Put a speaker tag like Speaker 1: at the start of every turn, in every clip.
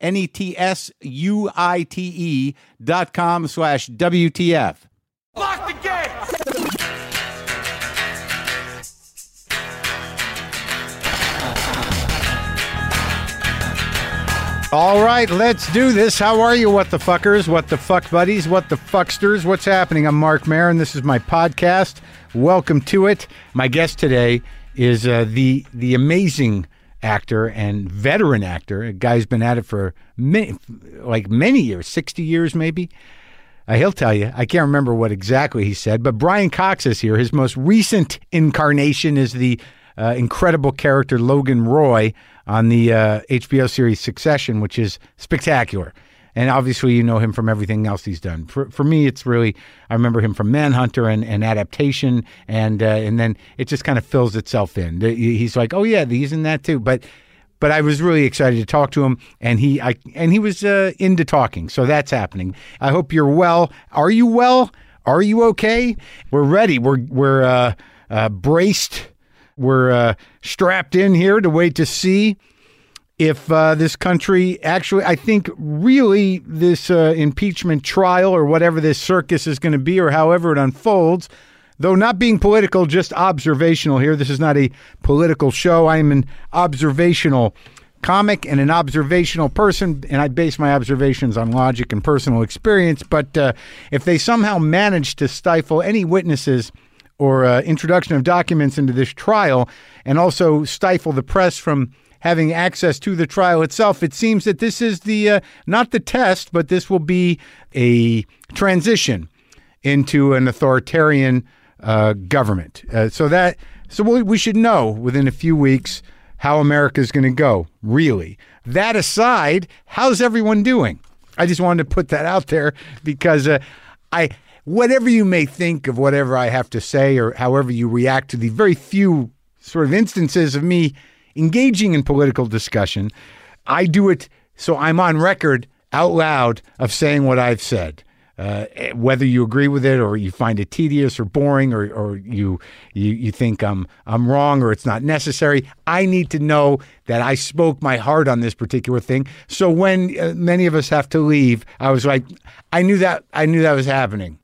Speaker 1: N E T S U I T E dot com slash WTF.
Speaker 2: Lock the gate!
Speaker 1: All right, let's do this. How are you, what the fuckers, what the fuck buddies, what the fucksters? What's happening? I'm Mark Marin. This is my podcast. Welcome to it. My guest today is uh, the the amazing actor and veteran actor. A guy who's been at it for many, like many years, sixty years maybe. Uh, he'll tell you. I can't remember what exactly he said, but Brian Cox is here. His most recent incarnation is the uh, incredible character Logan Roy on the uh, HBO series Succession, which is spectacular. And obviously, you know him from everything else he's done. For, for me, it's really I remember him from Manhunter and, and Adaptation, and uh, and then it just kind of fills itself in. The- He's like, oh yeah, he's in that too. But but I was really excited to talk to him, and he I, and he was uh, into talking. So that's happening. I hope you're well. Are you well? Are you okay? We're ready. We're we're uh, uh, braced. We're uh, strapped in here to wait to see if uh, this country actually, I think, really, this uh, impeachment trial or whatever this circus is going to be or however it unfolds, though not being political, just observational here. This is not a political show. I am an observational comic and an observational person, and I base my observations on logic and personal experience. But uh, if they somehow manage to stifle any witnesses, or uh, introduction of documents into this trial and also stifle the press from having access to the trial itself. It seems that this is the uh, not the test, but this will be a transition into an authoritarian uh, government. Uh, so that so we, we should know within a few weeks how America is going to go. Really. That aside, how's everyone doing? I just wanted to put that out there because uh, I whatever you may think of whatever I have to say or however you react to the very few sort of instances of me engaging in political discussion, I do it so I'm on record out loud of saying what I've said. Uh, whether you agree with it or you find it tedious or boring or, or you, you you think I'm I'm wrong or it's not necessary, I need to know that I spoke my heart on this particular thing. So when uh, many of us have to leave, I was like, I knew that I knew that was happening.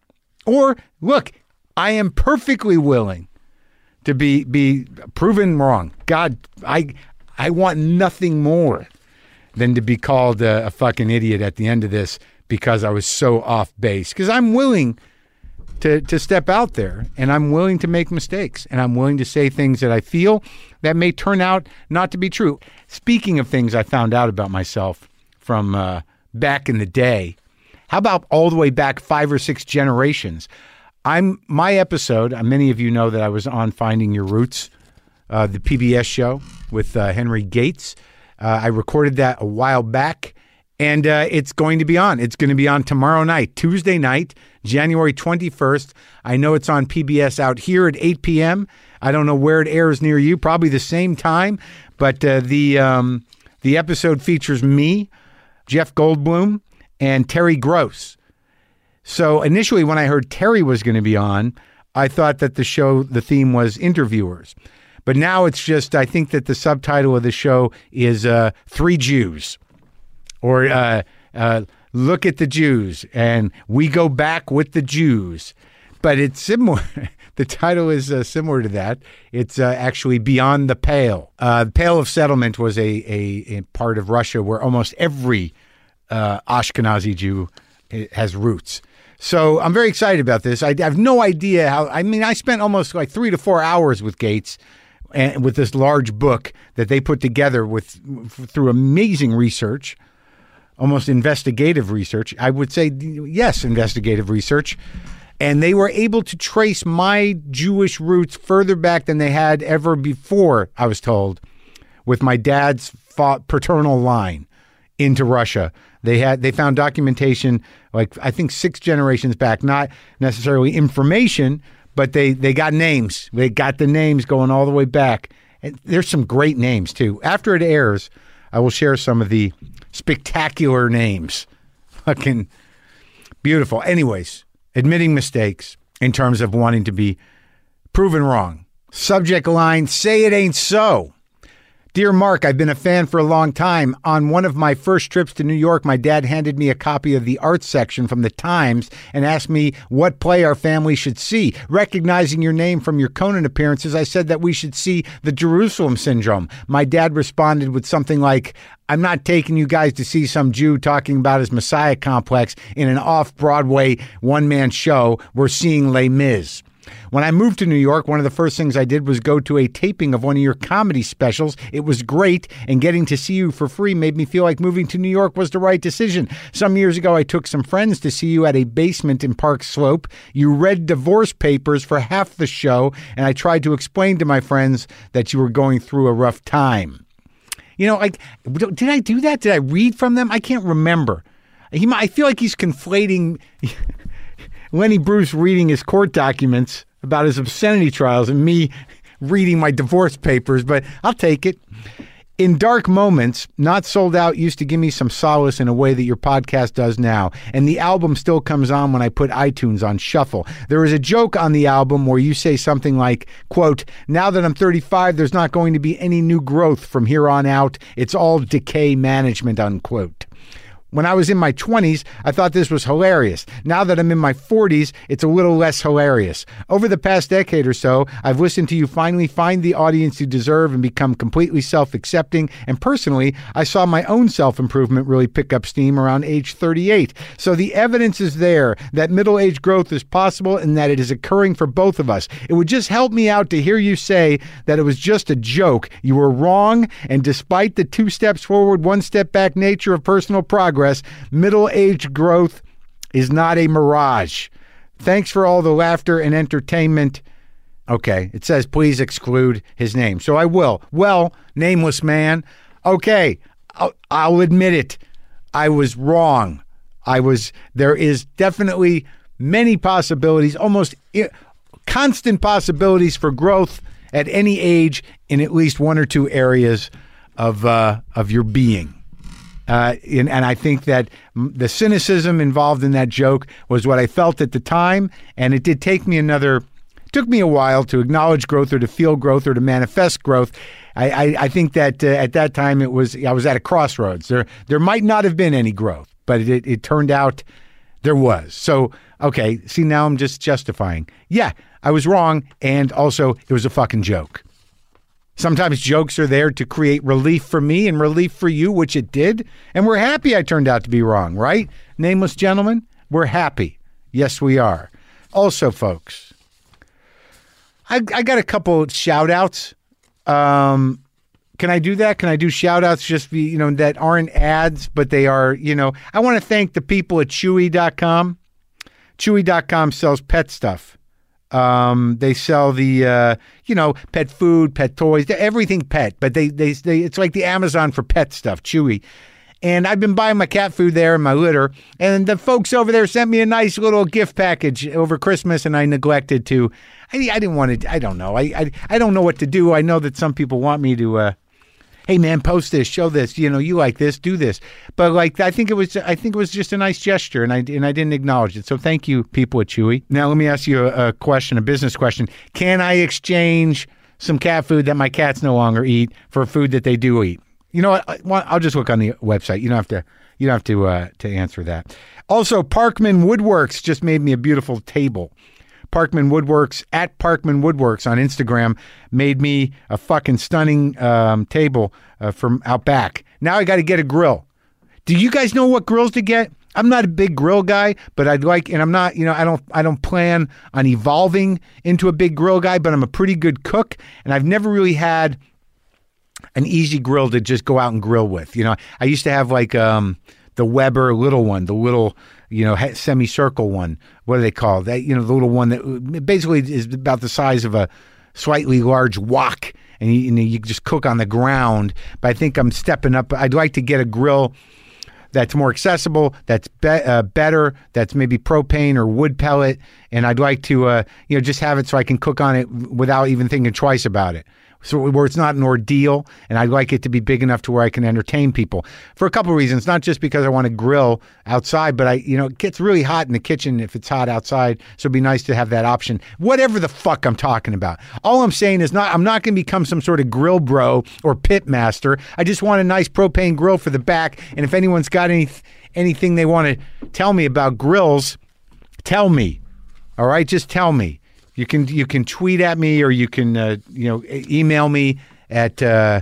Speaker 1: Or look, I am perfectly willing to be be proven wrong. God, I I want nothing more than to be called a, a fucking idiot at the end of this because I was so off base. Because I'm willing to to step out there, and I'm willing to make mistakes, and I'm willing to say things that I feel that may turn out not to be true. Speaking of things I found out about myself from uh, back in the day, how about all the way back five or six generations? I'm my episode. uh, Many of you know that I was on Finding Your Roots, uh, the PBS show with uh, Henry Gates. Uh, I recorded that a while back, and uh, it's going to be on. It's going to be on tomorrow night, Tuesday night, January 21st. I know it's on PBS out here at 8 p.m. I don't know where it airs near you, probably the same time, but uh, the um, the episode features me, Jeff Goldblum, and Terry Gross. So initially, when I heard Terry was going to be on, I thought that the show, the theme was interviewers. But now it's just, I think that the subtitle of the show is uh, Three Jews or uh, uh, Look at the Jews and We Go Back with the Jews. But it's similar. the title is uh, similar to that. It's uh, actually Beyond the Pale. Uh, the Pale of Settlement was a, a, a part of Russia where almost every uh, Ashkenazi Jew i- eh, has roots. So I'm very excited about this. I, I have no idea how. I mean, I spent almost like three to four hours with Gates, and with this large book that they put together with through amazing research, almost investigative research. I would say yes, investigative research. And they were able to trace my Jewish roots further back than they had ever before. I was told, with my dad's fa- paternal line into Russia. They had they found documentation like I think six generations back, not necessarily information, but they they got names. They got the names going all the way back. And there's some great names too. After it airs, I will share some of the spectacular names. Fucking beautiful. Anyways, admitting mistakes in terms of wanting to be proven wrong. Subject line: Say it ain't so. Dear Mark, I've been a fan for a long time. On one of my first trips to New York, my dad handed me a copy of the arts section from the Times and asked me what play our family should see. Recognizing your name from your Conan appearances, I said that we should see The Jerusalem Syndrome. My dad responded with something like, I'm not taking you guys to see some Jew talking about his Messiah complex in an off Broadway one man show. We're seeing Les Mis. When I moved to New York, one of the first things I did was go to a taping of one of your comedy specials. It was great, and getting to see you for free made me feel like moving to New York was the right decision. Some years ago, I took some friends to see you at a basement in Park Slope. You read divorce papers for half the show, and I tried to explain to my friends that you were going through a rough time. You know, like, did I do that? Did I read from them? I can't remember. He, might- I feel like he's conflating. Lenny Bruce reading his court documents about his obscenity trials and me reading my divorce papers, but I'll take it. In dark moments, Not Sold Out used to give me some solace in a way that your podcast does now, and the album still comes on when I put iTunes on shuffle. There is a joke on the album where you say something like, quote, now that I'm 35, there's not going to be any new growth from here on out. It's all decay management, unquote. When I was in my 20s, I thought this was hilarious. Now that I'm in my 40s, it's a little less hilarious. Over the past decade or so, I've listened to you finally find the audience you deserve and become completely self accepting. And personally, I saw my own self improvement really pick up steam around age 38. So the evidence is there that middle age growth is possible and that it is occurring for both of us. It would just help me out to hear you say that it was just a joke. You were wrong, and despite the two steps forward, one step back nature of personal progress, middle aged growth is not a mirage. Thanks for all the laughter and entertainment. Okay, it says please exclude his name. So I will. Well, nameless man. Okay, I'll, I'll admit it. I was wrong. I was, there is definitely many possibilities, almost I- constant possibilities for growth at any age in at least one or two areas of, uh, of your being. Uh, and, and I think that m- the cynicism involved in that joke was what I felt at the time, and it did take me another. Took me a while to acknowledge growth, or to feel growth, or to manifest growth. I, I, I think that uh, at that time it was I was at a crossroads. There there might not have been any growth, but it, it turned out there was. So okay, see now I'm just justifying. Yeah, I was wrong, and also it was a fucking joke. Sometimes jokes are there to create relief for me and relief for you, which it did. And we're happy I turned out to be wrong, right? Nameless gentlemen, we're happy. Yes, we are. Also, folks, I, I got a couple shout outs. Um, can I do that? Can I do shout outs just, be, you know, that aren't ads, but they are, you know, I want to thank the people at chewy.com. Chewy.com sells pet stuff. Um, they sell the uh, you know pet food, pet toys, everything pet. But they, they they it's like the Amazon for pet stuff, Chewy. And I've been buying my cat food there and my litter. And the folks over there sent me a nice little gift package over Christmas, and I neglected to. I, I didn't want to. I don't know. I, I I don't know what to do. I know that some people want me to. Uh, hey man, post this, show this. You know, you like this, do this. But like, I think it was, I think it was just a nice gesture, and I and I didn't acknowledge it. So thank you, people at Chewy. Now let me ask you a, a question, a business question. Can I exchange some cat food that my cats no longer eat for food that they do eat? You know what? I- why- I'll just look on the website. You don't have to. You don't have to uh, to answer that. Also, Parkman Woodworks just made me a beautiful table. Parkman Woodworks at Parkman Woodworks on Instagram made me a fucking stunning um, table uh, from out back. Now I got to get a grill. Do you guys know what grills to get? I'm not a big grill guy, but I'd like, and I'm not, you know, I don't, I don't plan on evolving into a big grill guy, but I'm a pretty good cook, and I've never really had an easy grill to just go out and grill with. You know, I used to have like um, the Weber little one, the little you know he- semicircle one. What do they call that? You know, the little one that uh, basically is about the size of a slightly large wok, and you, and you just cook on the ground. But I think I'm stepping up. I'd like to get a grill that's more accessible, that's be- uh, better, that's maybe propane or wood pellet, and I'd like to uh, you know just have it so I can cook on it without even thinking twice about it. So where it's not an ordeal, and I'd like it to be big enough to where I can entertain people for a couple of reasons. Not just because I want to grill outside, but I you know it gets really hot in the kitchen if it's hot outside, so it'd be nice to have that option. Whatever the fuck I'm talking about. All I'm saying is not I'm not going to become some sort of grill bro or pit master. I just want a nice propane grill for the back, and if anyone's got any anything they want to tell me about grills, tell me. All right, just tell me. You can you can tweet at me or you can uh, you know e- email me at uh,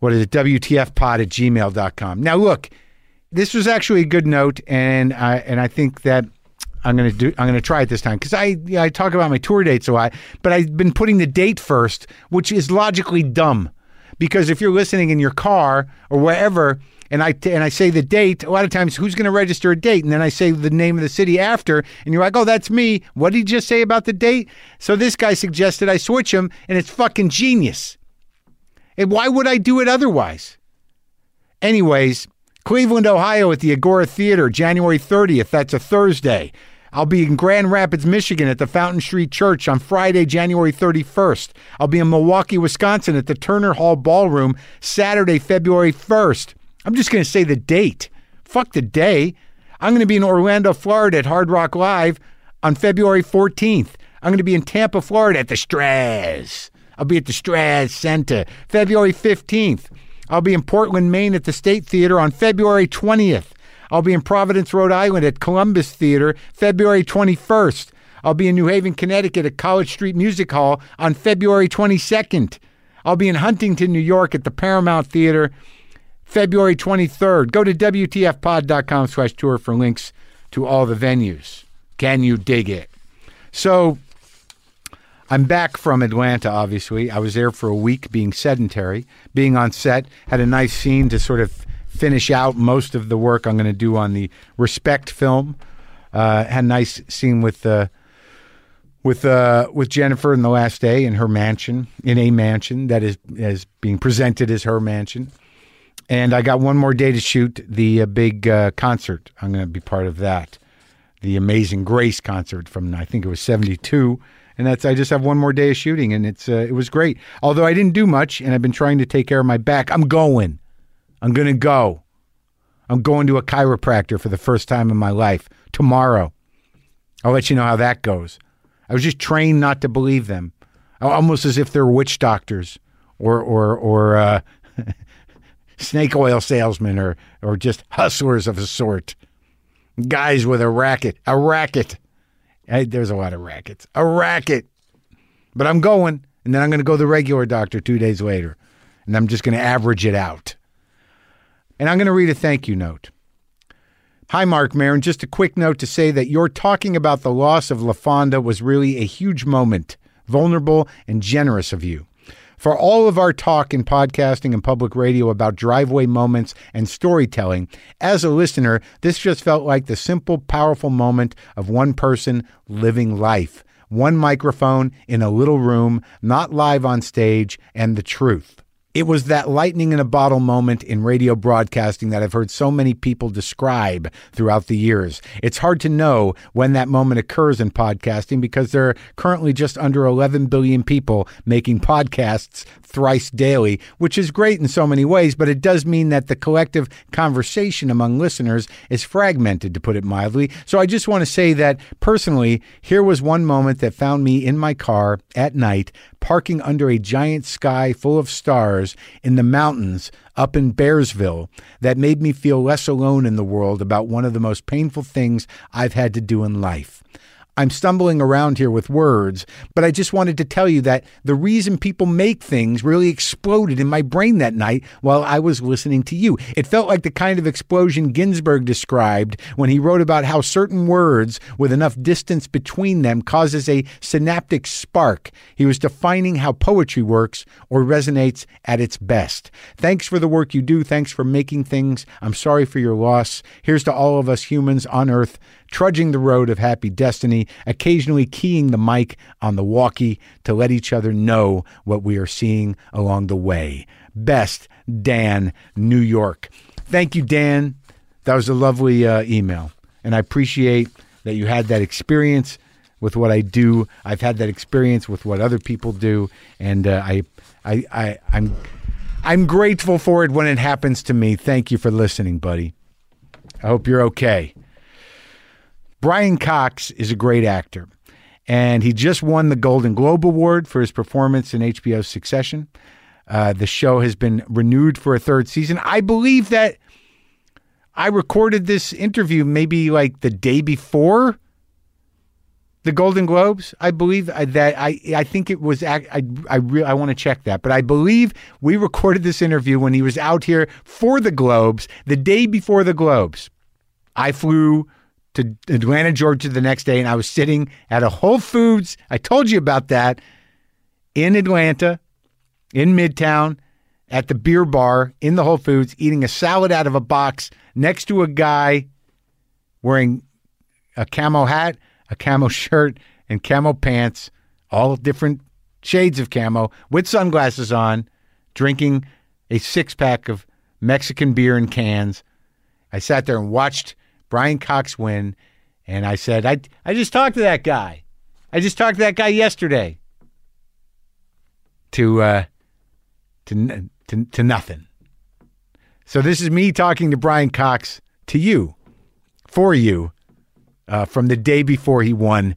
Speaker 1: what is it wtfpod at gmail.com. Now look, this was actually a good note, and I and I think that I'm gonna do I'm gonna try it this time because I yeah, I talk about my tour dates a lot, but I've been putting the date first, which is logically dumb, because if you're listening in your car or wherever. And I, t- and I say the date. A lot of times, who's going to register a date? And then I say the name of the city after, and you're like, oh, that's me. What did he just say about the date? So this guy suggested I switch him, and it's fucking genius. And why would I do it otherwise? Anyways, Cleveland, Ohio at the Agora Theater, January 30th. That's a Thursday. I'll be in Grand Rapids, Michigan at the Fountain Street Church on Friday, January 31st. I'll be in Milwaukee, Wisconsin at the Turner Hall Ballroom Saturday, February 1st. I'm just going to say the date. Fuck the day. I'm going to be in Orlando, Florida at Hard Rock Live on February 14th. I'm going to be in Tampa, Florida at the Straz. I'll be at the Straz Center February 15th. I'll be in Portland, Maine at the State Theater on February 20th. I'll be in Providence, Rhode Island at Columbus Theater February 21st. I'll be in New Haven, Connecticut at College Street Music Hall on February 22nd. I'll be in Huntington, New York at the Paramount Theater February 23rd. Go to WTFpod.com slash tour for links to all the venues. Can you dig it? So I'm back from Atlanta, obviously. I was there for a week being sedentary, being on set, had a nice scene to sort of finish out most of the work I'm going to do on the Respect film. Uh, had a nice scene with uh, with uh, with Jennifer in the last day in her mansion, in a mansion that is, is being presented as her mansion. And I got one more day to shoot the uh, big uh, concert. I'm going to be part of that, the Amazing Grace concert from I think it was '72. And that's I just have one more day of shooting, and it's uh, it was great. Although I didn't do much, and I've been trying to take care of my back. I'm going. I'm going to go. I'm going to a chiropractor for the first time in my life tomorrow. I'll let you know how that goes. I was just trained not to believe them, almost as if they're witch doctors or or or. Uh, snake oil salesmen or or just hustlers of a sort. Guys with a racket, a racket. Hey, there's a lot of rackets, a racket. But I'm going, and then I'm going to go to the regular doctor two days later, and I'm just going to average it out. And I'm going to read a thank you note. Hi, Mark Marin. Just a quick note to say that your talking about the loss of LaFonda was really a huge moment, vulnerable and generous of you. For all of our talk in podcasting and public radio about driveway moments and storytelling, as a listener, this just felt like the simple, powerful moment of one person living life. One microphone in a little room, not live on stage, and the truth. It was that lightning in a bottle moment in radio broadcasting that I've heard so many people describe throughout the years. It's hard to know when that moment occurs in podcasting because there are currently just under 11 billion people making podcasts thrice daily, which is great in so many ways, but it does mean that the collective conversation among listeners is fragmented, to put it mildly. So I just want to say that personally, here was one moment that found me in my car at night, parking under a giant sky full of stars in the mountains up in Bearsville that made me feel less alone in the world about one of the most painful things I've had to do in life. I'm stumbling around here with words, but I just wanted to tell you that the reason people make things really exploded in my brain that night while I was listening to you. It felt like the kind of explosion Ginsberg described when he wrote about how certain words with enough distance between them causes a synaptic spark. He was defining how poetry works or resonates at its best. Thanks for the work you do. Thanks for making things. I'm sorry for your loss. Here's to all of us humans on earth trudging the road of happy destiny, occasionally keying the mic on the walkie to let each other know what we are seeing along the way. Best, Dan, New York. Thank you, Dan. That was a lovely uh, email. And I appreciate that you had that experience with what I do. I've had that experience with what other people do. And uh, I, I, I, I'm, I'm grateful for it when it happens to me. Thank you for listening, buddy. I hope you're okay. Brian Cox is a great actor, and he just won the Golden Globe Award for his performance in HBO's Succession. Uh, the show has been renewed for a third season. I believe that I recorded this interview maybe like the day before the Golden Globes. I believe I- that I I think it was ac- I I re- I want to check that, but I believe we recorded this interview when he was out here for the Globes, the day before the Globes. I flew to Atlanta, Georgia the next day, and I was sitting at a Whole Foods. I told you about that in Atlanta, in Midtown, at the beer bar in the Whole Foods, eating a salad out of a box next to a guy wearing a camo hat, a camo shirt, and camo pants, all different shades of camo, with sunglasses on, drinking a six pack of Mexican beer in cans. I sat there and watched Brian Cox win, and I said, I, I just talked to that guy. I just talked to that guy yesterday. To uh, to n- to to nothing. So this is me talking to Brian Cox to you, for you, uh, from the day before he won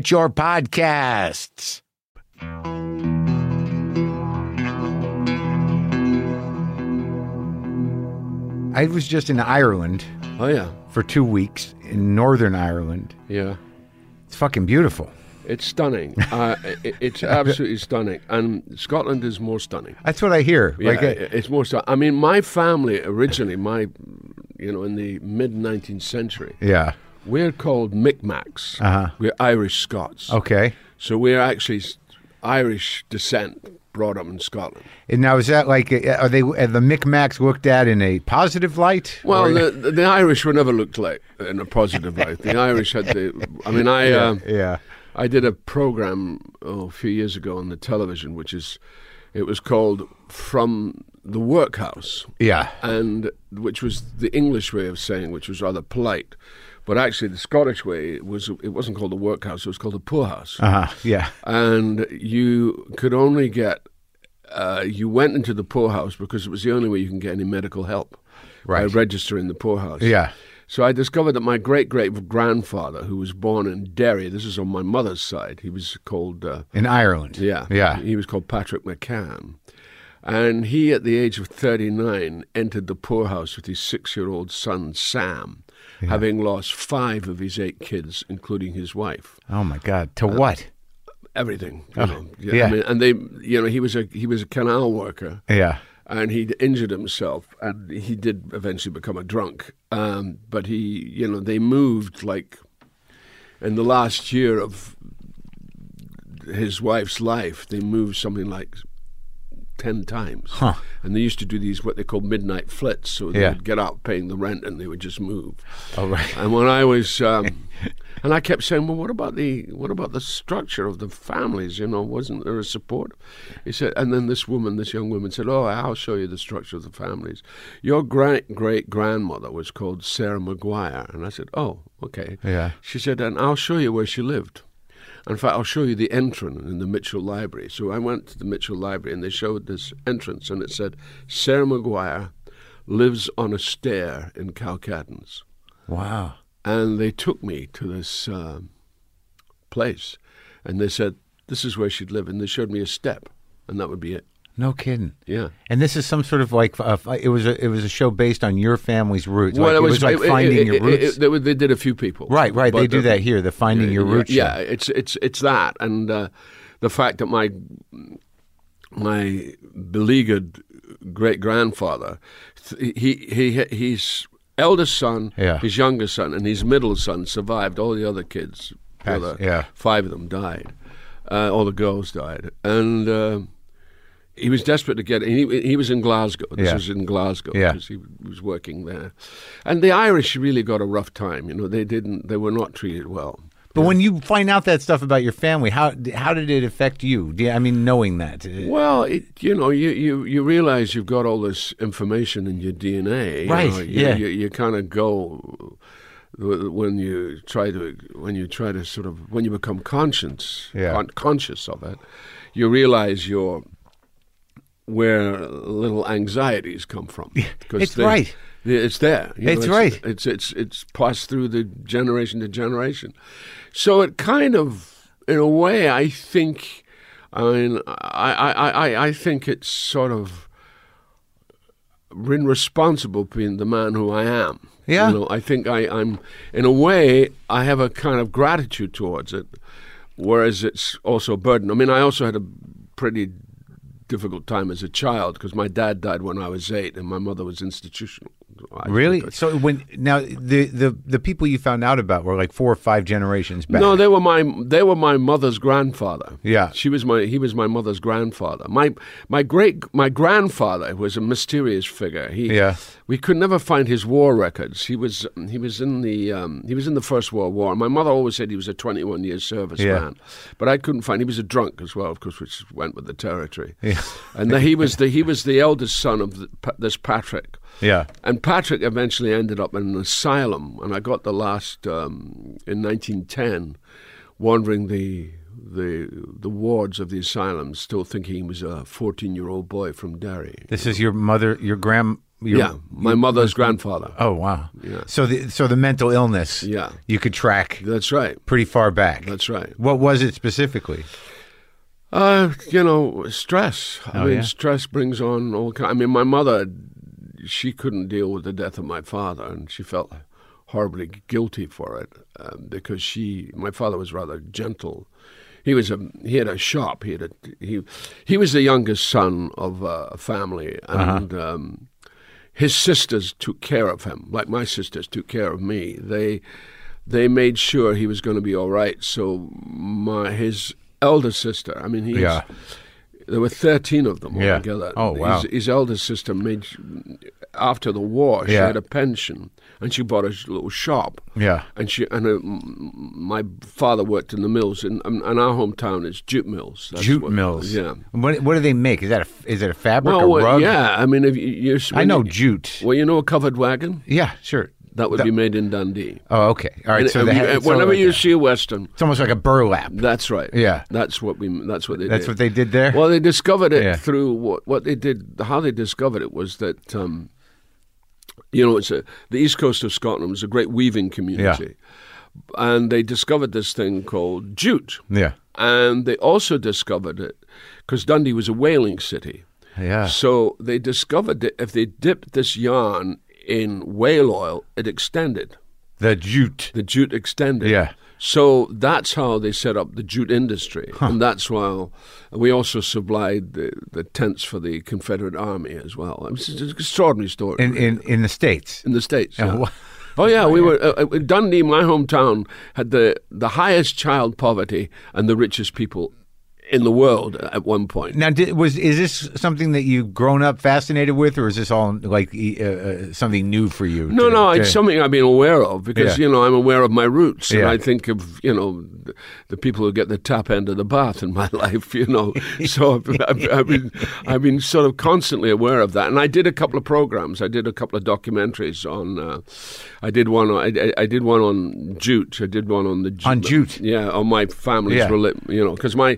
Speaker 1: your podcasts. I was just in Ireland
Speaker 3: Oh yeah,
Speaker 1: for two weeks in Northern Ireland.
Speaker 3: yeah.
Speaker 1: It's fucking beautiful.
Speaker 3: It's stunning. Uh, it, it's absolutely stunning, and Scotland is more stunning.
Speaker 1: That's what I hear.
Speaker 3: Yeah,
Speaker 1: like, uh,
Speaker 3: it- it's more stunning. I mean, my family originally, my you know, in the mid nineteenth century,
Speaker 1: yeah.
Speaker 3: we're called Micmacs.
Speaker 1: Uh-huh. Oh.
Speaker 3: We're Irish Scots.
Speaker 1: Okay.
Speaker 3: So we're actually s- Irish descent, brought up in Scotland.
Speaker 1: And now is that like uh, are they are the Micmacs looked at in a positive light?
Speaker 3: Well,
Speaker 1: Or-
Speaker 3: the, the, the Irish were never looked like in a positive light. The Irish had the. I mean, I. Uh,
Speaker 1: yeah.
Speaker 3: I did a program oh, a few years ago on the television, which is, it was called From the Workhouse,
Speaker 1: Yeah.
Speaker 3: and which was the English way of saying, which was rather polite, but actually the Scottish way was it wasn't called the workhouse; it was called the poorhouse,
Speaker 1: Uh huh. Yeah.
Speaker 3: and you could only get. Uh, you went into the poorhouse because it was the only way you can get any medical help by
Speaker 1: Right.
Speaker 3: registering the poorhouse.
Speaker 1: Yeah.
Speaker 3: So I discovered that my great great grandfather, who was born in Derry, this is on my mother's side, he was called, uh,
Speaker 1: In Ireland.
Speaker 3: yeah,
Speaker 1: Yeah.
Speaker 3: he was called Patrick McCann. And he, at the age of 39, entered the poorhouse with his six year old son, Sam, having lost five of his eight kids, including his wife
Speaker 1: Oh my God.
Speaker 3: Uh,
Speaker 1: To what?
Speaker 3: everything. You know. Yeah,
Speaker 1: Oh, yeah.
Speaker 3: I mean, and they, you know, he was a he was a canal worker,
Speaker 1: Yeah.
Speaker 3: and he'd injured himself, and he did eventually become a drunk. Um, but he, you know, they moved like in the last year of his wife's life, they moved something like ten times.
Speaker 1: Huh.
Speaker 3: And they used to do these what they call midnight flits. So they
Speaker 1: Yeah.
Speaker 3: would get up paying the rent and they would just move.
Speaker 1: Oh, right.
Speaker 3: And when I was, um, and I kept saying, well, what about the what about the structure of the families? You know, wasn't there a support? He said, and then this woman, this young woman, said, oh, I'll show you the structure of the families. Your great great grandmother was called Sarah Maguire, and I said, oh, okay.
Speaker 1: Yeah.
Speaker 3: She said, and I'll show you where she lived. In fact, I'll show you the entrance in the Mitchell Library. So I went to the Mitchell Library and they showed this entrance and it said, Sarah Maguire lives on a stair in Calcaddens.
Speaker 1: Wow.
Speaker 3: And they took me to this um, place and they said, this is where she'd live. And they showed me a step and that would be it.
Speaker 1: No kidding.
Speaker 3: Yeah.
Speaker 1: And this is some sort of like uh, it was a it was a show based on your family's roots. Like,
Speaker 3: Well,
Speaker 1: it was like
Speaker 3: it- it-
Speaker 1: finding
Speaker 3: it-
Speaker 1: your
Speaker 3: it-
Speaker 1: roots.
Speaker 3: it- they, would- they did a few people.
Speaker 1: right, right. They
Speaker 3: But,
Speaker 1: do
Speaker 3: uh,
Speaker 1: that here. The finding your
Speaker 3: Yeah,
Speaker 1: roots. show.
Speaker 3: Yeah, it's it's it's that, and uh, the fact that my my beleaguered great grandfather, he he his eldest son,
Speaker 1: Yeah.
Speaker 3: his youngest son, and his middle son survived. All the other kids, the
Speaker 1: Passed,
Speaker 3: other
Speaker 1: yeah.
Speaker 3: five of them died. Uh, all the girls died, and. Uh, he was desperate to get. He he was in Glasgow. This
Speaker 1: Yeah.
Speaker 3: was in Glasgow
Speaker 1: Yeah.
Speaker 3: because he was working there, and the Irish really got a rough time. You know, they didn't. They were not treated well.
Speaker 1: But when you find out that stuff about your family, how how did it affect you? Do you- I mean, knowing that. uh,
Speaker 3: Well, it, you know, you, you, you realize you've got all this information in your DNA. you
Speaker 1: Right,
Speaker 3: know, you,
Speaker 1: yeah.
Speaker 3: You, you kind of go w- when you try to when you try to sort of when you become conscious
Speaker 1: Yeah.
Speaker 3: con- conscious of it, you realize your where little anxieties come from. Because
Speaker 1: it's right.
Speaker 3: It's there. you
Speaker 1: It's right.
Speaker 3: It's it's it's passed through the generation to generation, so it kind of, in a way, I think, I mean, I I I, I- I think it's sort of been responsible for being the man who I am.
Speaker 1: Yeah.
Speaker 3: you know, I think I, I'm in a way I have a kind of gratitude towards it, whereas it's also a burden. I mean, I also had a pretty difficult time as a child because my dad died when I was eight and my mother was institutional.
Speaker 1: Really? So when now the, the the people you found out about were like four or five generations back.
Speaker 3: No, they were my they were my mother's grandfather.
Speaker 1: Yeah.
Speaker 3: she was my he was my mother's grandfather. My my great my grandfather was a mysterious figure. He
Speaker 1: Yeah.
Speaker 3: we could never find his war records. He was he was in the um, he was in the First World War. My mother always said he was a twenty one year service
Speaker 1: Yeah.
Speaker 3: man, but I couldn't find. He was a drunk as well, of course, which went with the territory. Yeah. and the, he was the he was the eldest son of the, Pa- this Patrick.
Speaker 1: yeah.
Speaker 3: And Patrick eventually ended up in an asylum, and I got the last um, in 1910, wandering the the the wards of the asylum, still thinking he was a 14 year old boy from Derry.
Speaker 1: This is your mother, your grand. Your,
Speaker 3: yeah, my mother's grandfather.
Speaker 1: Oh wow. Yeah. So the so the mental illness.
Speaker 3: Yeah.
Speaker 1: You could track
Speaker 3: That's right.
Speaker 1: pretty far back.
Speaker 3: That's right.
Speaker 1: What was it specifically?
Speaker 3: Uh, you know, stress. I
Speaker 1: Oh,
Speaker 3: mean,
Speaker 1: yeah.
Speaker 3: stress brings on all kind. I mean, my mother, she couldn't deal with the death of my father, and she felt horribly guilty for it um, because she, my father, was rather gentle. He was a he had a shop. He had a he he was the youngest son of a family,
Speaker 1: Uh-huh.
Speaker 3: and um, his sisters took care of him, like my sisters took care of me. They they made sure he was going to be all right. So my his elder sister, I mean, he's,
Speaker 1: Yeah.
Speaker 3: there were thirteen of them
Speaker 1: Yeah.
Speaker 3: altogether.
Speaker 1: Oh, wow.
Speaker 3: His, his elder sister made after the war. She
Speaker 1: Yeah.
Speaker 3: had a pension, and she bought a sh- little shop.
Speaker 1: Yeah.
Speaker 3: And she and her, m- my father worked in the mills, in, in our hometown it's jute mills. That's
Speaker 1: Jute
Speaker 3: what-
Speaker 1: mills.
Speaker 3: Yeah.
Speaker 1: What what do they make? Is that a is it a fabric
Speaker 3: Well,
Speaker 1: a
Speaker 3: well,
Speaker 1: rug?
Speaker 3: yeah. I mean, if you, you're,
Speaker 1: I know jute.
Speaker 3: Well, you know a covered wagon
Speaker 1: Yeah. Sure.
Speaker 3: that would be made in Dundee.
Speaker 1: Oh, okay. All right.
Speaker 3: And-
Speaker 1: so
Speaker 3: and
Speaker 1: they
Speaker 3: we-
Speaker 1: had-
Speaker 3: and
Speaker 1: it's all
Speaker 3: whenever
Speaker 1: like
Speaker 3: you
Speaker 1: that.
Speaker 3: see a western,
Speaker 1: it's almost like a burlap.
Speaker 3: that's right.
Speaker 1: Yeah.
Speaker 3: that's what we. That's what they.
Speaker 1: That's
Speaker 3: did.
Speaker 1: what they did there?
Speaker 3: Well, they discovered it
Speaker 1: Yeah.
Speaker 3: through what what they did. How they discovered it was that. Um, you know, it's a, the east coast of Scotland was a great weaving community, and they discovered this thing called jute,
Speaker 1: Yeah.
Speaker 3: and they also discovered it because Dundee was a whaling city.
Speaker 1: Yeah.
Speaker 3: So they discovered that if they dipped this yarn in whale oil, it extended.
Speaker 1: The jute.
Speaker 3: The jute extended.
Speaker 1: Yeah.
Speaker 3: So that's how they set up the jute industry, and that's why we also supplied the, the tents for the Confederate Army as well. It's an extraordinary story
Speaker 1: In in in the states.
Speaker 3: in the states. yeah.
Speaker 1: wha-
Speaker 3: Oh yeah, we were uh, uh, Dundee, my hometown, had the the highest child poverty and the richest people in the world at one point.
Speaker 1: Now, did, was is this something that you've grown up fascinated with, or is this all like e- uh, uh, something new for you?
Speaker 3: No,
Speaker 1: to-
Speaker 3: no,
Speaker 1: to-
Speaker 3: it's something I've been aware of because
Speaker 1: Yeah.
Speaker 3: you know I'm aware of my roots, and
Speaker 1: Yeah.
Speaker 3: I think of you know th- the people who get the tap end of the bath in my life, you know. so I've, I've, I've been I've been sort of constantly aware of that, and I did a couple of programs, I did a couple of documentaries on, uh, I did one, on, I, I- I did one on Jute, I did one on the Ju-
Speaker 1: On Jute.
Speaker 3: yeah, on my family's
Speaker 1: Yeah.
Speaker 3: rela- you know, because my.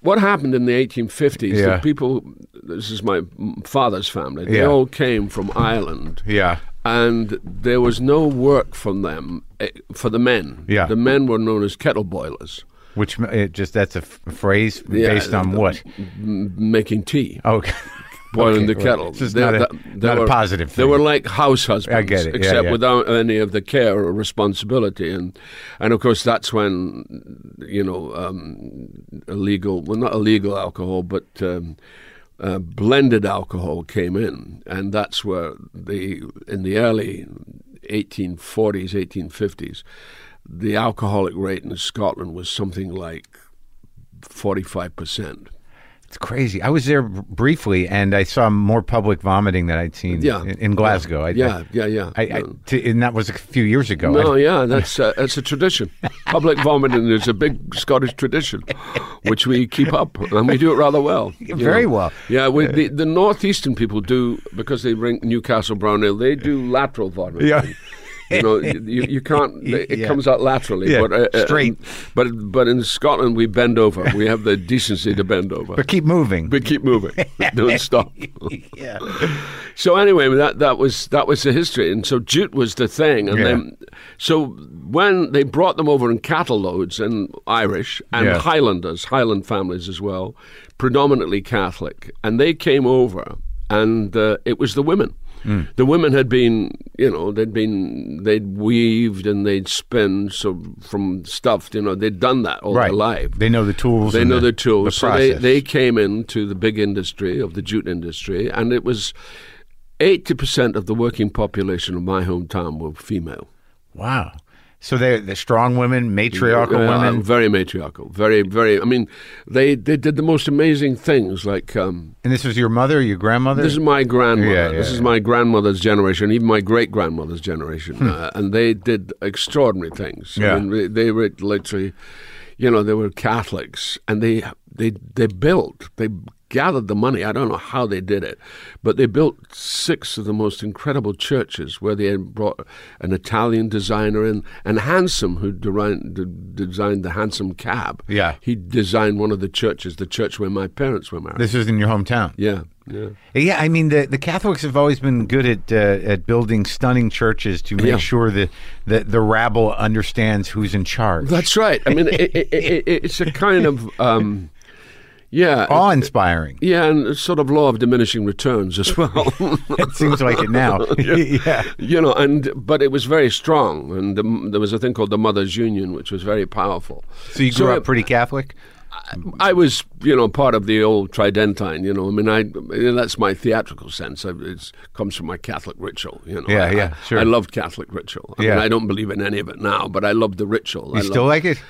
Speaker 3: What happened in the 1850s? The
Speaker 1: Yeah.
Speaker 3: people, this is my father's family. They
Speaker 1: Yeah.
Speaker 3: all came from Ireland
Speaker 1: yeah,
Speaker 3: and there was no work from them eh, for the men.
Speaker 1: Yeah.
Speaker 3: The men were known as kettle boilers,
Speaker 1: which m- it just that's a f- phrase
Speaker 3: Yeah, uh,
Speaker 1: based on what? Oh,
Speaker 3: m- making tea,
Speaker 1: Okay,
Speaker 3: boiling the
Speaker 1: right.
Speaker 3: kettle.
Speaker 1: This is
Speaker 3: They-
Speaker 1: not a-
Speaker 3: they- they
Speaker 1: not a positive
Speaker 3: They
Speaker 1: thing.
Speaker 3: were like house husbands,
Speaker 1: I get it. Yeah,
Speaker 3: except
Speaker 1: yeah.
Speaker 3: without any of the care or responsibility. And and of course that's when you know um, illegal, well not illegal alcohol, but um, uh, blended alcohol came in, and that's where the in the early 1840s, 1850s, the alcoholic rate in Scotland was something like 45 percent.
Speaker 1: it's crazy. I was there br- briefly, and I saw more public vomiting than I'd seen
Speaker 3: Yeah.
Speaker 1: in, in Glasgow. I,
Speaker 3: Yeah, yeah, yeah.
Speaker 1: I, I, t- and that was a few years ago.
Speaker 3: No, yeah, that's a, that's a tradition. Public vomiting is a big Scottish tradition, which we keep up, and we do it rather well. you
Speaker 1: Very well.
Speaker 3: Yeah, we, the, the northeastern people do because they drink Newcastle brown ale. They do lateral vomiting.
Speaker 1: Yeah.
Speaker 3: You know, you, you can't. It
Speaker 1: Yeah.
Speaker 3: comes out laterally,
Speaker 1: Yeah,
Speaker 3: but uh,
Speaker 1: straight.
Speaker 3: But but in Scotland, we bend over. We have the decency to bend over.
Speaker 1: but keep moving.
Speaker 3: but keep moving. Don't stop.
Speaker 1: yeah,
Speaker 3: So anyway, that that was that was the history, and so jute was the thing, and
Speaker 1: Yeah.
Speaker 3: then so when they brought them over in cattle loads and Irish and
Speaker 1: Yeah.
Speaker 3: Highlanders, Highland families as well, predominantly Catholic, and they came over, and uh, it was the women.
Speaker 1: Hmm.
Speaker 3: The women had been, you know, they'd been, they'd weaved and they'd spin so from stuff, you know, they'd done that all
Speaker 1: right.
Speaker 3: their life.
Speaker 1: They know the tools.
Speaker 3: They
Speaker 1: and
Speaker 3: know
Speaker 1: the,
Speaker 3: the tools.
Speaker 1: the
Speaker 3: so they,
Speaker 1: process.
Speaker 3: they came into the big industry of the jute industry, and it was 80% of the working population of my hometown were female.
Speaker 1: Wow. So they're, they're strong women, matriarchal
Speaker 3: Uh,
Speaker 1: women.
Speaker 3: Very matriarchal. Very, very. I mean, they, they did the most amazing things. Like, um,
Speaker 1: And this was your mother, your grandmother?
Speaker 3: this is my grandmother.
Speaker 1: Yeah, yeah,
Speaker 3: this is
Speaker 1: yeah.
Speaker 3: my grandmother's generation, even my great grandmother's generation. Uh, and they did extraordinary things. I
Speaker 1: Hmm. Yeah.
Speaker 3: mean, they- they were literally, you know, they were Catholics and they, they, they built, they gathered the money. I don't know how they did it, but they built six of the most incredible churches where they had brought an Italian designer in and Handsome, who deri- d- designed the Handsome cab.
Speaker 1: Yeah.
Speaker 3: He designed one of the churches, the church where my parents were married.
Speaker 1: this is in your hometown.
Speaker 3: yeah. Yeah.
Speaker 1: Yeah, I mean the, the Catholics have always been good at uh, at building stunning churches to make
Speaker 3: Yeah.
Speaker 1: sure that, that the rabble understands who's in charge.
Speaker 3: That's right. I mean, it, it, it, it- it's a kind of um, yeah,
Speaker 1: awe inspiring.
Speaker 3: yeah, and sort of law of diminishing returns as well.
Speaker 1: It seems like it now. yeah.
Speaker 3: you know, and but it was very strong, and the, there was a thing called the Mothers Union, which was very powerful.
Speaker 1: So you grew
Speaker 3: So
Speaker 1: up
Speaker 3: it-
Speaker 1: pretty Catholic?
Speaker 3: I was, you know, part of the old Tridentine. You know, I mean, I that's my theatrical sense. It comes from my Catholic ritual. You know,
Speaker 1: Yeah,
Speaker 3: I,
Speaker 1: yeah,
Speaker 3: I-
Speaker 1: sure.
Speaker 3: I loved Catholic ritual. I
Speaker 1: Yeah.
Speaker 3: mean, I don't believe in any of it now, but I love the ritual. I
Speaker 1: You
Speaker 3: loved-
Speaker 1: still like it?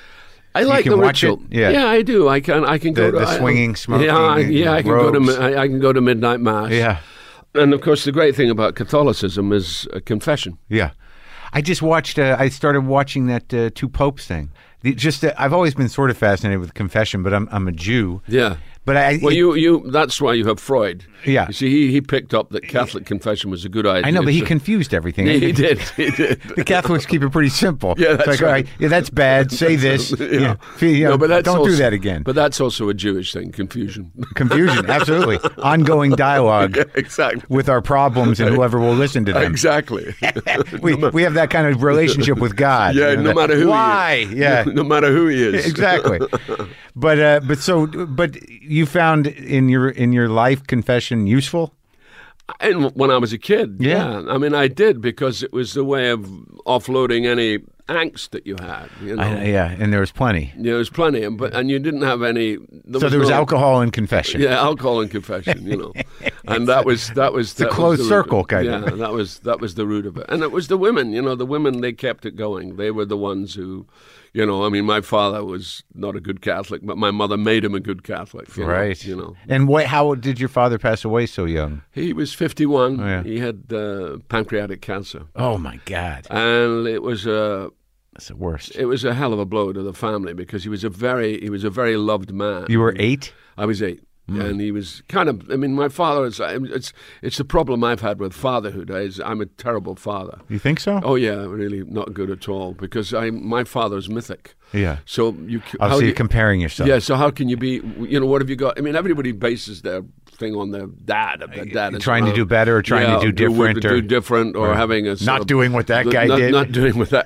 Speaker 3: I like
Speaker 1: can
Speaker 3: the
Speaker 1: watch
Speaker 3: ritual.
Speaker 1: it? Yeah.
Speaker 3: I do. I can. I can
Speaker 1: The-
Speaker 3: go to
Speaker 1: the
Speaker 3: I-
Speaker 1: swinging, smoking,
Speaker 3: Yeah, I, yeah. I can go
Speaker 1: robes.
Speaker 3: to. mi- I, I can go to midnight mass.
Speaker 1: Yeah.
Speaker 3: And of course, the great thing about Catholicism is uh, confession.
Speaker 1: Yeah. I just watched. Uh, I started watching that uh, two popes thing. The, just, uh, I've always been sort of fascinated with confession, but I'm I'm a Jew.
Speaker 3: Yeah.
Speaker 1: But I
Speaker 3: Well, you, you. That's why you have Freud.
Speaker 1: Yeah.
Speaker 3: You see, he, he picked up that Catholic confession was a good idea.
Speaker 1: I know, but he
Speaker 3: so-
Speaker 1: confused everything.
Speaker 3: Yeah, he did. He did.
Speaker 1: The Catholics keep it pretty simple.
Speaker 3: Yeah,
Speaker 1: it's
Speaker 3: that's
Speaker 1: like, all
Speaker 3: right.
Speaker 1: Yeah, that's bad. Say this. yeah. Fe- you know,
Speaker 3: No, but that's
Speaker 1: don't do
Speaker 3: also-
Speaker 1: that again.
Speaker 3: But that's also a Jewish thing, confusion.
Speaker 1: Confusion, absolutely. Ongoing dialogue
Speaker 3: exactly.
Speaker 1: with our problems and whoever will listen to them.
Speaker 3: Exactly.
Speaker 1: We, we have that kind of relationship with God.
Speaker 3: Yeah,
Speaker 1: you know,
Speaker 3: no
Speaker 1: that-
Speaker 3: matter who.
Speaker 1: Why?
Speaker 3: He is.
Speaker 1: Yeah,
Speaker 3: No matter who he is.
Speaker 1: exactly. But uh, but so but you found in your in your life confession useful.
Speaker 3: And when I was a kid,
Speaker 1: Yeah.
Speaker 3: yeah. I mean, I did because it was the way of offloading any angst that you had. You know,
Speaker 1: I, yeah, and there was plenty.
Speaker 3: there was plenty, and but and you didn't have any. There
Speaker 1: So there was
Speaker 3: no-
Speaker 1: alcohol and confession.
Speaker 3: Yeah, alcohol and confession, you know, and that was
Speaker 1: a
Speaker 3: that was that was the
Speaker 1: closed
Speaker 3: root of-
Speaker 1: circle, kind
Speaker 3: yeah,
Speaker 1: of.
Speaker 3: that was that was the root of it, and it was the women. You know, the women they kept it going. They were the ones who, you know, I mean, my father was not a good Catholic, but my mother made him a good Catholic. you know,
Speaker 1: Right.
Speaker 3: you know,
Speaker 1: And what? How did your father pass away so young?
Speaker 3: he was fifty-one.
Speaker 1: Oh, yeah.
Speaker 3: He had uh, pancreatic cancer,
Speaker 1: Oh my God,
Speaker 3: and it was a
Speaker 1: that's the worst.
Speaker 3: it was a hell of a blow to the family because he was a very he was a very loved man.
Speaker 1: You were Hmm. eight.
Speaker 3: I was eight. And he was kind of. I mean, my father is. I- It's it's the problem I've had with fatherhood. Is I'm a terrible father.
Speaker 1: You think so?
Speaker 3: Oh yeah, really not good at all. Because I my father's mythic.
Speaker 1: Yeah.
Speaker 3: So you. c-
Speaker 1: Oh,
Speaker 3: how
Speaker 1: so
Speaker 3: do
Speaker 1: you're
Speaker 3: you-
Speaker 1: comparing yourself.
Speaker 3: Yeah. So how can you be? You know, what have you got? I mean, everybody bases their thing on their dad. If their dad is
Speaker 1: Trying to
Speaker 3: around.
Speaker 1: do better or trying to
Speaker 3: Yeah,
Speaker 1: do different
Speaker 3: do,
Speaker 1: or-
Speaker 3: different or having a sort
Speaker 1: Not
Speaker 3: of-
Speaker 1: doing what that
Speaker 3: th-
Speaker 1: guy
Speaker 3: not,
Speaker 1: did.
Speaker 3: Not doing what that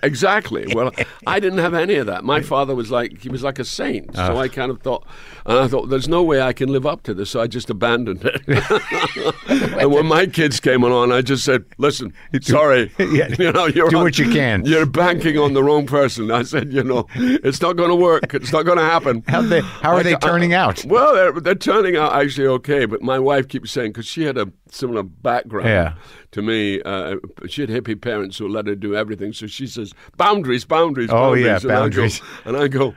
Speaker 3: exactly. Well, I didn't have any of that. My father was like he was like a saint.
Speaker 1: Ah.
Speaker 3: So I kind of thought, and I thought, there's no way I can live up to this. So I just abandoned it. and when my kids came along, I just said, listen, sorry,
Speaker 1: Yeah.
Speaker 3: you know, you're
Speaker 1: Do
Speaker 3: on-
Speaker 1: what you can.
Speaker 3: You're banking on the wrong person. I said, you know, it's not going to work. It's not going to happen.
Speaker 1: How they? How are
Speaker 3: I-
Speaker 1: they
Speaker 3: I-
Speaker 1: turning out?
Speaker 3: Well, they're, they're turning out actually okay, but my wife keeps saying because she had a similar background
Speaker 1: Yeah.
Speaker 3: to me. Uh, she had hippie parents who let her do everything, so she says boundaries, boundaries.
Speaker 1: Oh, yeah,
Speaker 3: boundaries. And I go-
Speaker 1: boundaries.
Speaker 3: And I go.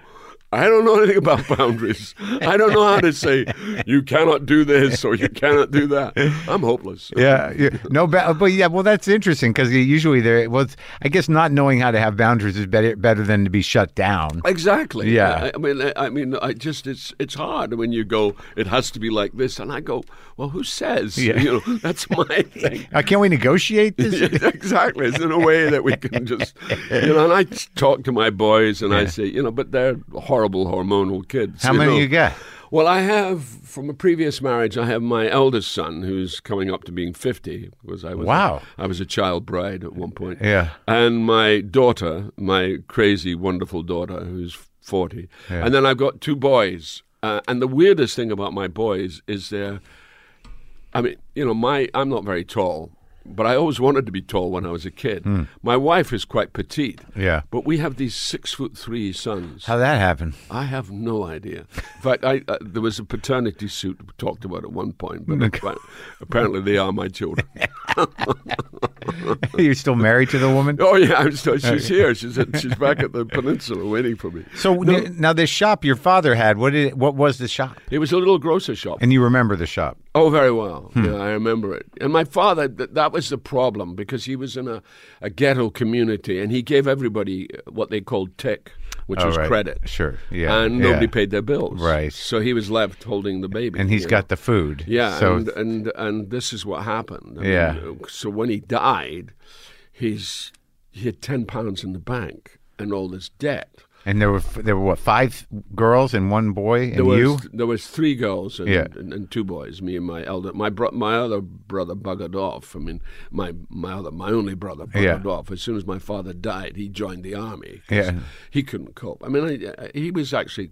Speaker 3: I don't know anything about boundaries. I don't know how to say you cannot do this or you cannot do that. I'm hopeless.
Speaker 1: Yeah, yeah. no, ba- but yeah, well, that's interesting because usually there. Well, it's- I guess not knowing how to have boundaries is better better than to be shut down.
Speaker 3: Exactly.
Speaker 1: Yeah.
Speaker 3: I, I mean, I, I mean, I just it's it's hard when you go. It has to be like this, and I go, well, who says?
Speaker 1: Yeah.
Speaker 3: You know, that's my thing.
Speaker 1: Uh, can we negotiate this?
Speaker 3: Yeah, exactly. It's in a way that we can just, you know. And I talk to my boys, and I say, you know, but they're horrible hormonal kids.
Speaker 1: How many
Speaker 3: know.
Speaker 1: you got?
Speaker 3: Well, I have from a previous marriage. I have my eldest son, who's coming up to being fifty. Because I was
Speaker 1: Wow.
Speaker 3: a, I was a child bride at one point.
Speaker 1: Yeah.
Speaker 3: And my daughter, my crazy, wonderful daughter, who's 40. And then I've got two boys. Uh, and the weirdest thing about my boys is they're, I mean, you know, my I'm not very tall, but I always wanted to be tall when I was a kid. My wife is quite petite.
Speaker 1: Yeah.
Speaker 3: But we have these six foot three sons.
Speaker 1: How that happened?
Speaker 3: I have no idea. In fact, I, uh, there was a paternity suit we talked about at one point, but appa- apparently they are my children.
Speaker 1: You're still married to the woman?
Speaker 3: Oh yeah, I'm still, she's here. She's at, she's back at the peninsula waiting for me.
Speaker 1: So n- now this shop your father had, what did it, what was the shop?
Speaker 3: It was a little grocer shop.
Speaker 1: And you remember the shop?
Speaker 3: Oh, very well.
Speaker 1: Hmm.
Speaker 3: Yeah, I remember it. And my father, th- that was the problem because he was in a, a ghetto community and he gave everybody uh, what they called tick, which was
Speaker 1: Oh, right.
Speaker 3: credit.
Speaker 1: Sure, yeah,
Speaker 3: And nobody
Speaker 1: yeah.
Speaker 3: paid their bills.
Speaker 1: Right.
Speaker 3: So he was left holding the baby.
Speaker 1: And he's
Speaker 3: you know.
Speaker 1: got the food.
Speaker 3: Yeah,
Speaker 1: So
Speaker 3: and, and and this is what happened. I
Speaker 1: Yeah.
Speaker 3: mean, uh, so when he died, he's he had ten pounds in the bank and all this debt.
Speaker 1: and there were f- there were what five girls and one boy and
Speaker 3: There was
Speaker 1: you?
Speaker 3: there was three girls and,
Speaker 1: Yeah.
Speaker 3: and, and two boys. Me and my elder my bro, my other brother buggered off. I mean my my other my only brother buggered
Speaker 1: Yeah.
Speaker 3: off. As soon as my father died, he joined the army. 'cause
Speaker 1: Yeah.
Speaker 3: he couldn't cope. I mean, I, I, he was actually.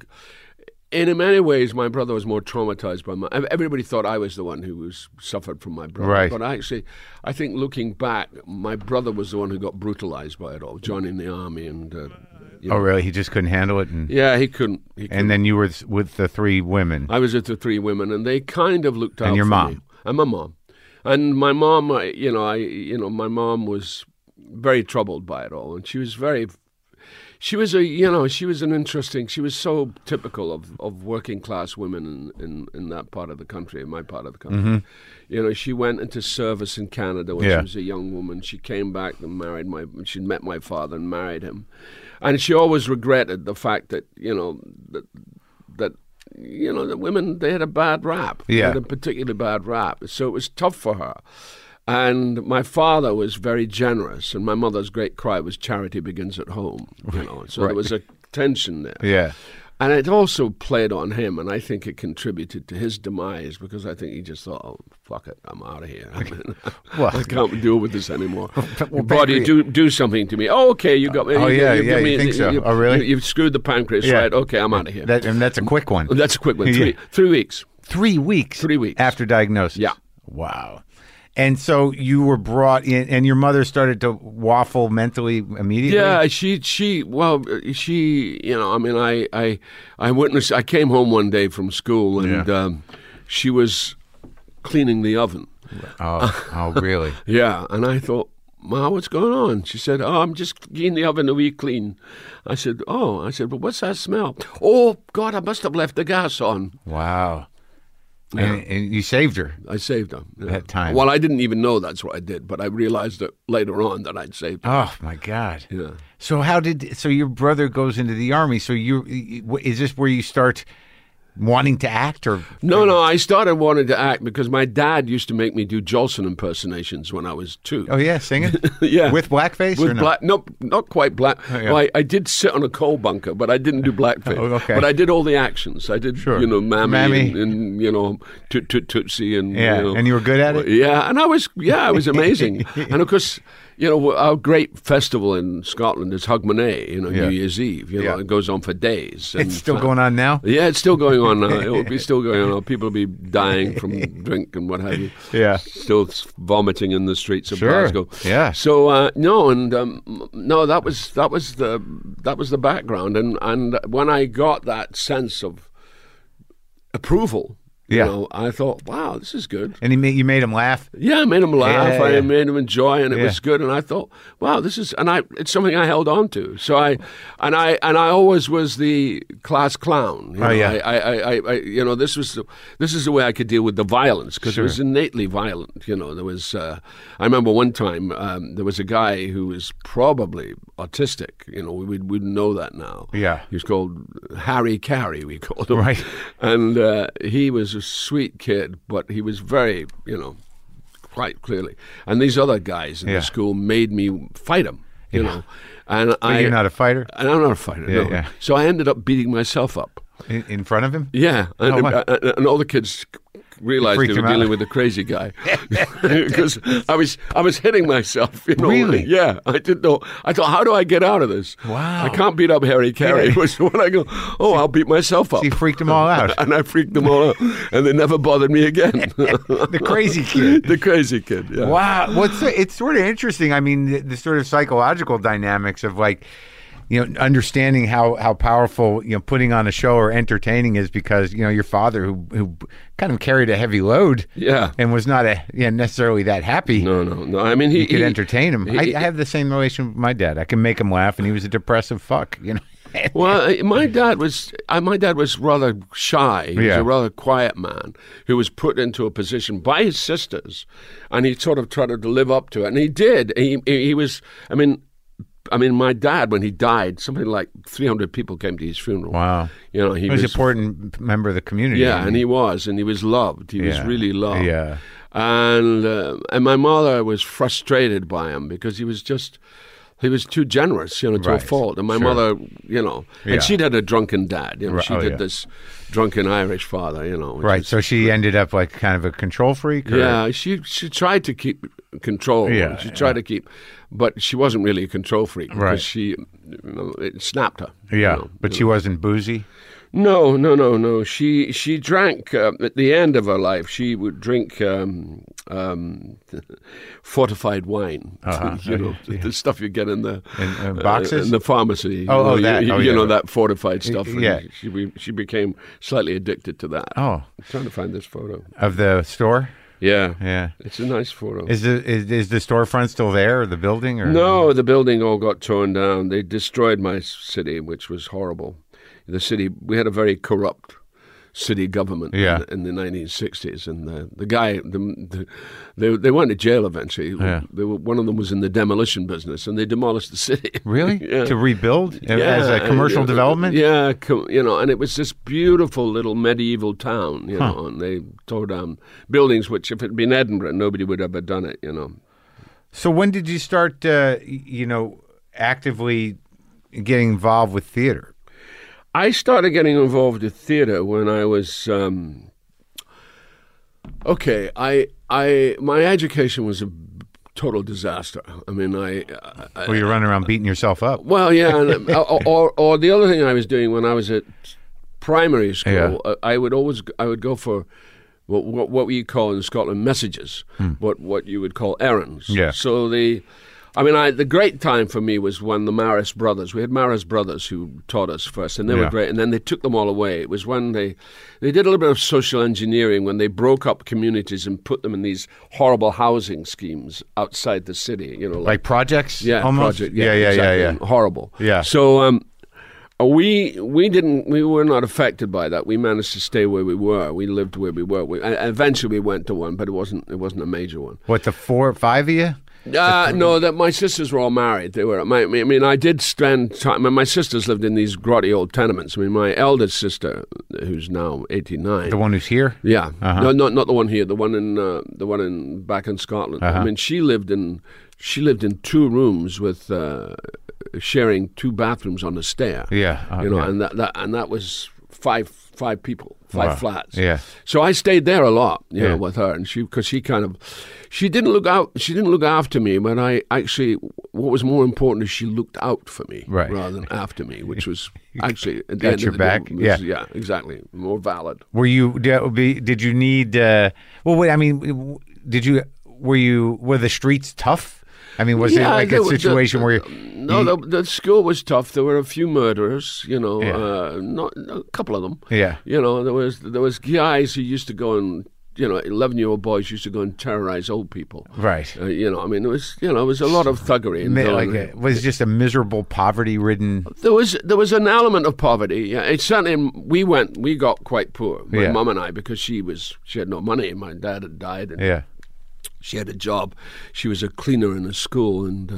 Speaker 3: In many ways, my brother was more traumatized by my. Everybody thought I was the one who was suffered from my brother,
Speaker 1: Right.
Speaker 3: but I actually, I think looking back, my brother was the one who got brutalized by it all, joining the army and. Uh, you
Speaker 1: Oh
Speaker 3: know.
Speaker 1: really? He just couldn't handle it and
Speaker 3: Yeah, he couldn't. He couldn't.
Speaker 1: and then you were th- with the three women.
Speaker 3: I was with the three women, and they kind of looked out.
Speaker 1: your
Speaker 3: for
Speaker 1: mom?
Speaker 3: me. and my mom, and my mom. I, you know, I, you know, my mom was very troubled by it all, and she was very. She was a, you know, she was an interesting. She was so typical of, of working class women in, in, in that part of the country, in my part of the country. You know, she went into service in Canada when
Speaker 1: Mm-hmm. Yeah.
Speaker 3: she was a young woman. She came back and married my. She met my father and married him, and she always regretted the fact that you know that that you know the women they had a bad rap. They
Speaker 1: Yeah.
Speaker 3: had a particularly bad rap. So it was tough for her. And my father was very generous, and my mother's great cry was "Charity begins at home." You know, so there was a tension there.
Speaker 1: Yeah.
Speaker 3: And it also played on him, and I think it contributed to his demise because I think he just thought, "Oh, fuck it, I'm out of here. I, mean,
Speaker 1: Well-
Speaker 3: I can't deal with this anymore.
Speaker 1: well,
Speaker 3: Body,
Speaker 1: pancreas-
Speaker 3: do do something to me. Oh, okay, you got me.
Speaker 1: Oh,
Speaker 3: you,
Speaker 1: yeah,
Speaker 3: you,
Speaker 1: yeah,
Speaker 3: give me-
Speaker 1: you think so.
Speaker 3: you-
Speaker 1: Oh, really?
Speaker 3: You, have screwed the pancreas,
Speaker 1: Yeah.
Speaker 3: right? Okay, I'm out of here.
Speaker 1: That and that's a quick one.
Speaker 3: That's a quick one.
Speaker 1: Yeah.
Speaker 3: Three, three weeks.
Speaker 1: 3 weeks.
Speaker 3: Three weeks.
Speaker 1: after diagnosis.
Speaker 3: Yeah.
Speaker 1: Wow. And so you were brought in, and your mother started to waffle mentally immediately.
Speaker 3: Yeah, she she well she you know I mean I I I witnessed I came home one day from school and um, she was cleaning the oven.
Speaker 1: Oh, oh, really?
Speaker 3: Yeah, and I thought, Ma, what's going on? She said, Oh, I'm just cleaning the oven to be clean. I said, Oh, I said, well, what's that smell? Oh God, I must have left the gas on.
Speaker 1: Wow. And, and you saved her.
Speaker 3: I saved her yeah.
Speaker 1: That time.
Speaker 3: Well, I didn't even know that's what I did, but I realized that later on that I'd saved her.
Speaker 1: Oh my God.
Speaker 3: Yeah.
Speaker 1: So how did? So your brother goes into the army. So you is this where you start wanting to act or?
Speaker 3: No, no, I started wanting to act because my dad used to make me do Jolson impersonations when I was two.
Speaker 1: Oh yeah, singing.
Speaker 3: Yeah.
Speaker 1: With blackface
Speaker 3: With
Speaker 1: or no? Oh,
Speaker 3: black, no, not quite black.
Speaker 1: yeah.
Speaker 3: well, I, I did sit on a coal bunker, but I didn't do blackface.
Speaker 1: Oh, okay.
Speaker 3: But I did all the actions. I did,
Speaker 1: Sure.
Speaker 3: you know, Mammy,
Speaker 1: Mammy.
Speaker 3: And, and, you know, Toot Toot Tootsie, and
Speaker 1: Yeah,
Speaker 3: you know,
Speaker 1: and you were good at it?
Speaker 3: Yeah, and I was, yeah, I was amazing. and of course, you know, our great festival in Scotland is Hogmanay. You know,
Speaker 1: Yeah.
Speaker 3: New Year's Eve. You know,
Speaker 1: Yeah.
Speaker 3: it goes on for days. and,
Speaker 1: It's still
Speaker 3: uh,
Speaker 1: going on now.
Speaker 3: yeah, it's still going on now. It'll be still going on. People will be dying from drink and what have you.
Speaker 1: Yeah.
Speaker 3: Still s- vomiting in the streets of
Speaker 1: Sure.
Speaker 3: Glasgow.
Speaker 1: Yeah.
Speaker 3: So uh, no, and um, no, that was that was the that was the background, and and when I got that sense of approval,
Speaker 1: Yeah.
Speaker 3: you know, I thought, wow, this is good.
Speaker 1: And he made, you made him laugh.
Speaker 3: Yeah, I made him laugh.
Speaker 1: Yeah, yeah.
Speaker 3: I made him enjoy, and it
Speaker 1: Yeah.
Speaker 3: was good. And I thought, wow, this is, and I, it's something I held on to. So I, and I, and I always was the class clown. You
Speaker 1: Oh,
Speaker 3: know,
Speaker 1: yeah.
Speaker 3: I, I, I, I, I, you know, this was, the, this is the way I could deal with the violence because it was innately violent. You know, there was, uh, I remember one time um, there was a guy who was probably autistic. You know, we would we know that now.
Speaker 1: Yeah.
Speaker 3: he was called Harry Carey. We called him
Speaker 1: Right.
Speaker 3: and uh, he was a sweet kid, but he was very, you know, quite clearly. And these other guys in
Speaker 1: Yeah.
Speaker 3: the school made me fight him, you know. And I,
Speaker 1: You're not a fighter
Speaker 3: and I'm not a fighter.
Speaker 1: Yeah,
Speaker 3: no.
Speaker 1: yeah.
Speaker 3: So I ended up beating myself up.
Speaker 1: in, in front of him.
Speaker 3: Yeah, and,
Speaker 1: Oh, wow.
Speaker 3: and, and all the kids realized
Speaker 1: Freaked
Speaker 3: they
Speaker 1: him
Speaker 3: were
Speaker 1: out.
Speaker 3: dealing with a crazy guy because I was I was hitting myself. You know?
Speaker 1: Really?
Speaker 3: Yeah, I didn't know. I thought, how do I get out of this?
Speaker 1: Wow.
Speaker 3: I can't beat up Harry Carey.
Speaker 1: Yeah.
Speaker 3: Was when I go, oh, I'll beat myself up.
Speaker 1: He freaked them all out.
Speaker 3: and I freaked them all out, and they never bothered me again.
Speaker 1: the crazy kid.
Speaker 3: the crazy kid. Yeah.
Speaker 1: Wow. Well, it's, it's sort of interesting. I mean, the, the sort of psychological dynamics of like, you know, understanding how, how powerful, you know, putting on a show or entertaining is because, you know, your father who, who kind of carried a heavy load
Speaker 3: Yeah.
Speaker 1: and was not a, you know, necessarily that happy.
Speaker 3: No, no, no. I mean, he
Speaker 1: You could
Speaker 3: he-
Speaker 1: entertain him. I, I have the same relation with my dad. I can make him laugh, and he was a depressive fuck. You know,
Speaker 3: Well, I- my dad was I, my dad was rather shy. He was
Speaker 1: Yeah.
Speaker 3: a rather quiet man who was put into a position by his sisters, and he sort of tried to live up to it, and he did. He he he was. I mean. I mean, my dad, when he died, something like 300 people came to his funeral.
Speaker 1: Wow.
Speaker 3: You know, he
Speaker 1: he was an important member of the community.
Speaker 3: Yeah, and he was, and he was loved. He was
Speaker 1: Yeah.
Speaker 3: really loved.
Speaker 1: Yeah.
Speaker 3: and uh, and my mother was frustrated by him because he was just. He was too generous, you know, to
Speaker 1: Right.
Speaker 3: a fault. And my
Speaker 1: Sure.
Speaker 3: mother, you know, and
Speaker 1: Yeah.
Speaker 3: she'd had a drunken dad. You know,
Speaker 1: Right.
Speaker 3: she
Speaker 1: Oh,
Speaker 3: did
Speaker 1: yeah.
Speaker 3: this drunken Irish father, you know. which
Speaker 1: right.
Speaker 3: is-
Speaker 1: So she ended up like kind of a control freak. Or,
Speaker 3: yeah, she she tried to keep control.
Speaker 1: Yeah,
Speaker 3: she tried to keep, but she wasn't really a control freak
Speaker 1: Right.
Speaker 3: because she, you know, it snapped her. you
Speaker 1: yeah.
Speaker 3: know.
Speaker 1: but she wasn't boozy.
Speaker 3: No, no, no, no. She she drank uh, at the end of her life. She would drink um, um, fortified wine, you know, the stuff you get in the
Speaker 1: Uh-huh. In, uh, boxes?
Speaker 3: in the
Speaker 1: Oh,
Speaker 3: pharmacy. you know,
Speaker 1: oh,
Speaker 3: you-
Speaker 1: that.
Speaker 3: you,
Speaker 1: Oh,
Speaker 3: you
Speaker 1: yeah.
Speaker 3: know that fortified stuff. and
Speaker 1: yeah.
Speaker 3: she be- she became slightly addicted to that.
Speaker 1: Oh,
Speaker 3: I'm trying to find this photo.
Speaker 1: of the store.
Speaker 3: Yeah,
Speaker 1: Yeah.
Speaker 3: it's a nice photo.
Speaker 1: Is the is, is the storefront still there or the building or
Speaker 3: No, the building all got torn down. They destroyed my s- city, which was horrible. The city, we had a very corrupt city government in
Speaker 1: Yeah.
Speaker 3: the- in, the 1960s, and the, the guy, the, the, they, they went to jail eventually.
Speaker 1: Yeah.
Speaker 3: They were, one of them was in the demolition business, and they demolished the city.
Speaker 1: Really?
Speaker 3: yeah.
Speaker 1: To rebuild as a
Speaker 3: Yeah,
Speaker 1: commercial
Speaker 3: yeah,
Speaker 1: development?
Speaker 3: Yeah, co- you know, and it was this beautiful little medieval town, you know, and they tore down buildings which, if it had been Edinburgh, nobody would have ever done it, you know.
Speaker 1: So when did you start uh, y- you know actively getting involved with theater?
Speaker 3: I started getting involved with theater when I was um, okay. I I my education was a total disaster. I mean, I, I
Speaker 1: Or you're running around beating yourself up?
Speaker 3: well, yeah, and, uh, or, or or the other thing I was doing when I was at primary school,
Speaker 1: Yeah.
Speaker 3: uh, I would always I would go for what, what, what you call in Scotland messages, what, what you would call errands.
Speaker 1: Hmm. Yeah.
Speaker 3: So the, I mean, I, the great time for me was when the Maris brothers, we had Maris brothers who taught us first, and they
Speaker 1: Yeah.
Speaker 3: were great, and then they took them all away. It was when they, they did a little bit of social engineering when they broke up communities and put them in these horrible housing schemes outside the city, you know, like
Speaker 1: Like projects?
Speaker 3: yeah,
Speaker 1: almost?
Speaker 3: project.
Speaker 1: yeah, yeah,
Speaker 3: exactly,
Speaker 1: yeah,
Speaker 3: and Horrible.
Speaker 1: Yeah.
Speaker 3: So um, we we didn't we were not affected by that. We managed to stay where we were. We lived where we were. We, and eventually we went to one, but it wasn't it wasn't a major one.
Speaker 1: What, the four, five of you?
Speaker 3: Uh, no, that my sisters were all married. They were. My, I mean, I did spend time. My sisters lived in these grotty old tenements. I mean, my eldest sister, who's now eighty nine,
Speaker 1: The one who's here?
Speaker 3: yeah,
Speaker 1: Uh-huh.
Speaker 3: no, not not the one here. The one in uh, the one in back in Scotland.
Speaker 1: Uh-huh.
Speaker 3: I mean, she lived in she lived in two rooms with uh, sharing two bathrooms on a stair.
Speaker 1: Yeah, uh,
Speaker 3: you know,
Speaker 1: yeah.
Speaker 3: and that, that and that was five five people, five
Speaker 1: Wow.
Speaker 3: flats.
Speaker 1: Yeah.
Speaker 3: So I stayed there a lot, you
Speaker 1: Yeah.
Speaker 3: know, with her, and she because she kind of she didn't look out she didn't look after me, but I actually what was more important is she looked out for me
Speaker 1: Right.
Speaker 3: rather than after me, which was actually at the
Speaker 1: Got
Speaker 3: end
Speaker 1: your
Speaker 3: of the
Speaker 1: back,
Speaker 3: day, was-
Speaker 1: yeah.
Speaker 3: yeah, exactly, more valid.
Speaker 1: Were you, did be- did you need, uh, well, wait, I mean, did you, were you, were the streets tough? I mean, was
Speaker 3: Yeah,
Speaker 1: it like
Speaker 3: there
Speaker 1: a
Speaker 3: were-
Speaker 1: situation
Speaker 3: the- uh,
Speaker 1: where you,
Speaker 3: No, the, the school was tough. There were a few murderers, you know,
Speaker 1: Yeah.
Speaker 3: uh, not a couple of them.
Speaker 1: Yeah.
Speaker 3: you know, there was there was guys who used to go and you know, eleven year old boys used to go and terrorize old people.
Speaker 1: Right.
Speaker 3: Uh, you know, I mean, there was you know, there was a lot of thuggery. In
Speaker 1: mi-
Speaker 3: Dublin.
Speaker 1: like a, was just a miserable, poverty ridden?
Speaker 3: there was there was an element of poverty. Yeah, it's certainly we went we got quite poor. My
Speaker 1: Yeah.
Speaker 3: mum and I because she was she had no money. My dad had died. And
Speaker 1: Yeah.
Speaker 3: she had a job. She was a cleaner in a school, and uh,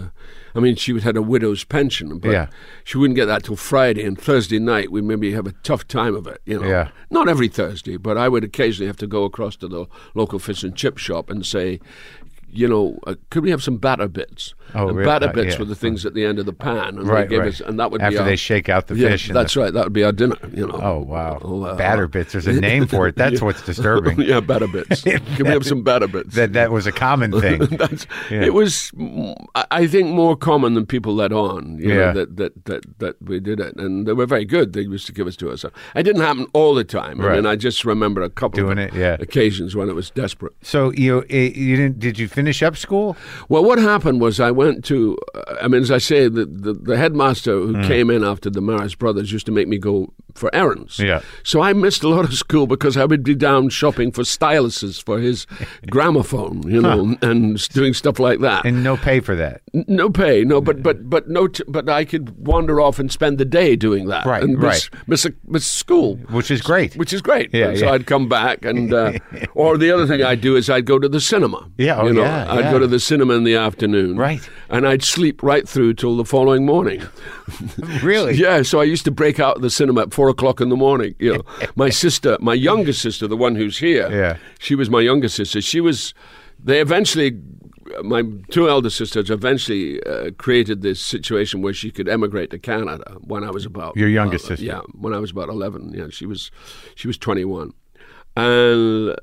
Speaker 3: I mean, she would had a widow's pension, but
Speaker 1: Yeah.
Speaker 3: she wouldn't get that till Friday. And Thursday night, we maybe have a tough time of it. You know,
Speaker 1: Yeah.
Speaker 3: not every Thursday, but I would occasionally have to go across to the local fish and chip shop and say. You know, uh, could we have some batter bits?
Speaker 1: Oh,
Speaker 3: and
Speaker 1: really?
Speaker 3: batter
Speaker 1: Uh,
Speaker 3: bits
Speaker 1: yeah.
Speaker 3: were the things at the end of the pan, and
Speaker 1: Right,
Speaker 3: they gave
Speaker 1: right.
Speaker 3: us, and that would
Speaker 1: After
Speaker 3: be our,
Speaker 1: they shake out the
Speaker 3: yeah,
Speaker 1: fish. and the-
Speaker 3: That's right. That would be our dinner. You know.
Speaker 1: Oh wow,
Speaker 3: Oh, wow.
Speaker 1: batter bits. There's a name for it. That's what's disturbing.
Speaker 3: yeah, batter bits. Can we have some batter bits?
Speaker 1: That that was a common thing.
Speaker 3: That's, It was, mm, I I think, more common than people let on. You
Speaker 1: Yeah.
Speaker 3: know, that, that that that we did it, and they were very good. They used to give us to us. It didn't happen all the time.
Speaker 1: Right.
Speaker 3: I mean, I just remember a couple
Speaker 1: Doing it,
Speaker 3: of
Speaker 1: yeah.
Speaker 3: occasions when it was desperate.
Speaker 1: So you it, you didn't? Did you finish up school?
Speaker 3: Well, what happened was I went to, uh, I mean, as I say, the, the, the headmaster who
Speaker 1: Hmm.
Speaker 3: came in after the Maris brothers used to make me go for errands.
Speaker 1: Yeah.
Speaker 3: So I missed a lot of school because I would be down shopping for styluses for his gramophone, you know, and doing stuff like that.
Speaker 1: And no pay for that.
Speaker 3: N- No pay, no, but but but no, t- but I could wander off and spend the day doing that,
Speaker 1: Right,
Speaker 3: And miss,
Speaker 1: right.
Speaker 3: miss, a, miss school,
Speaker 1: Which is great.
Speaker 3: which is great.
Speaker 1: Yeah,
Speaker 3: And so
Speaker 1: yeah.
Speaker 3: I'd come back, and uh, or the other thing I'd do is I'd go to the cinema.
Speaker 1: Yeah, oh,
Speaker 3: you know,
Speaker 1: yeah,
Speaker 3: I'd
Speaker 1: yeah.
Speaker 3: go to the cinema in the afternoon,
Speaker 1: Right.
Speaker 3: and I'd sleep right through till the following morning.
Speaker 1: really?
Speaker 3: Yeah, so I used to break out of the cinema at four o'clock in the morning. You know, my sister, my younger sister, the one who's here,
Speaker 1: Yeah.
Speaker 3: she was my younger sister. She was. They eventually, my two elder sisters eventually uh, created this situation where she could emigrate to Canada when I was about
Speaker 1: Your youngest
Speaker 3: uh,
Speaker 1: sister.
Speaker 3: Yeah, when I was about eleven. Yeah, she was, she was twenty one, and uh,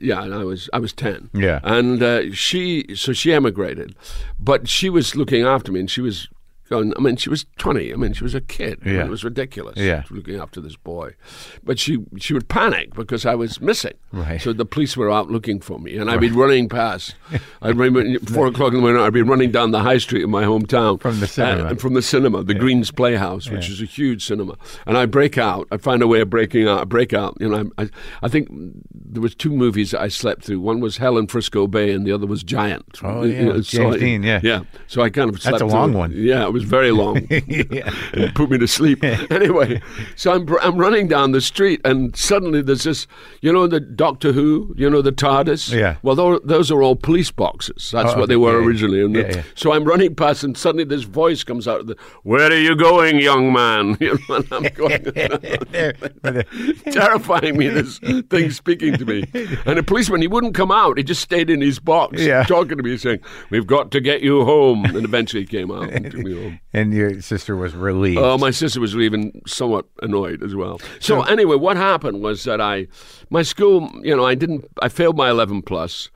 Speaker 3: yeah, and I was I was ten.
Speaker 1: Yeah.
Speaker 3: and uh, she so she emigrated, but she was looking after me, and she was. going- I mean, she was twenty. I mean, she was a kid. I mean,
Speaker 1: Yeah.
Speaker 3: it was ridiculous.
Speaker 1: Yeah.
Speaker 3: looking after this boy, but she she would panic because I was missing.
Speaker 1: Right.
Speaker 3: So the police were out looking for me, and I'd be running past. I'd remember four o'clock in the morning. I'd be running down the high street in my hometown
Speaker 1: From the cinema.
Speaker 3: and- and Uh, from the cinema, the Greens Playhouse, which is a huge cinema. And I break out. I find a way of breaking out. I break out. You know, I, I, I think there was two movies that I slept through. One was Hell in Frisco Bay, and the other was Giant.
Speaker 1: Oh,
Speaker 3: You
Speaker 1: yeah,
Speaker 3: know,
Speaker 1: with
Speaker 3: so
Speaker 1: James
Speaker 3: I-
Speaker 1: Dean, yeah.
Speaker 3: yeah. So I kind of slept
Speaker 1: a
Speaker 3: through
Speaker 1: long
Speaker 3: it.
Speaker 1: one.
Speaker 3: Yeah, it was very long.
Speaker 1: Yeah.
Speaker 3: It put me to sleep. anyway, so I'm I'm running down the street, and suddenly there's this, you know, the Doctor Who, you know, the TARDIS.
Speaker 1: Yeah.
Speaker 3: Well, tho- those are all police boxes. That's
Speaker 1: Oh,
Speaker 3: what they
Speaker 1: okay.
Speaker 3: were
Speaker 1: Yeah,
Speaker 3: originally. And
Speaker 1: yeah,
Speaker 3: the-
Speaker 1: yeah.
Speaker 3: So I'm running past, and suddenly this voice comes out of the, "Where are you going, young man?" You know, and I'm going.
Speaker 1: There- there-
Speaker 3: terrifying me, this thing speaking to me. And a policeman, he wouldn't come out. He just stayed in his box
Speaker 1: Yeah.
Speaker 3: talking to me, saying, We've got to get you home. And eventually he came out and took me home.
Speaker 1: and your sister was relieved.
Speaker 3: Oh, my sister was even somewhat annoyed as well. So anyway, what happened was that I, my school, you know, I didn't, I failed my eleven plus.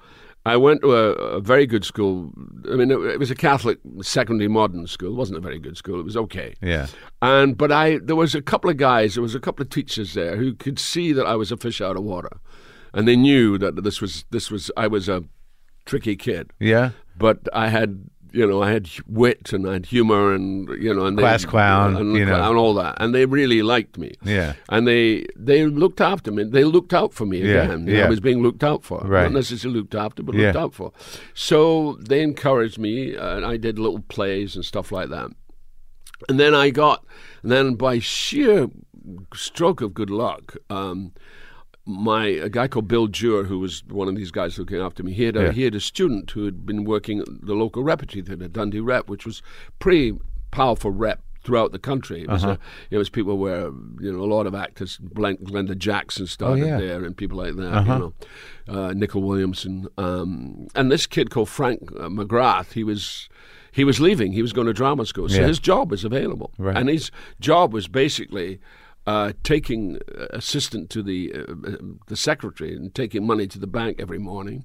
Speaker 3: I went to a, a very good school. I mean, it, it was a Catholic secondary modern school. It wasn't a very good school. It was okay.
Speaker 1: Yeah.
Speaker 3: And but I, there was a couple of guys, there was a couple of teachers there who could see that I was a fish out of water. and they knew that this was this was I was a tricky kid,
Speaker 1: Yeah.
Speaker 3: but I had you know I had wit and I had humor and you know and they-
Speaker 1: Class clown,
Speaker 3: and,
Speaker 1: you know.
Speaker 3: and all that, and they really liked me.
Speaker 1: Yeah.
Speaker 3: and they they looked after me. They looked out for me
Speaker 1: Yeah,
Speaker 3: again.
Speaker 1: yeah.
Speaker 3: I was being looked out for,
Speaker 1: Right.
Speaker 3: not necessarily looked after, but
Speaker 1: Yeah.
Speaker 3: looked out for. So they encouraged me, uh, and I did little plays and stuff like that. And then I got, and then by sheer stroke of good luck, um, my a guy called Bill Dewar, who was one of these guys looking after me, he had a,
Speaker 1: Yeah.
Speaker 3: he had a student who had been working at the local repertory theatre, Dundee Rep, which was pretty powerful rep throughout the country. It was,
Speaker 1: Uh-huh.
Speaker 3: a, it was people where you know a lot of actors, Glen- Glenda Jackson started
Speaker 1: yeah. Uh-huh.
Speaker 3: there, and people like that, you know, uh, Nicol Williamson, um, and this kid called Frank uh, McGrath. He was. He was leaving. He was going to drama school, so
Speaker 1: Yeah.
Speaker 3: his job was available,
Speaker 1: Right.
Speaker 3: and his job was basically uh, taking uh, assistant to the uh, uh, the secretary and taking money to the bank every morning,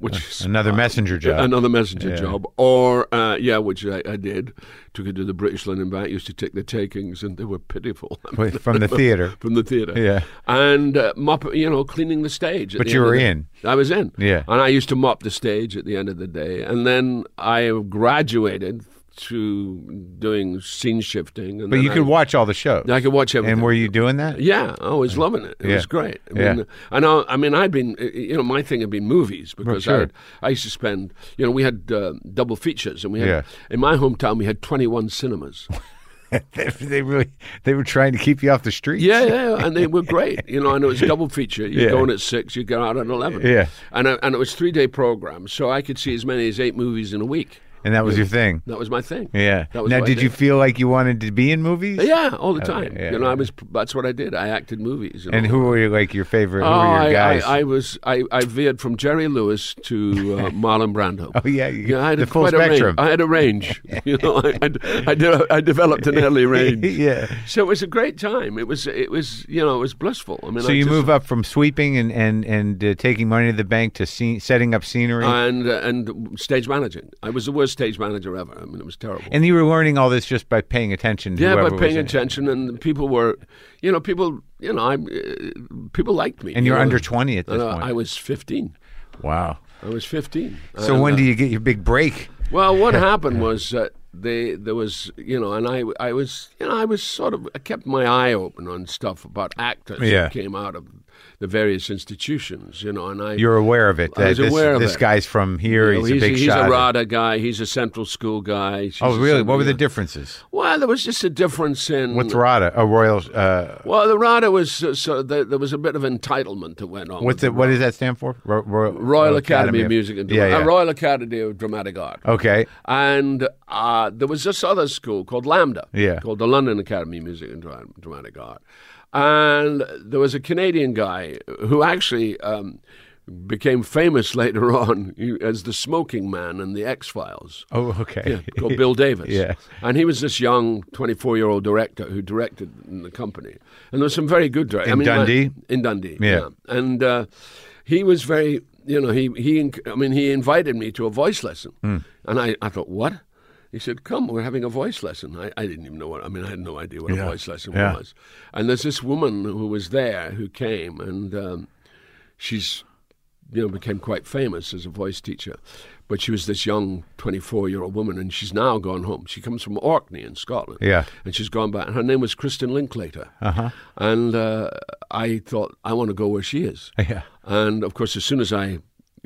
Speaker 3: which is
Speaker 1: Another messenger job.
Speaker 3: another messenger job, or uh, yeah, which I, I did. Took it to the British London Bank. Used to take the takings, and they were pitiful
Speaker 1: Wait, From the theater.
Speaker 3: from the theatre.
Speaker 1: Yeah.
Speaker 3: and uh, mop, you know, cleaning the stage. at
Speaker 1: But
Speaker 3: the
Speaker 1: you
Speaker 3: end of
Speaker 1: were
Speaker 3: the-
Speaker 1: in.
Speaker 3: I was in.
Speaker 1: Yeah.
Speaker 3: and I used to mop the stage at the end of the day, and then I graduated to doing scene shifting. And
Speaker 1: But
Speaker 3: then
Speaker 1: you
Speaker 3: I,
Speaker 1: could watch all the shows.
Speaker 3: I could watch everything.
Speaker 1: And were you doing that?
Speaker 3: Yeah, I was loving it. It
Speaker 1: Yeah.
Speaker 3: was great. I
Speaker 1: Yeah.
Speaker 3: mean, and I, I mean, I'd been, uh, you know, my thing had been movies because
Speaker 1: sure.
Speaker 3: I, had, I used to spend, you know, we had uh, double features, and we had
Speaker 1: Yeah.
Speaker 3: in my hometown we had twenty one cinemas.
Speaker 1: they, they really they were trying to keep you off the streets.
Speaker 3: Yeah, yeah, and they were great. You know, and it was double feature. You
Speaker 1: Yeah.
Speaker 3: go in at six, you go out at eleven.
Speaker 1: Yeah.
Speaker 3: and I, and it was three day program, so I could see as many as eight movies in a week.
Speaker 1: And that was your thing.
Speaker 3: That was my thing.
Speaker 1: Yeah.
Speaker 3: That was
Speaker 1: Now,
Speaker 3: what I
Speaker 1: did you feel like you wanted to be in movies?
Speaker 3: Yeah, all the time.
Speaker 1: Uh, yeah,
Speaker 3: you know, I was. That's what I did. I acted movies.
Speaker 1: And
Speaker 3: all.
Speaker 1: who were your, like your favorite? Who
Speaker 3: Oh,
Speaker 1: were
Speaker 3: I,
Speaker 1: your guys?
Speaker 3: I, I was I, I veered from Jerry Lewis to uh, Marlon Brando.
Speaker 1: oh yeah, you-
Speaker 3: Yeah, I had
Speaker 1: the
Speaker 3: a,
Speaker 1: full
Speaker 3: quite
Speaker 1: spectrum.
Speaker 3: A range. I had a range. you know, I, I, I, de- I developed an early range.
Speaker 1: Yeah.
Speaker 3: So it was a great time. It was it was you know it was blissful. I mean,
Speaker 1: so
Speaker 3: I
Speaker 1: you
Speaker 3: just-
Speaker 1: move up from sweeping and and and uh, taking money to the bank to scene, setting up scenery,
Speaker 3: and uh, and stage managing. I was the worst stage manager ever. I mean, it was terrible.
Speaker 1: and you were learning all this just by paying attention. To
Speaker 3: yeah,
Speaker 1: whoever
Speaker 3: by
Speaker 1: was
Speaker 3: paying
Speaker 1: in it.
Speaker 3: attention, and people were, you know, people, you know, I, uh, people liked me.
Speaker 1: And
Speaker 3: you
Speaker 1: you're
Speaker 3: know.
Speaker 1: under 20 at this
Speaker 3: And, uh,
Speaker 1: point.
Speaker 3: I was 15.
Speaker 1: wow.
Speaker 3: I was 15.
Speaker 1: So
Speaker 3: And,
Speaker 1: when
Speaker 3: uh,
Speaker 1: do you get your big break?
Speaker 3: Well, what happened was that they there was you know, and I I was you know I was sort of I kept my eye open on stuff about actors
Speaker 1: Yeah.
Speaker 3: that came out of the various institutions, you know, and I
Speaker 1: You're aware of it.
Speaker 3: I was
Speaker 1: that this,
Speaker 3: aware of
Speaker 1: this
Speaker 3: it.
Speaker 1: guy's from here.
Speaker 3: you know,
Speaker 1: he's, a big
Speaker 3: he's
Speaker 1: shot.
Speaker 3: a RADA guy. He's a Central School guy. she's
Speaker 1: oh,
Speaker 3: a Mm.
Speaker 1: really?
Speaker 3: Central-
Speaker 1: What were the differences?
Speaker 3: Well, there was just a difference in
Speaker 1: What's RADA? A royal. Uh,
Speaker 3: Well, the RADA was uh, so there, there was a bit of entitlement that went on.
Speaker 1: what's
Speaker 3: with
Speaker 1: it? What does that stand for? Ro- Royal,
Speaker 3: Royal Academy, of Music and
Speaker 1: Yeah,
Speaker 3: Drama-
Speaker 1: yeah.
Speaker 3: uh, Royal Academy of Dramatic Art.
Speaker 1: Okay.
Speaker 3: And uh, there was this other school called Lambda,
Speaker 1: Yeah.
Speaker 3: called the London Academy of Music and Dra- Dramatic Art. And there was a Canadian guy who actually um, became famous later on as the smoking man in the X Files.
Speaker 1: Oh, okay.
Speaker 3: Yeah, called Bill Davis.
Speaker 1: Yeah.
Speaker 3: And he was this young 24 year old director who directed in the company. And there were some very good directors.
Speaker 1: In Dundee?
Speaker 3: in Dundee.
Speaker 1: Yeah.
Speaker 3: And uh, he was very, you know, he, he enc- I mean, he invited me to a voice lesson.
Speaker 1: Hmm.
Speaker 3: And I, I thought, what? He said, come, we're having a voice lesson. I, I didn't even know what, I mean, I had no idea what
Speaker 1: Yeah.
Speaker 3: a voice lesson
Speaker 1: Yeah.
Speaker 3: was. And there's this woman who was there who came and um, she's you know, became quite famous as a voice teacher. But she was this young 24 year old woman, and she's now gone home. She comes from Orkney in Scotland.
Speaker 1: Yeah.
Speaker 3: And she's gone back. Her name was Kristen Linklater. Uh-huh. And uh, I thought, I want to go where she is.
Speaker 1: Yeah.
Speaker 3: And of course, as soon as I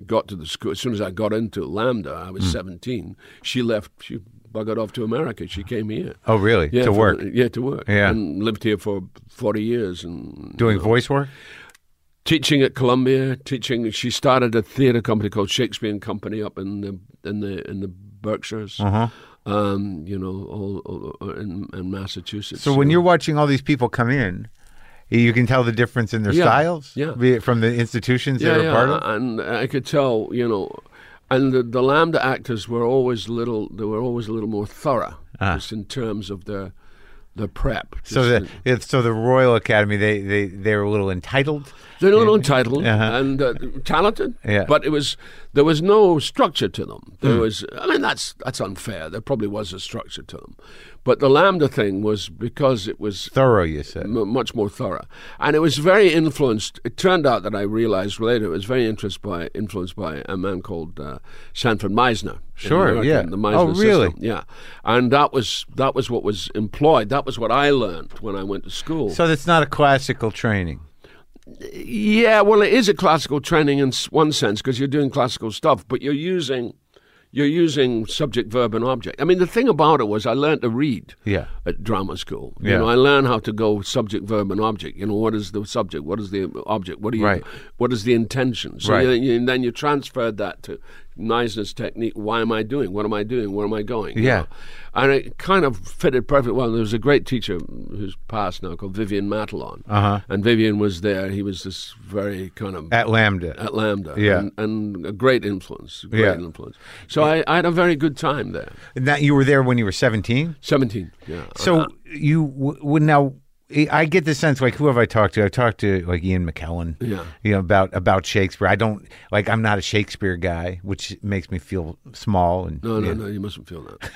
Speaker 3: got to the school, as soon as I got into Lambda, I
Speaker 1: Hmm.
Speaker 3: was 17, she left. She buggered off to America. She came here.
Speaker 1: Oh, really?
Speaker 3: Yeah,
Speaker 1: to
Speaker 3: for-
Speaker 1: work,
Speaker 3: yeah, to work.
Speaker 1: Yeah.
Speaker 3: And lived here for 40 years and
Speaker 1: doing voice work.
Speaker 3: teaching at Columbia, teaching. She started a theatre company called Shakespeare and Company up in the in the in the Berkshires.
Speaker 1: Uh-huh.
Speaker 3: Um, you know, all, all in, in Massachusetts.
Speaker 1: So when you're watching all these people come in, you can tell the difference in their
Speaker 3: Yeah,
Speaker 1: styles,
Speaker 3: yeah.
Speaker 1: be it from the institutions
Speaker 3: yeah,
Speaker 1: they were
Speaker 3: yeah,
Speaker 1: part of.
Speaker 3: and I could tell, you know, and the, the Lambda actors were always little. They were always a little more thorough, just in terms of their their prep.
Speaker 1: Ah. So
Speaker 3: just
Speaker 1: the if, so the Royal Academy they they they're a little entitled.
Speaker 3: They're a little entitled
Speaker 1: Uh-huh.
Speaker 3: and uh, talented,
Speaker 1: Yeah. Hmm.
Speaker 3: but it was there was no structure to them. There was, I mean, that's that's unfair. There probably was a structure to them, But the Lambda thing was because it was
Speaker 1: Thorough, you said.
Speaker 3: m- much more thorough, and it was very influenced. It turned out that I realized later it was very influenced by influenced by a man called uh, Sanford Meisner. in
Speaker 1: Sure,
Speaker 3: America,
Speaker 1: yeah.
Speaker 3: The Meisner
Speaker 1: Oh, really?
Speaker 3: system, Yeah, and that was that was what was employed. That was what I learned when I went to school.
Speaker 1: So that's not a classical training.
Speaker 3: Yeah, well, it is a classical training in s- one sense because you're doing classical stuff, but you're using you're using subject, verb, and object. I mean, the thing about it was I learned to read.
Speaker 1: Yeah.
Speaker 3: At drama school,
Speaker 1: Yeah.
Speaker 3: you know, I learned how to go subject, verb, and object. You know, what is the subject? What is the object? What are you?
Speaker 1: Right.
Speaker 3: What is the intention? So
Speaker 1: Right.
Speaker 3: you, you, and then you transferred that to niceness technique. Why am I doing? What am I doing? Where am I going? you
Speaker 1: Yeah.
Speaker 3: know? and it kind of fitted perfect. Well, there was a great teacher who's passed now called Vivian Matalon,
Speaker 1: Uh-huh.
Speaker 3: and Vivian was there. He was this very kind of
Speaker 1: At Lambda.
Speaker 3: at Lambda,
Speaker 1: Yeah.
Speaker 3: and, and a great influence, great
Speaker 1: Yeah.
Speaker 3: influence. So I, I had a very good time there.
Speaker 1: And that you were there when you were 17?
Speaker 3: Seventeen, Oh, yeah.
Speaker 1: So you w- would now. I get the sense, like who have I talked to? I talked to like Ian McKellen,
Speaker 3: Yeah.
Speaker 1: you know about about Shakespeare. I don't like I'm not a Shakespeare guy, which makes me feel small and
Speaker 3: no, no,
Speaker 1: yeah.
Speaker 3: no, you mustn't feel that.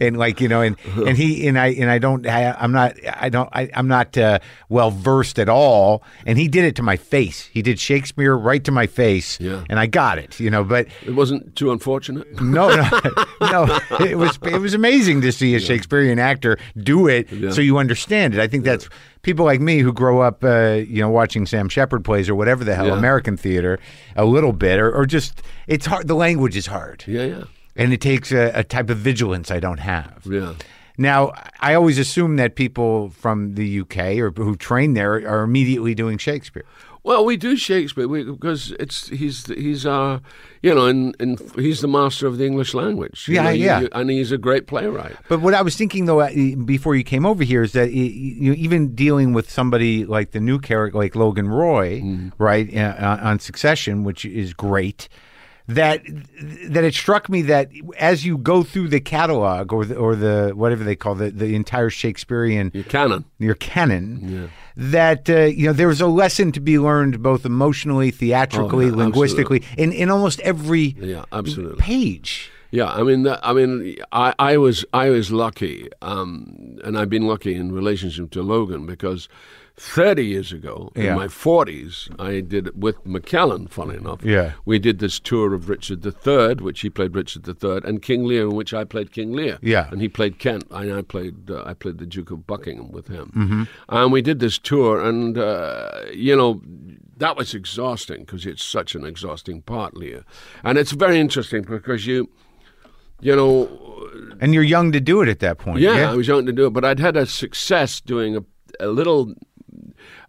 Speaker 1: and like you know and and he and I and I don't I, I'm not I don't I, I'm not uh, well versed at all. And he did it to my face. He did Shakespeare right to my face,
Speaker 3: Yeah.
Speaker 1: and I got it, you know. But
Speaker 3: It wasn't too unfortunate.
Speaker 1: no, no, no. It was it was amazing to see a Shakespearean actor do it, so you understand it. I think that's people like me who grow up, uh, you know, watching Sam Shepard plays or whatever the hell
Speaker 3: Yeah.
Speaker 1: American theater a little bit, or, or just it's hard. The language is hard,
Speaker 3: Yeah, yeah,
Speaker 1: and it takes a, a type of vigilance I don't have.
Speaker 3: yeah.
Speaker 1: Now, I always assume that people from the UK or who train there are immediately doing Shakespeare.
Speaker 3: Well, we do Shakespeare we, because it's he's he's our you know and, and he's the master of the English language. you
Speaker 1: Yeah,
Speaker 3: know, you-
Speaker 1: yeah.
Speaker 3: you- and he's a great playwright.
Speaker 1: But what I was thinking though, uh, before you came over here, is that you, you even dealing with somebody like the new character, like Logan Roy, right uh, uh, on Succession, which is great. That that it struck me that as you go through the catalog or the, or the whatever they call the the entire Shakespearean
Speaker 3: Your canon.
Speaker 1: your canon that uh, you know there was a lesson to be learned both emotionally theatrically
Speaker 3: Oh, yeah,
Speaker 1: linguistically in, in almost every
Speaker 3: Yeah, absolutely.
Speaker 1: page
Speaker 3: Yeah, I mean, that, I mean, I, I was I was lucky, um, and I've been lucky in relationship to Logan because thirty years ago,
Speaker 1: Yeah.
Speaker 3: in my forties, I did with McKellen. Funny enough,
Speaker 1: Yeah.
Speaker 3: we did this tour of Richard III, which he played Richard III, and King Lear, in which I played King Lear.
Speaker 1: Yeah.
Speaker 3: and he played Kent, and I played uh, I played the Duke of Buckingham with him, mm-hmm. and we did this tour, and uh, you know. That was exhausting because it's such an exhausting part, Lear, and it's very interesting because you, you know,
Speaker 1: and you're young to do it at that point
Speaker 3: yeah, I was young to do it, but I'd had a success doing a, a little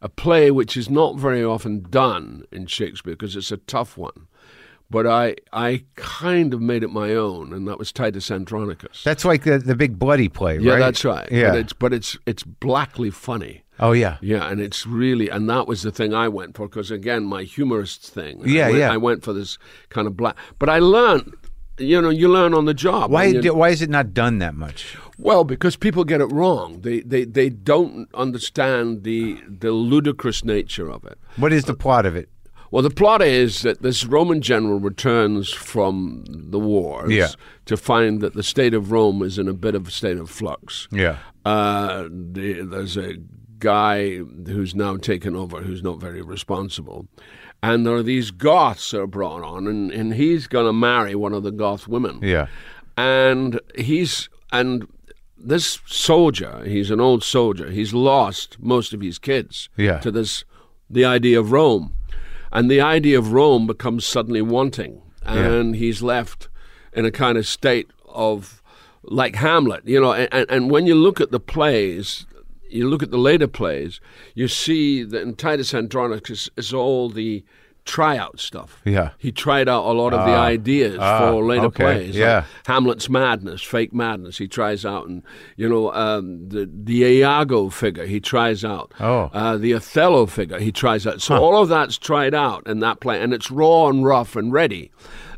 Speaker 3: a play which is not very often done in Shakespeare because it's a tough one. But I I kind of made it my own, and that was Titus Andronicus.
Speaker 1: that's like the, the big bloody play
Speaker 3: yeah,
Speaker 1: right
Speaker 3: that's right.
Speaker 1: yeah
Speaker 3: but it's but it's it's blackly funny.
Speaker 1: oh yeah
Speaker 3: Yeah, and it's really, and that was the thing I went for because again, my humorist thing. I
Speaker 1: Yeah,
Speaker 3: went-
Speaker 1: yeah.
Speaker 3: I went for this kind of black, but I learned, you know, you learn on the job.
Speaker 1: why
Speaker 3: and you-
Speaker 1: di- why is it not done that much
Speaker 3: Well, because people get it wrong. They they, they don't understand the the ludicrous nature of it.
Speaker 1: what is the plot of it
Speaker 3: Well, the plot is that this Roman general returns from the wars
Speaker 1: Yeah.
Speaker 3: to find that the state of Rome is in a bit of a state of flux.
Speaker 1: yeah
Speaker 3: Uh, the, there's a guy who's now taken over who's not very responsible. And there are these Goths that are brought on, and, and he's going to marry one of the Goth women
Speaker 1: yeah
Speaker 3: and he's and this soldier he's an old soldier he's lost most of his kids
Speaker 1: Yeah.
Speaker 3: to this the idea of rome and the idea of rome becomes suddenly wanting and he's left in a kind of state of like hamlet you know and, and, and when you look at the plays you look at the later plays you see that in titus andronicus is all the tryout stuff
Speaker 1: Yeah. Ah.
Speaker 3: he tried out a lot of the ideas for later
Speaker 1: okay,
Speaker 3: plays like
Speaker 1: yeah.
Speaker 3: Hamlet's madness, fake madness. He tries out, and you know um, the the Iago figure. He tries out.
Speaker 1: Oh.
Speaker 3: uh, the Othello figure. He tries out. So all of that's tried out in that play, and it's raw and rough and ready.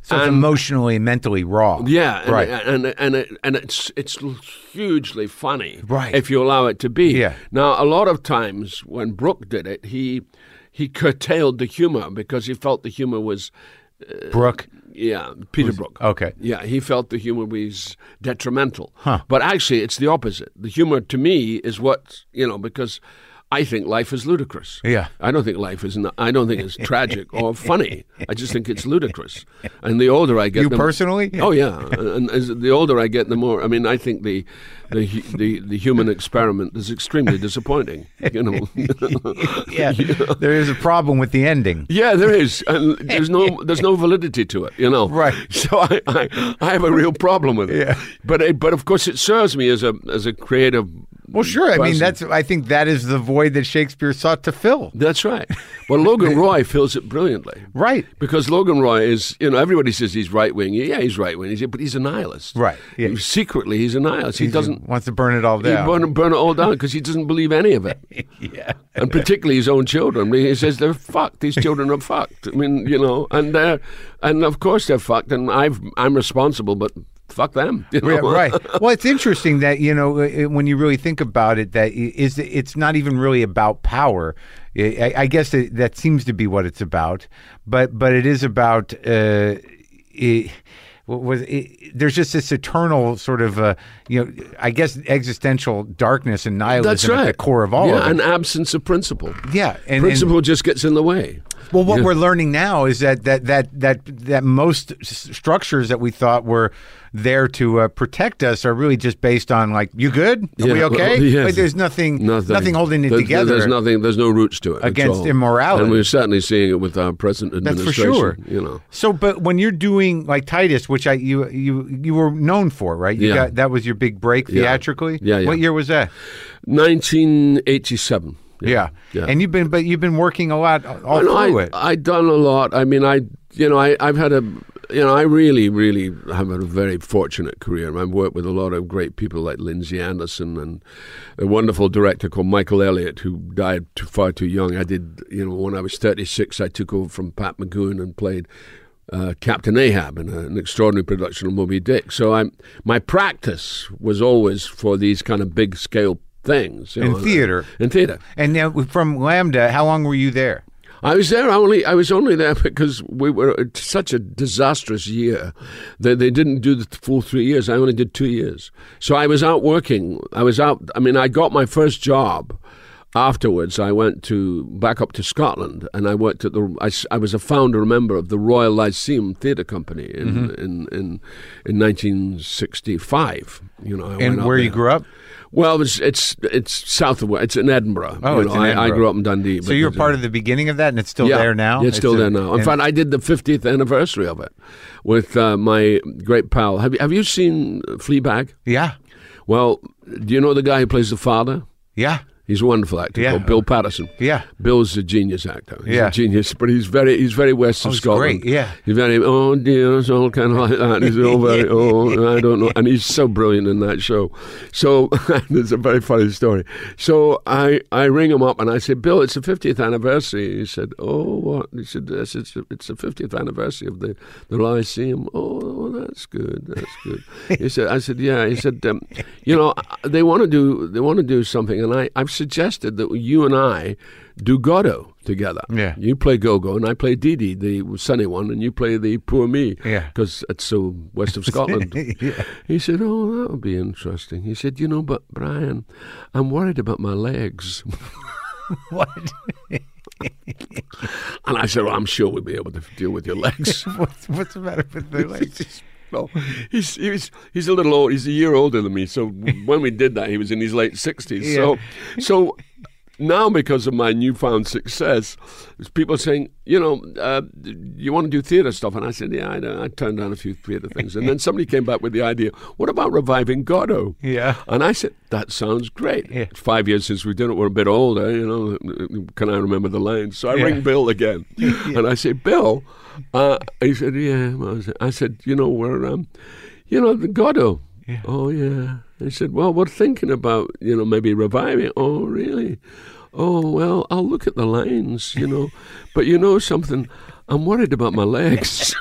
Speaker 1: so it's emotionally and mentally raw
Speaker 3: Yeah, and, uh,
Speaker 1: right
Speaker 3: and and it, and it's it's hugely funny,
Speaker 1: Right.
Speaker 3: If you allow it to be.
Speaker 1: Yeah.
Speaker 3: Now, a lot of times when Brooke did it, he he curtailed the humor because he felt the humor was
Speaker 1: Brooke.
Speaker 3: Yeah, Peter Brook.
Speaker 1: Okay.
Speaker 3: Yeah, he felt the humor was detrimental.
Speaker 1: Huh.
Speaker 3: But actually, it's the opposite. The humor to me is what, you know, because I think life is ludicrous.
Speaker 1: Yeah.
Speaker 3: I don't think life is, n I don't think it's tragic or funny. I just think it's ludicrous. And the older I get,
Speaker 1: You
Speaker 3: the-
Speaker 1: personally?
Speaker 3: Oh, yeah. And as the older I get, the more, I mean, I think the, the, hu- the, the human experiment is extremely disappointing, you know.
Speaker 1: Yeah. There is a problem with the ending.
Speaker 3: Yeah, there is, and there's no there's no validity to it, you know.
Speaker 1: Right.
Speaker 3: So I, I, I have a real problem with it.
Speaker 1: Yeah.
Speaker 3: But it, but of course it serves me as a as a creative.
Speaker 1: Well, sure. I mean,
Speaker 3: person.
Speaker 1: that's. I think that is the void that Shakespeare sought to fill.
Speaker 3: that's right. Well, Logan Roy fills it brilliantly.
Speaker 1: Right.
Speaker 3: Because Logan Roy is, you know, everybody says he's right wing. Yeah, he's right wing. But he's a nihilist.
Speaker 1: Right, yeah.
Speaker 3: Secretly, he's a nihilist. He doesn't.
Speaker 1: wants to burn it all
Speaker 3: He
Speaker 1: down.
Speaker 3: burn, burn it all down because he doesn't believe any of it.
Speaker 1: yeah.
Speaker 3: and particularly his own children. He says they're fucked. These children are fucked. I mean, you know, and they're, and of course they're fucked. And I've, I'm responsible, but fuck them. you know?
Speaker 1: Yeah, right. Well, it's interesting that you know uh, when you really think about it, that i- is it's not even really about power. I, I- I guess that, that seems to be what it's about, but but it is about. Uh, i what was it, there's just this eternal sort of uh, you know I guess existential darkness and nihilism
Speaker 3: That's right.
Speaker 1: at the core of all
Speaker 3: Yeah,
Speaker 1: of
Speaker 3: an
Speaker 1: it.
Speaker 3: absence of principle.
Speaker 1: yeah, and, and-
Speaker 3: principle just gets in the way.
Speaker 1: well, what we're learning now is that that that that that most s- structures that we thought were there to uh, protect us are really just based on like, you good? Are we
Speaker 3: Yeah,
Speaker 1: okay?
Speaker 3: well, yes.
Speaker 1: Like, there's nothing, nothing, holding it
Speaker 3: There-
Speaker 1: together.
Speaker 3: There's nothing. There's no roots to it at
Speaker 1: Against
Speaker 3: all.
Speaker 1: immorality.
Speaker 3: and we're certainly seeing it with our present
Speaker 1: That's for
Speaker 3: administration.
Speaker 1: sure.
Speaker 3: You know.
Speaker 1: So, but when you're doing like Titus, which I you you you were known for, right? You
Speaker 3: Yeah.
Speaker 1: got that was your big break theatrically.
Speaker 3: Yeah, yeah.
Speaker 1: What year was that?
Speaker 3: 1987.
Speaker 1: Yeah.
Speaker 3: Yeah.
Speaker 1: And you've been, but you've been working a lot uh, all
Speaker 3: Well,
Speaker 1: Oh, through
Speaker 3: I,
Speaker 1: it.
Speaker 3: I done a lot. I mean, I you know I I've had a you know I really really have had a very fortunate career. I've worked with a lot of great people like Lindsay Anderson and a wonderful director called Michael Elliott who died too, far too young. I did you know when I was thirty six, I took over from Pat McGoon and played. Uh, Captain Ahab in a, an extraordinary production of Moby Dick. So I'm my practice was always for these kind of big scale things you
Speaker 1: In
Speaker 3: know.
Speaker 1: theater.
Speaker 3: In theater,
Speaker 1: and now from Lambda, how long were you there?
Speaker 3: I was there only. I was only there because we were it's such a disastrous year that they didn't do the full three years. I only did two years, so I was out working. I was out. I mean, I got my first job. Afterwards, I went to back up to Scotland, and I worked at the. I, s- I was a founder member of the Royal Lyceum Theatre Company in
Speaker 1: Mm-hmm.
Speaker 3: in, in in 1965. You know, I went
Speaker 1: And
Speaker 3: up
Speaker 1: where you
Speaker 3: there.
Speaker 1: grew up?
Speaker 3: Well, it's it's it's south of where- it's in Edinburgh.
Speaker 1: Oh,
Speaker 3: you
Speaker 1: it's
Speaker 3: know,
Speaker 1: in
Speaker 3: I, I
Speaker 1: Edinburgh.
Speaker 3: grew up in Dundee.
Speaker 1: So you're part of the beginning of that, and it's still there now.
Speaker 3: It's, still
Speaker 1: a-
Speaker 3: there now. In
Speaker 1: and-
Speaker 3: fact, I did the 50th anniversary of it with uh, my great pal. Have you, have you seen Fleabag?
Speaker 1: yeah,
Speaker 3: Well, do you know the guy who plays the father?
Speaker 1: yeah.
Speaker 3: He's a wonderful actor
Speaker 1: Yeah.
Speaker 3: called Bill Patterson.
Speaker 1: Yeah.
Speaker 3: Bill's a genius actor. He's
Speaker 1: Yeah. Oh,
Speaker 3: a genius, but he's very he's very west of
Speaker 1: he's
Speaker 3: Scotland.
Speaker 1: great, yeah.
Speaker 3: He's very oh dear, it's all kind of like that. He's all very oh I don't know, and he's so brilliant in that show. So it's a very funny story. So I I ring him up and I say, Bill, it's the fiftieth anniversary. He said, Oh, what? He said, Yes, it's it's the fiftieth anniversary of the the Lyceum. Oh, oh, that's good, that's good. he said, I said, yeah. He said, um, you know, they want to do they want to do something, and I I've suggested that you and I do Godo together.
Speaker 1: Yeah.
Speaker 3: You play Gogo and I play Dee Dee, the sunny one, and you play the poor me.
Speaker 1: Yeah.
Speaker 3: Because it's so west of Scotland. He said, Oh, that would be interesting. He said, You know, but Brian, I'm worried about my legs.
Speaker 1: What?
Speaker 3: And I said, well, I'm sure we'll be able to deal with your legs.
Speaker 1: what's, what's the matter with the legs?
Speaker 3: Well, he's, he's he's a little old. He's a year older than me. So when we did that, he was in his late sixties. So so now because of my newfound success, there's people saying, you know, uh, you want to do theatre stuff, and I said, yeah, I, know. I turned down a few theatre things, and then somebody came back with the idea, what about reviving Godot?
Speaker 1: Yeah.
Speaker 3: And I said, that sounds great.
Speaker 1: Yeah.
Speaker 3: It's five years since we did it. We're a bit older, you know. Can I remember the lines? So I
Speaker 1: Yeah.
Speaker 3: ring Bill again. And I say, Bill, uh, he said, yeah. well," I said- I said, you know, we're, um, you know, the Godo. Oh, yeah. He said, well, we're thinking about, you know, maybe reviving. Oh, really? Oh, well, I'll look at the lines, you know. but you know something? I'm worried about my legs.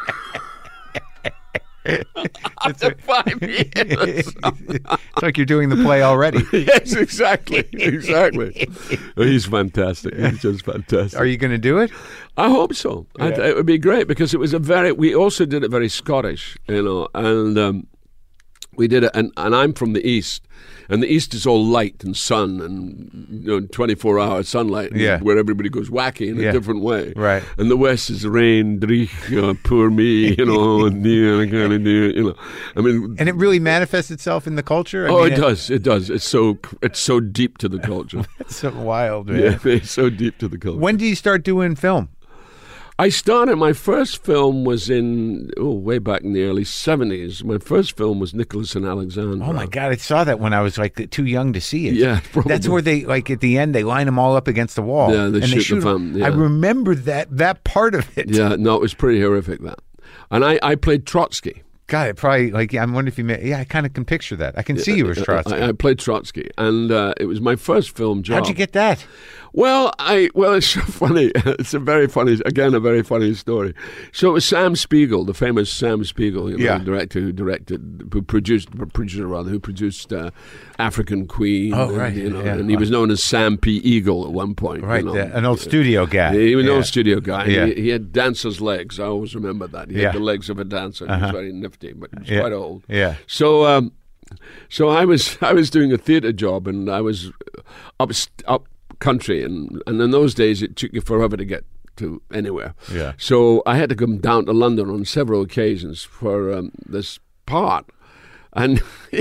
Speaker 3: After five years.
Speaker 1: it's like you're doing the play already.
Speaker 3: yes, exactly. Exactly. He's fantastic. He's just fantastic.
Speaker 1: Are you going to do it?
Speaker 3: I hope so. I-
Speaker 1: Yeah.
Speaker 3: it would be great because it was a very. We also did it very Scottish, you know, and um, we did it. And, and I'm from the east, and the east is all light and sun and you know 24 hour sunlight, and
Speaker 1: Yeah.
Speaker 3: where everybody goes wacky in
Speaker 1: Yeah.
Speaker 3: a different way,
Speaker 1: Right.
Speaker 3: And the west is rain, dreich, you know, poor me, you know, and yeah, I kinda do, you know. I mean,
Speaker 1: And it really manifests itself in the culture. I
Speaker 3: oh,
Speaker 1: mean,
Speaker 3: it does, it does. It's so it's so deep to the culture.
Speaker 1: It's so wild, man.
Speaker 3: yeah, it's so deep to the culture.
Speaker 1: When do you start doing film?
Speaker 3: I started my first film was in oh way back in the early seventies. My first film was Nicholas and Alexander.
Speaker 1: Oh my God! I saw that when I was like too young to see it.
Speaker 3: Uh, Yeah, probably.
Speaker 1: that's where they like at the end they line them all up against the wall.
Speaker 3: Yeah, they
Speaker 1: and
Speaker 3: shoot
Speaker 1: they
Speaker 3: the
Speaker 1: shoot 'em.
Speaker 3: fam, yeah.
Speaker 1: I remember that that part of it.
Speaker 3: Yeah, no, it was pretty horrific that. And I, I played Trotsky.
Speaker 1: God, it probably like yeah, I'm wondering if you may, yeah I kind of can picture that. I can see you as Trotsky.
Speaker 3: I, I played Trotsky, and uh, it was my first film job.
Speaker 1: How'd you get that?
Speaker 3: Well, I well, it's so funny. It's a very funny, again, a very funny story. So it was Sam Spiegel, the famous Sam Spiegel, you know,
Speaker 1: Yeah.
Speaker 3: director who directed, who produced, producer rather, who produced uh, African Queen.
Speaker 1: Oh,
Speaker 3: and,
Speaker 1: right,
Speaker 3: You know,
Speaker 1: yeah.
Speaker 3: and he was known as Sam P. Eagle at one point. you
Speaker 1: Right,
Speaker 3: know.
Speaker 1: the- an old studio guy.
Speaker 3: He was an
Speaker 1: Yeah.
Speaker 3: old studio guy.
Speaker 1: Yeah.
Speaker 3: He, he had dancer's legs. I always remember that. He
Speaker 1: Yeah. Uh-huh.
Speaker 3: had the legs of a dancer. He was very nifty, but he was
Speaker 1: Yeah.
Speaker 3: quite old.
Speaker 1: Yeah.
Speaker 3: So, um, so I was I was doing a theatre job, and I was up up country, and and in those days it took you forever to get to anywhere.
Speaker 1: Yeah.
Speaker 3: So I had to come down to London on several occasions for um, this part. And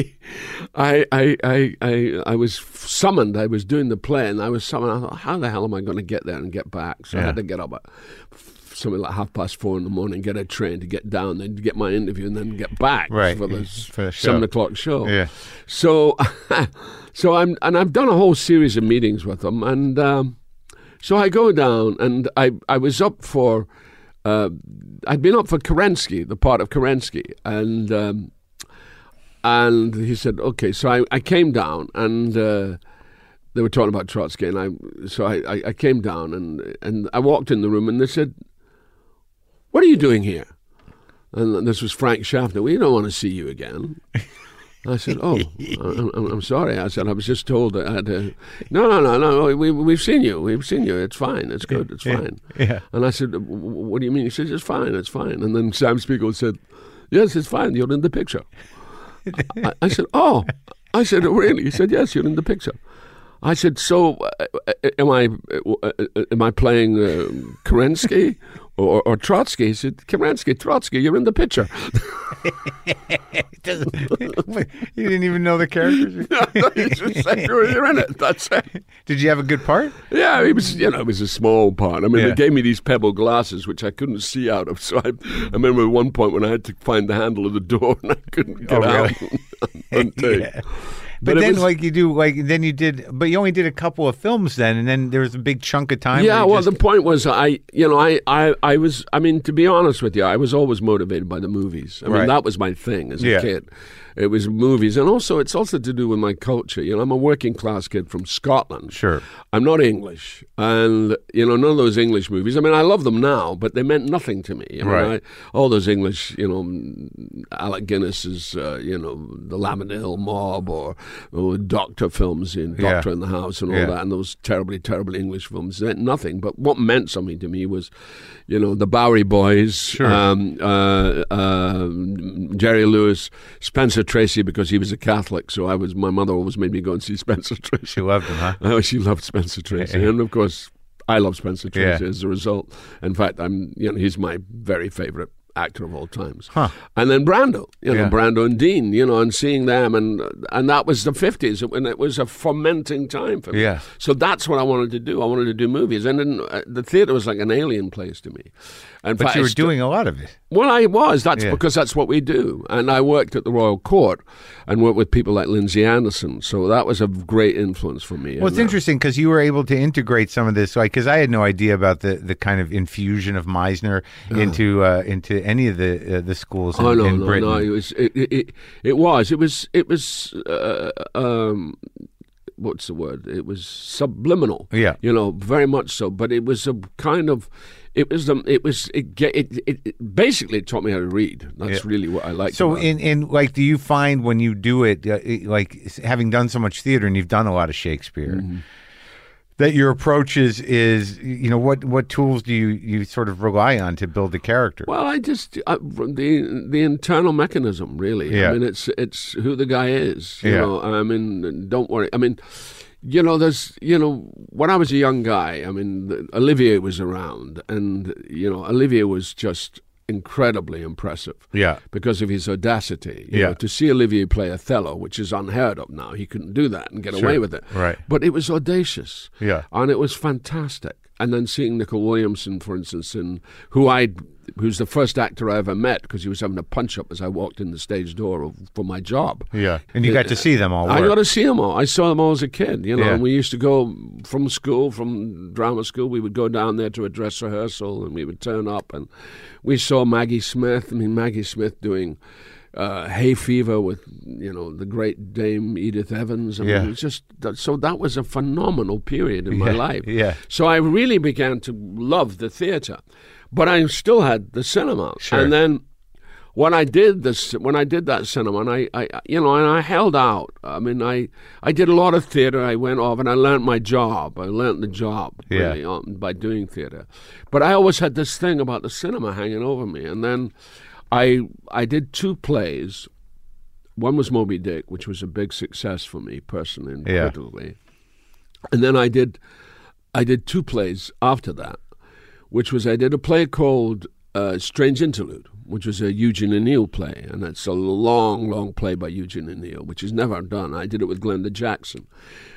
Speaker 3: I, I, I, I, I was summoned. I was doing the play, and I was summoned. I thought, how the hell am I going to get there and get back? So I
Speaker 1: Yeah.
Speaker 3: had to get up at f- something like half past four in the morning, get a train to get down, then get my interview, and then get back
Speaker 1: Right, Mm-hmm.
Speaker 3: for the
Speaker 1: for the show.
Speaker 3: seven o'clock show.
Speaker 1: Yeah.
Speaker 3: So, so I'm and I've done a whole series of meetings with them, and um, so I go down, and I I was up for, uh, I'd been up for Kerensky, the part of Kerensky, and. Um, and he said, "Okay." So I, I came down, and uh, they were talking about Trotsky, and I so I, I, I came down, and and I walked in the room, and they said, "What are you doing here?" And this was Frank Schaffner. We don't want to see you again. I said, "Oh, I'm, I'm, I'm sorry." I said, "I was just told that I had to." No, no, no, no. We, we've seen you. We've seen you. It's fine. It's good. It's fine.
Speaker 1: Yeah.
Speaker 3: And I said, "W- w- "What do you mean?" He says, "It's fine. It's fine." And then Sam Spiegel said, "Yes, it's fine. You're in the picture." I, I said, "Oh," I said, "Oh, "Really?" He said, "Yes, you're in the picture." I said, "So, uh, uh, am I uh, uh, am I playing uh, Kerensky or, or Trotsky?" He said, "Kerensky, Trotsky, you're in the picture."
Speaker 1: It doesn't. you didn't even know the characters.
Speaker 3: he just said, "You're you're in it." That's it.
Speaker 1: Did you have a good part?
Speaker 3: Yeah, it was you know it was a small part. I mean,
Speaker 1: Yeah.
Speaker 3: they gave me these pebble glasses which I couldn't see out of. So I, I remember at one point when I had to find the handle of the door and I couldn't get
Speaker 1: Oh,
Speaker 3: out.
Speaker 1: really?
Speaker 3: and take.
Speaker 1: Yeah. But,
Speaker 3: But it
Speaker 1: then,
Speaker 3: was-
Speaker 1: like you do, like then you did, but you only did a couple of films then, and then there was a big chunk of time.
Speaker 3: Yeah,
Speaker 1: where you
Speaker 3: well,
Speaker 1: just-
Speaker 3: the point was, I, you know, I, I, I was, I mean, to be honest with you, I was always motivated by the movies. I
Speaker 1: Right.
Speaker 3: mean, that was my thing as
Speaker 1: Yeah.
Speaker 3: a kid. It was movies, and also it's also to do with my culture. You know, I'm a working class kid from Scotland.
Speaker 1: Sure.
Speaker 3: I'm not English, and you know, none of those English movies. I mean, I love them now, but they meant nothing to me. I mean,
Speaker 1: Right.
Speaker 3: I, all those English, you know, mm, Alec Guinness's, uh, you know, the Lamin Hill Mob or, or Doctor films in
Speaker 1: Yeah.
Speaker 3: Doctor in the House and all
Speaker 1: Yeah.
Speaker 3: that, and those terribly, terrible English films meant nothing. But what meant something to me was, you know, the Bowery Boys, um, uh, uh, Jerry Lewis, Spencer Tracy, because he was a Catholic, so I was. My mother always made me go and see Spencer Tracy.
Speaker 1: she loved them, huh?
Speaker 3: Oh, she loved Spencer Tracy, and of course, I love Spencer Tracy as a result. In fact, I'm you know he's my very favorite actor of all times.
Speaker 1: Huh.
Speaker 3: And then Brando, you know
Speaker 1: Yeah.
Speaker 3: Brando and Dean, you know, and seeing them, and and that was the fifties, and it was a fermenting time for me.
Speaker 1: Yeah.
Speaker 3: So that's what I wanted to do. I wanted to do movies, and then uh, the theater was like an alien place to me. And
Speaker 1: But you were doing a lot of it.
Speaker 3: well, I was. That's
Speaker 1: Yeah.
Speaker 3: because that's what we do. And I worked at the Royal Court and worked with people like Lindsay Anderson. So that was a great influence for me.
Speaker 1: Well, it's
Speaker 3: And, uh,
Speaker 1: interesting because you were able to integrate some of this, like because I had no idea about the, the kind of infusion of Meisner into uh, into any of the uh, the schools in,
Speaker 3: Oh no,
Speaker 1: in
Speaker 3: no,
Speaker 1: Britain.
Speaker 3: no! It was it, it, it, it was it was it was uh, um, what's the word? It was subliminal.
Speaker 1: Yeah.
Speaker 3: you know, very much so. But it was a kind of, it was the, it was it, ga- it, it, it basically taught me how to read. That's really what I liked.
Speaker 1: So
Speaker 3: about it.
Speaker 1: in in like, do you find when you do it, uh, it- like s- having done so much theater and you've done a lot of Shakespeare,
Speaker 3: Mm-hmm.
Speaker 1: that your approach is is you know what what tools do you you sort of rely on to build the character?
Speaker 3: Well, I just I, the the internal mechanism, really.
Speaker 1: Yeah.
Speaker 3: I mean, it's it's who the guy is. You
Speaker 1: Yeah.
Speaker 3: know, I mean, don't worry. I mean, you know, there's you know, when I was a young guy, I mean, the- Olivier was around, and you know, Olivier was just incredibly impressive.
Speaker 1: Yeah.
Speaker 3: Because of his audacity. you
Speaker 1: Yeah.
Speaker 3: know, to see Olivier play Othello, which is unheard of now, he couldn't do that and get away with it.
Speaker 1: Right.
Speaker 3: But it was audacious.
Speaker 1: Yeah.
Speaker 3: And it was fantastic. And then seeing Nicole Williamson, for instance, in who I who's the first actor I ever met because he was having a punch up as I walked in the stage door of, for my job.
Speaker 1: yeah, and you got to see them all.
Speaker 3: I
Speaker 1: work.
Speaker 3: got to see them all. I saw them all as a kid, you know.
Speaker 1: Yeah.
Speaker 3: And we used to go from school, from drama school. We would go down there to a dress rehearsal, and we would turn up, and we saw Maggie Smith. I mean, Maggie Smith doing uh, Hay Fever with you know the great Dame Edith Evans. I mean,
Speaker 1: Yeah.
Speaker 3: it was just that, so that was a phenomenal period in my
Speaker 1: Yeah,
Speaker 3: life.
Speaker 1: yeah.
Speaker 3: So I really began to love the theater, but I still had the cinema,
Speaker 1: Sure.
Speaker 3: and then when I did this, when I did that cinema, and I, I, you know, and I held out. I mean, I, I did a lot of theater. I went off and I learned my job. I learned the job
Speaker 1: Yeah.
Speaker 3: really on, by doing theater. But I always had this thing about the cinema hanging over me. And then, I, I did two plays. One was Moby Dick, which was a big success for me personally and
Speaker 1: Yeah.
Speaker 3: critically. And then I did, I did two plays after that, which was I did a play called uh, Strange Interlude, which was a Eugene O'Neill play, and it's a long, long play by Eugene O'Neill, which is never done. I did it with Glenda Jackson,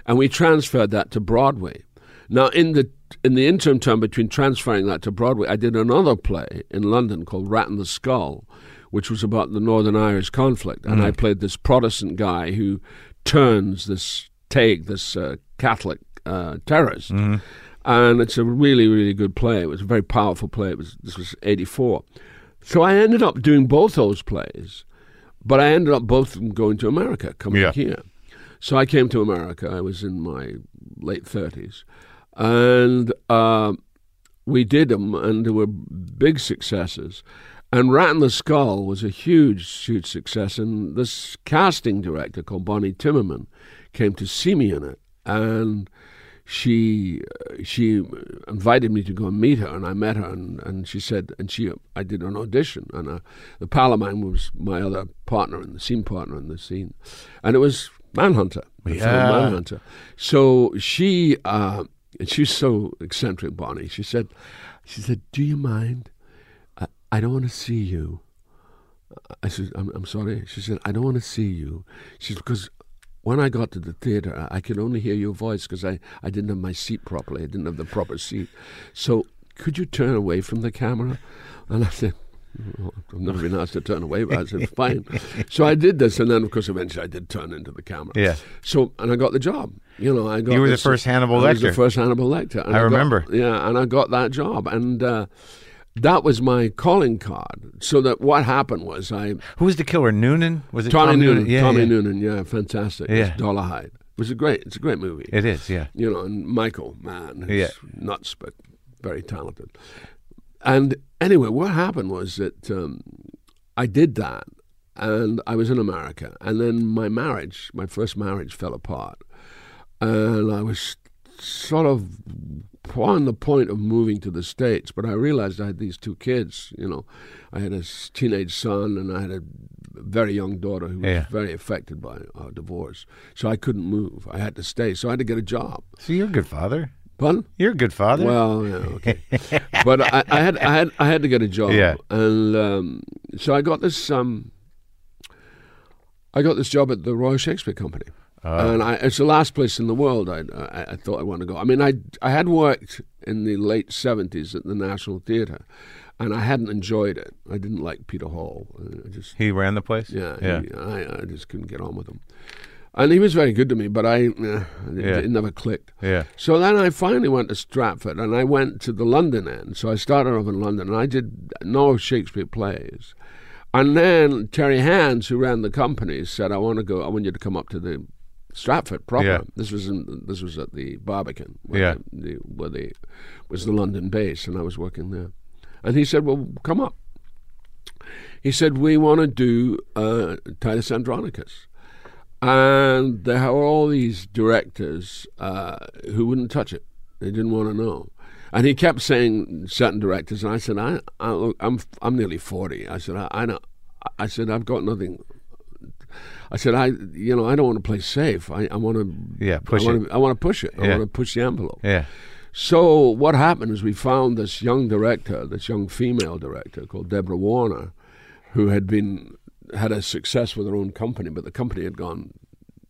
Speaker 3: and we transferred that to Broadway. Now, in the in the interim time between transferring that to Broadway, I did another play in London called Rat and the Skull, which was about the Northern Irish conflict, and I played this Protestant guy who turns this take this uh, Catholic uh, terrorist, and it's a really really good play. It was a very powerful play. It was this was eighty four, so I ended up doing both those plays, but I ended up both of them going to America, coming
Speaker 1: Yeah.
Speaker 3: here. So I came to America. I was in my late thirties, and. Uh, we did them, and they were big successes. And Rat in the Skull was a huge, huge success. And this casting director called Bonnie Timmerman came to see me in it, and she uh, she invited me to go and meet her, and I met her, and, and she said, and she I did an audition, and uh, the pal of mine was my other partner in the scene partner in the scene, and it was Manhunter, the film
Speaker 1: Yeah.
Speaker 3: Manhunter. Hunter. So she, uh, and she's so eccentric, Bonnie. She said, she said, "Do you mind? I, I don't want to see you." I said, "I'm, I'm sorry." She said, "I don't want to see you." She said, "Because when I got to the theater, I, I could only hear your voice because I, I didn't have my seat properly. I didn't have the proper seat. So could you turn away from the camera?" And I said. "Well, I've never been asked to turn away, but I said, fine. So I did this, and then, of course, eventually I did turn into the camera.
Speaker 1: Yeah.
Speaker 3: So and I got the job. You know, I got
Speaker 1: You were the
Speaker 3: this-
Speaker 1: first Hannibal
Speaker 3: I was the
Speaker 1: Lecter.
Speaker 3: first Hannibal Lecter. and
Speaker 1: I
Speaker 3: got-
Speaker 1: remember.
Speaker 3: yeah, and I got that job, and uh, that was my calling card. So that what happened was I
Speaker 1: Who was the killer? Noonan was it?
Speaker 3: Tommy, Noonan,
Speaker 1: Yeah,
Speaker 3: Tommy
Speaker 1: yeah.
Speaker 3: Noonan, yeah, fantastic.
Speaker 1: Yeah.
Speaker 3: It's Dollar Hyde. It was a great. It's a great movie.
Speaker 1: It is. Yeah.
Speaker 3: you know, and Michael, man, who's
Speaker 1: Yeah.
Speaker 3: nuts but very talented. And anyway, what happened was that um, I did that, and I was in America, and then my marriage, my first marriage, fell apart, and I was sort of on the point of moving to the states, but I realized I had these two kids. You know, I had a s- teenage son, and I had a very young daughter who was
Speaker 1: Yeah.
Speaker 3: very affected by our divorce. So I couldn't move. I had to stay. So I had to get a job.
Speaker 1: So you're a good father.
Speaker 3: Pardon?
Speaker 1: You're a good father.
Speaker 3: Well, yeah, okay. but I, I had I had I had to get a job,
Speaker 1: Yeah.
Speaker 3: and um, so I got this um, I got this job at the Royal Shakespeare Company,
Speaker 1: Oh.
Speaker 3: and I, it's the last place in the world I, I I thought I wanted to go. I mean, I I had worked in the late seventies at the National Theatre, and I hadn't enjoyed it. I didn't like Peter Hall. I just
Speaker 1: he ran the place.
Speaker 3: yeah,
Speaker 1: Yeah.
Speaker 3: he- I, I just couldn't get on with him. And he was very good to me, but I, eh, it,
Speaker 1: Yeah.
Speaker 3: it never clicked.
Speaker 1: Yeah.
Speaker 3: So then I finally went to Stratford, and I went to the London end. So I started off in London, and I did no Shakespeare plays. And then Terry Hands, who ran the company, said, "I want to go. I want you to come up to the Stratford proper.
Speaker 1: Yeah.
Speaker 3: This was in, this was at the Barbican. Where
Speaker 1: Yeah.
Speaker 3: the, where the was the London base, and I was working there. And he said, "Well, come up." He said, "We want to do uh, Titus Andronicus." And there were all these directors uh, who wouldn't touch it. They didn't want to know. And he kept saying certain directors, and I said, I, I, look, I'm, I'm nearly 40. I said, I, I, know, I said, I've got nothing. I said, I, you know, I don't want to play safe. I, I want to,
Speaker 1: Yeah, push
Speaker 3: I want To, I want to push it.
Speaker 1: Yeah.
Speaker 3: I want to push the envelope.
Speaker 1: Yeah.
Speaker 3: So what happened is we found this young director, this young female director called Deborah Warner, who had been had a success with her own company, but the company had gone,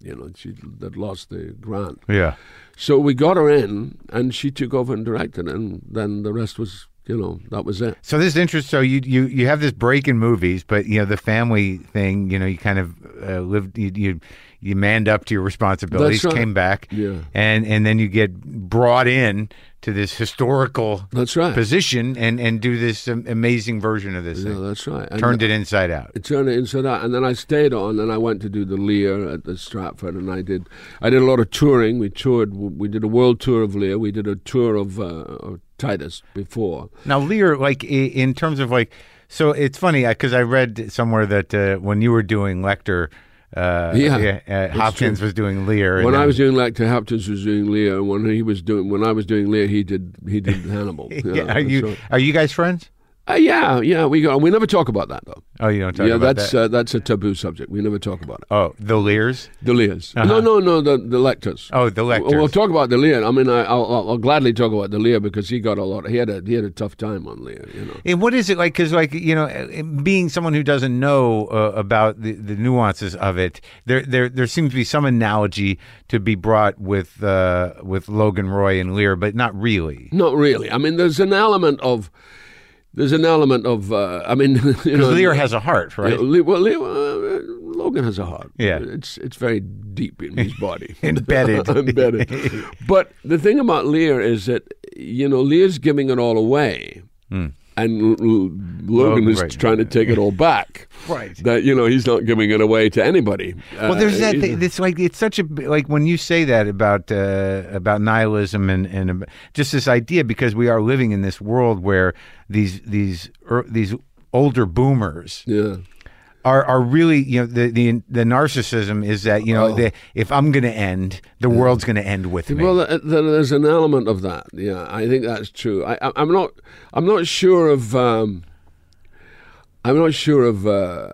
Speaker 3: you know, she had lost the grant.
Speaker 1: Yeah.
Speaker 3: So we got her in, and she took over and directed, and then the rest was, you know, that was it.
Speaker 1: So this interest. So you you you have this break in movies, but you know the family thing. You know you kind of uh, lived. You, you you manned up to your responsibilities.
Speaker 3: right.
Speaker 1: Came back.
Speaker 3: Yeah.
Speaker 1: And and then you get brought in to this historical
Speaker 3: That's right.
Speaker 1: position and and do this um, amazing version of this
Speaker 3: Yeah,
Speaker 1: thing.
Speaker 3: that's right. And
Speaker 1: Turned it inside out.
Speaker 3: It turned it into that, and then I stayed on, and I went to do the Lear at the Stratford, and I did, I did a lot of touring. We toured, we did a world tour of Lear. We did a tour of, uh, of Titus before.
Speaker 1: Now, Lear, like i- in terms of like, so it's funny because I read somewhere that uh, when you were doing Lecter, uh,
Speaker 3: Yeah,
Speaker 1: uh, Hopkins was doing Leer. and
Speaker 3: When I
Speaker 1: then-
Speaker 3: was doing Lecter, Hopkins was doing Lear. and When he was doing, when I was doing Lear, he did, he did Hannibal. Yeah,
Speaker 1: yeah, are
Speaker 3: that's
Speaker 1: you
Speaker 3: right.
Speaker 1: are you guys friends?
Speaker 3: Uh, yeah, yeah. We got, we never talk about that though.
Speaker 1: Oh, you don't talk
Speaker 3: yeah,
Speaker 1: about
Speaker 3: that's
Speaker 1: that.
Speaker 3: Uh, that's a taboo subject. We never talk about it.
Speaker 1: oh, the Lears.
Speaker 3: The Lears. No, no, no. The the Lecters.
Speaker 1: Uh-huh. Oh, the Lecters.
Speaker 3: We'll talk about the Lear. I mean, I, I'll, I'll, I'll gladly talk about the Lear because he got a lot. He had a he had a tough time on Lear. You know.
Speaker 1: And what is it like? Because, like, you know, uh, being someone who doesn't know uh, about the, the nuances of it, there, there, there seems to be some analogy to be brought with uh, with Logan Roy and Lear, but not really.
Speaker 3: Not really. I mean, there's an element of there's an element of. Uh, I mean, you know,
Speaker 1: Because Lear has a heart, right?
Speaker 3: Yeah, Lear- well, Lear, uh, Logan has a heart.
Speaker 1: Yeah.
Speaker 3: it's it's very deep in his body,
Speaker 1: Embedded.
Speaker 3: embedded. But the thing about Lear is that you know Lear's giving it all away, and L- L- Logan
Speaker 1: Oh,
Speaker 3: is
Speaker 1: Hmm. right.
Speaker 3: trying to take it all back.
Speaker 1: Right.
Speaker 3: That you know he's not giving it away to anybody. Uh,
Speaker 1: Well, there's that. Thing, it's like it's such a like when you say that about uh, about nihilism and and ab- just this idea because we are living in this world where these these er, these older boomers
Speaker 3: yeah.
Speaker 1: are are really you know the the, the narcissism is that you know
Speaker 3: Oh.
Speaker 1: the, if I'm going to end, the world's going to end with me.
Speaker 3: Well, th- th- there's an element of that. Yeah, I think that's true. I, I, I'm not. I'm not sure of. Um, I'm not sure of uh,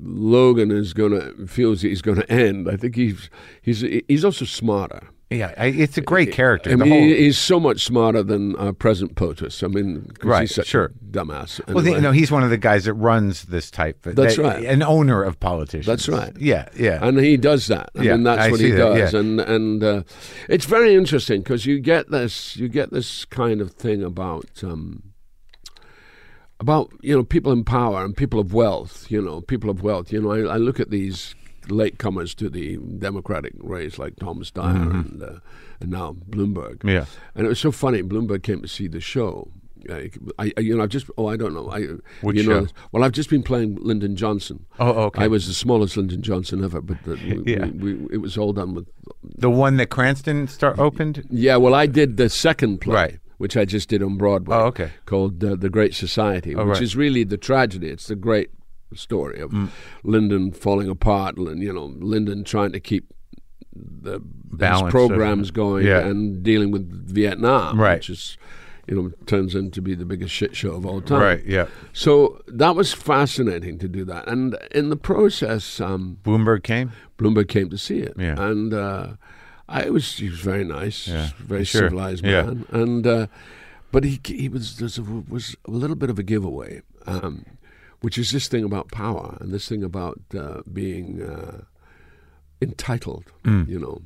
Speaker 3: Logan is gonna feels he's gonna end. I think he's he's he's also smarter.
Speaker 1: yeah, I, it's a great character.
Speaker 3: I
Speaker 1: the
Speaker 3: mean,
Speaker 1: whole-
Speaker 3: he- he's so much smarter than our present POTUS. I mean, 'cause
Speaker 1: Right,
Speaker 3: he's such
Speaker 1: sure.
Speaker 3: a dumbass.
Speaker 1: well, the,
Speaker 3: anyway.
Speaker 1: no, he's one of the guys that runs this type.
Speaker 3: That's right.
Speaker 1: An owner of politicians.
Speaker 3: That's right.
Speaker 1: Yeah, yeah.
Speaker 3: and he does that. I
Speaker 1: Yeah,
Speaker 3: mean, that's
Speaker 1: I
Speaker 3: what
Speaker 1: see
Speaker 3: he
Speaker 1: that,
Speaker 3: does,
Speaker 1: yeah.
Speaker 3: and and uh, it's very interesting because you get this, you get this kind of thing about um, about you know people in power and people of wealth. You know, people of wealth. You know, I, I look at these latecomers to the Democratic race like Thomas Dyer and, uh, and now Bloomberg.
Speaker 1: Mm-hmm. Yeah.
Speaker 3: and it was so funny. Bloomberg came to see the show. I, I, you know, I've just. Oh, I don't know. I,
Speaker 1: Which
Speaker 3: you know,
Speaker 1: show?
Speaker 3: Well, I've just been playing Lyndon Johnson.
Speaker 1: Oh, okay.
Speaker 3: I was the smallest Lyndon Johnson ever, but the, we,
Speaker 1: Yeah.
Speaker 3: we, we, it was all done with.
Speaker 1: the one that Cranston star- opened.
Speaker 3: Yeah, well, I did the second play,
Speaker 1: Right.
Speaker 3: which I just did on Broadway.
Speaker 1: Oh, okay. Oh,
Speaker 3: Called uh, The Great Society, which
Speaker 1: right. Mm.
Speaker 3: is really the tragedy. It's the great story of Lyndon falling apart, and you know, Lyndon trying to keep the
Speaker 1: Balance of-
Speaker 3: his programs going
Speaker 1: Yeah.
Speaker 3: and dealing with Vietnam,
Speaker 1: Right.
Speaker 3: which is. You know, turns into be the biggest shit show of all time.
Speaker 1: Right. Yeah.
Speaker 3: So that was fascinating to do that, and in the process, um,
Speaker 1: Bloomberg came.
Speaker 3: Bloomberg came to see it,
Speaker 1: Yeah.
Speaker 3: and uh, I was he was very nice, very
Speaker 1: sure.
Speaker 3: civilized
Speaker 1: Yeah.
Speaker 3: man, and uh, but he he was there's a, was a little bit of a giveaway, um, which is this thing about power and this thing about uh, being uh, entitled,
Speaker 1: Mm.
Speaker 3: you know.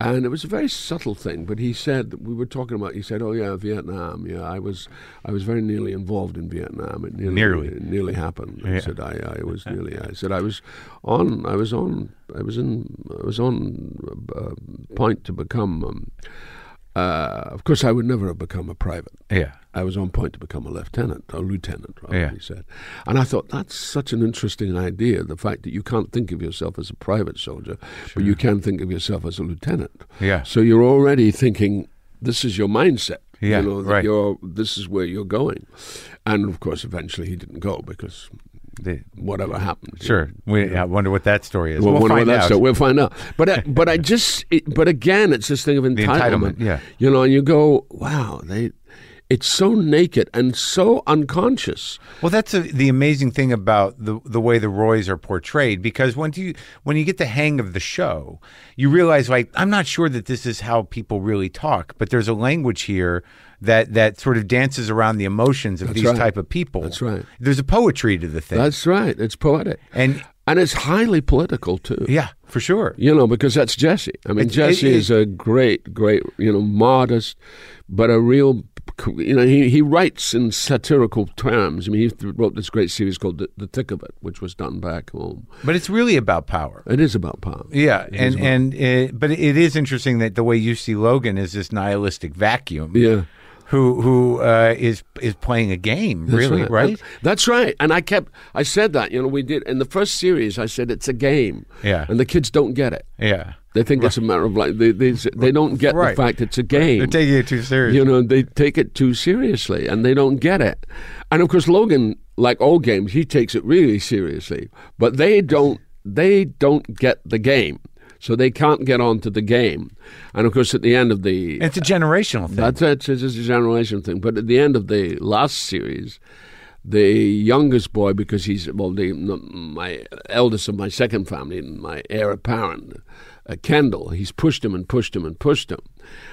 Speaker 3: And it was a very subtle thing, but he said we were talking about. He said, "Oh yeah, Vietnam. Yeah, I was, I was very nearly involved in Vietnam. It nearly,
Speaker 1: Nearly.
Speaker 3: it nearly happened."
Speaker 1: Yeah.
Speaker 3: I said, "I, I was nearly." I said, "I was on. I was on. I was in. I was on uh, point to become um, Uh, of course, I would never have become a private.
Speaker 1: Yeah.
Speaker 3: I was on point to become a lieutenant, a lieutenant, rather,
Speaker 1: Yeah.
Speaker 3: he said. And I thought, that's such an interesting idea the fact that you can't think of yourself as a private soldier, but you can think of yourself as a lieutenant.
Speaker 1: Yeah.
Speaker 3: So you're already thinking, this is your mindset.
Speaker 1: Yeah,
Speaker 3: you know, that
Speaker 1: right.
Speaker 3: you're, this is where you're going. And of course, eventually he didn't go because
Speaker 1: The-
Speaker 3: whatever happened.
Speaker 1: sure. We, I wonder what that story is.
Speaker 3: Well,
Speaker 1: We'll,
Speaker 3: one way
Speaker 1: find
Speaker 3: that's
Speaker 1: out.
Speaker 3: it. We'll find out. But I, but I just it, but again, it's this thing of entitlement.
Speaker 1: entitlement, yeah.
Speaker 3: You know, and you go, wow, they, it's so naked and so unconscious.
Speaker 1: Well, that's a, the amazing thing about the the way the Roys are portrayed because once you when you get the hang of the show, you realize like I'm not sure that this is how people really talk, but there's a language here that that sort of dances around the emotions of these
Speaker 3: right.
Speaker 1: type of people.
Speaker 3: That's right.
Speaker 1: There's a poetry to the thing,
Speaker 3: That's right. It's poetic,
Speaker 1: and
Speaker 3: and it's highly political too.
Speaker 1: yeah, for sure.
Speaker 3: You know, because that's Jesse. I mean,
Speaker 1: It's-
Speaker 3: Jesse
Speaker 1: it-
Speaker 3: is a great, great, you know, modest, but a real, you know, he, he writes in satirical terms. I mean, he th- wrote this great series called the, the Thick of It, which was done back home.
Speaker 1: But it's really about power.
Speaker 3: It is about power.
Speaker 1: Yeah, and and uh but it is interesting that the way you see Logan is this nihilistic vacuum.
Speaker 3: Yeah.
Speaker 1: Who who uh, is is playing a game really
Speaker 3: That's
Speaker 1: right?
Speaker 3: That's right. And I kept, I said that, you know, we did. In the first series, I said it's a game.
Speaker 1: Yeah.
Speaker 3: And the kids don't get it.
Speaker 1: Yeah,
Speaker 3: They think it's a matter of like, they, they, they don't get
Speaker 1: Right.
Speaker 3: the fact it's a game.
Speaker 1: they're taking it too seriously.
Speaker 3: you know, they take it too seriously and they don't get it. And of course, Logan, like all games, he takes it really seriously. But they don't, they don't get the game. So they can't get on to the game. And of course, at the end of the
Speaker 1: It's a generational thing.
Speaker 3: That's it. It's just a generation thing. But at the end of the last series, the youngest boy, because he's well, the, my eldest of my second family, my heir apparent, uh, Kendall. He's pushed him and pushed him and pushed him,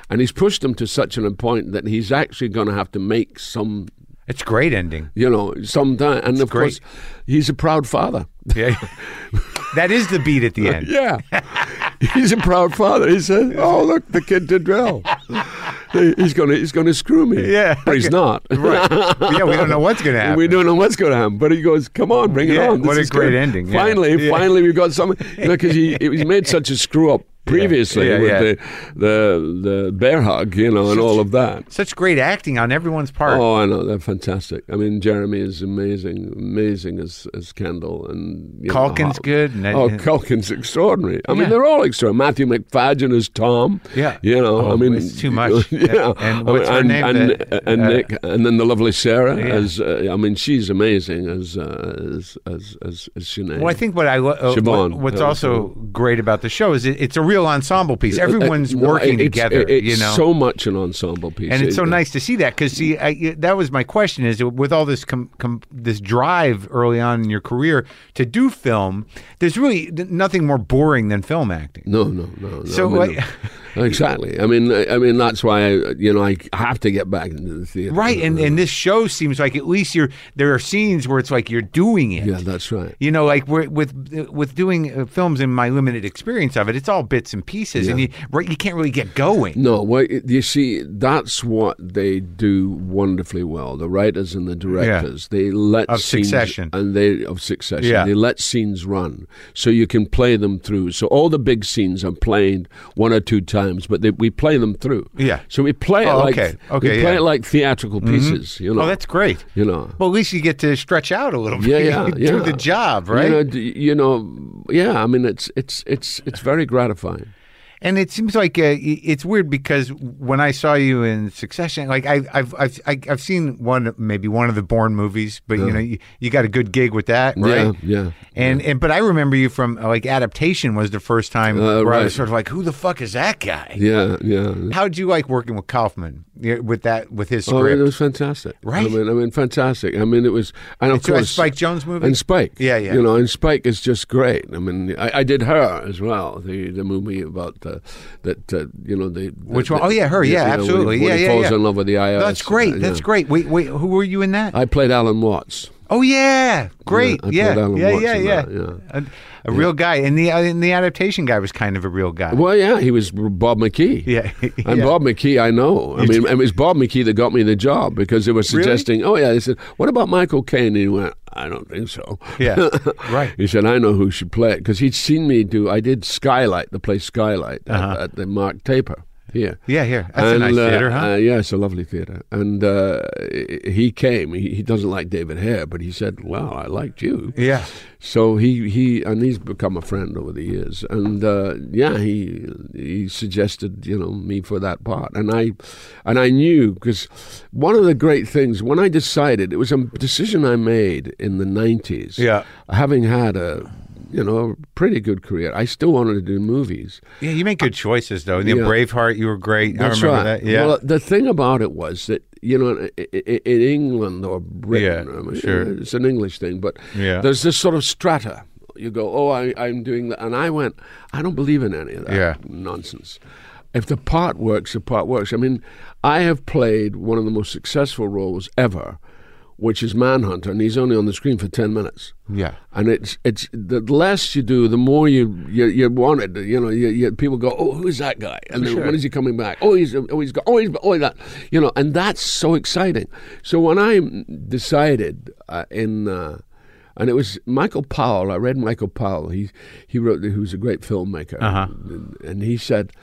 Speaker 3: and he's pushed him to such an point that he's actually going to have to make some,
Speaker 1: It's a great ending.
Speaker 3: you know, some time. And of
Speaker 1: great.
Speaker 3: course, he's a proud father.
Speaker 1: Yeah. that is the beat at the end.
Speaker 3: Yeah. he's a proud father. He says, "Oh, look, the kid did well. he's going to he's going to screw me."
Speaker 1: Yeah.
Speaker 3: but he's not.
Speaker 1: Right. Yeah, we don't know what's going to happen.
Speaker 3: We don't know what's going to happen, but he goes, "Come on, bring it
Speaker 1: Yeah,
Speaker 3: on!" This
Speaker 1: what a
Speaker 3: is
Speaker 1: great
Speaker 3: good."
Speaker 1: ending, yeah.
Speaker 3: Finally,
Speaker 1: Yeah.
Speaker 3: finally, we've got something you know because he he made such a screw up previously
Speaker 1: Yeah,
Speaker 3: with
Speaker 1: yeah.
Speaker 3: the the the bear hug, you know, and all of that.
Speaker 1: Such great acting on everyone's part.
Speaker 3: Oh, I know they're fantastic. I mean, Jeremy is amazing, amazing as as Kendall, and you know,
Speaker 1: Culkin's
Speaker 3: Har-
Speaker 1: good, and-
Speaker 3: oh, Culkin's extraordinary. I
Speaker 1: Yeah.
Speaker 3: mean, they're all extraordinary. Matthew McFadden is Tom.
Speaker 1: Yeah.
Speaker 3: you know,
Speaker 1: Oh,
Speaker 3: I mean,
Speaker 1: it's too much.
Speaker 3: Yeah,
Speaker 1: And- and what's her
Speaker 3: and,
Speaker 1: name
Speaker 3: And,
Speaker 1: that-
Speaker 3: and
Speaker 1: uh,
Speaker 3: Nick, and then the lovely Sarah.
Speaker 1: Yeah.
Speaker 3: As uh, I mean, she's amazing as uh, as as as, as Sinead.
Speaker 1: Well, I think what I lo- uh,
Speaker 3: Siobhan.
Speaker 1: what, what's
Speaker 3: Uh,
Speaker 1: also great about the show is it, it's a real ensemble piece. Everyone's
Speaker 3: Uh, no,
Speaker 1: working
Speaker 3: it's-
Speaker 1: together,
Speaker 3: It's
Speaker 1: you know.
Speaker 3: so much an ensemble piece,
Speaker 1: and it's so
Speaker 3: It-
Speaker 1: nice to see that because see I, y- that was my question is with all this com, com, this drive early on in your career to do film there's really th- nothing more boring than film acting
Speaker 3: No, no, no. no.
Speaker 1: So,
Speaker 3: I mean,
Speaker 1: like-
Speaker 3: no. exactly. I mean, I, I mean that's why I, you know I have to get back into the theater.
Speaker 1: right and and this show seems like at least you're there are scenes where it's like you're doing it
Speaker 3: yeah, that's right.
Speaker 1: You know, like we're, with with doing uh, films in my limited experience of it, it's all bits and pieces, and you right, you can't really get going.
Speaker 3: No, well, it- you see, that's what they do wonderfully well. The writers and the directors, they let
Speaker 1: Of
Speaker 3: scenes,
Speaker 1: Succession.
Speaker 3: and they of succession.
Speaker 1: Yeah.
Speaker 3: They let scenes run, so you can play them through. So all the big scenes are played one or two times, but they, we play them through.
Speaker 1: Yeah.
Speaker 3: So we play
Speaker 1: Oh,
Speaker 3: it like
Speaker 1: okay.
Speaker 3: we
Speaker 1: Okay,
Speaker 3: play
Speaker 1: yeah.
Speaker 3: it like theatrical pieces. You know.
Speaker 1: Oh, that's great.
Speaker 3: you know.
Speaker 1: Well, at least you get to stretch out a little bit.
Speaker 3: yeah, yeah,
Speaker 1: do
Speaker 3: yeah.
Speaker 1: the job, right?
Speaker 3: You know, d- you know, yeah. I mean, it's it's it's it's very gratifying.
Speaker 1: And it seems like uh, i- it's weird because when I saw you in Succession, like I, I've I've I- I've seen one maybe one of the Bourne movies, but you know you, you got a good gig with that, right?
Speaker 3: Yeah, yeah.
Speaker 1: And and but I remember you from uh, like adaptation was the first time
Speaker 3: Uh,
Speaker 1: where I
Speaker 3: right.
Speaker 1: was sort of like, who the fuck is that guy?
Speaker 3: Yeah, yeah.
Speaker 1: How'd you like working with Kaufman yeah, with that with his
Speaker 3: Oh, it
Speaker 1: script?
Speaker 3: was fantastic.
Speaker 1: Right?
Speaker 3: I mean, I mean, fantastic. I mean, it was, and of
Speaker 1: It's a
Speaker 3: course,
Speaker 1: Spike Jonze movie?
Speaker 3: And Spike,
Speaker 1: Yeah, yeah.
Speaker 3: You know, and Spike is just great. I mean, I, I did her as well. The the movie about uh, that, uh, you know, the, the
Speaker 1: Which one?
Speaker 3: the-
Speaker 1: Oh, yeah, her.
Speaker 3: you
Speaker 1: Yeah,
Speaker 3: know, when he-
Speaker 1: absolutely.
Speaker 3: when
Speaker 1: Yeah,
Speaker 3: he
Speaker 1: yeah,
Speaker 3: falls
Speaker 1: yeah.
Speaker 3: in love with the IRS.
Speaker 1: That's great.
Speaker 3: uh,
Speaker 1: That's
Speaker 3: yeah.
Speaker 1: great. Wait, wait, who were you in that?
Speaker 3: I played Alan Watts.
Speaker 1: oh yeah, great.
Speaker 3: I played
Speaker 1: Yeah,
Speaker 3: Alan
Speaker 1: yeah,
Speaker 3: Watts
Speaker 1: yeah,
Speaker 3: in
Speaker 1: yeah.
Speaker 3: that, yeah.
Speaker 1: A, a real guy, and the uh, and the adaptation guy was kind of a real guy.
Speaker 3: Well, yeah, he was Bob McKee.
Speaker 1: Yeah.
Speaker 3: And
Speaker 1: Yeah.
Speaker 3: Bob McKee, I know. I mean, it was Bob McKee that got me the job because they were suggesting, oh, yeah. They said, what about Michael Caine? And he went, I don't think so.
Speaker 1: Yeah, right.
Speaker 3: He said, I know who should play it because he'd seen me do, I did Skylight, the play Skylight at, at the Mark Taper. here.
Speaker 1: Uh-huh. Yeah, here. That's a nice
Speaker 3: uh,
Speaker 1: theater, huh?
Speaker 3: uh, yeah, it's a lovely theater. And uh, he came. He, he doesn't like David Hare, but he said, "Well, I liked you."
Speaker 1: yeah.
Speaker 3: So he, he and he's become a friend over the years, and uh, yeah, he he suggested you know me for that part, and I and I knew because one of the great things when I decided it was a decision I made in the nineties,
Speaker 1: Yeah.
Speaker 3: having had a you know a pretty good career, I still wanted to do movies.
Speaker 1: Yeah, you make good choices though. And then
Speaker 3: Yeah.
Speaker 1: Braveheart, you were great.
Speaker 3: That's
Speaker 1: I remember
Speaker 3: right.
Speaker 1: that. Yeah.
Speaker 3: Well, the thing about it was that you know, i- i- in England or Britain,
Speaker 1: Yeah,
Speaker 3: I mean,
Speaker 1: sure.
Speaker 3: it's an English thing, but
Speaker 1: Yeah.
Speaker 3: there's this sort of strata. You go, oh, I, I'm doing that, and I went, I don't believe in any of that
Speaker 1: Yeah.
Speaker 3: nonsense. If the part works, the part works. I mean, I have played one of the most successful roles ever, which is Manhunter, and he's only on the screen for ten minutes.
Speaker 1: yeah.
Speaker 3: And it's it's the less you do, the more you you, you want it. You know, you, you, people go, "Oh, who's that guy?" And then when is he coming back? Oh, he's oh he's got oh he's oh that you know, and that's so exciting. So when I decided uh, in. Uh, and it was Michael Powell. I read Michael Powell. He he wrote, who's a great filmmaker, and, and he said,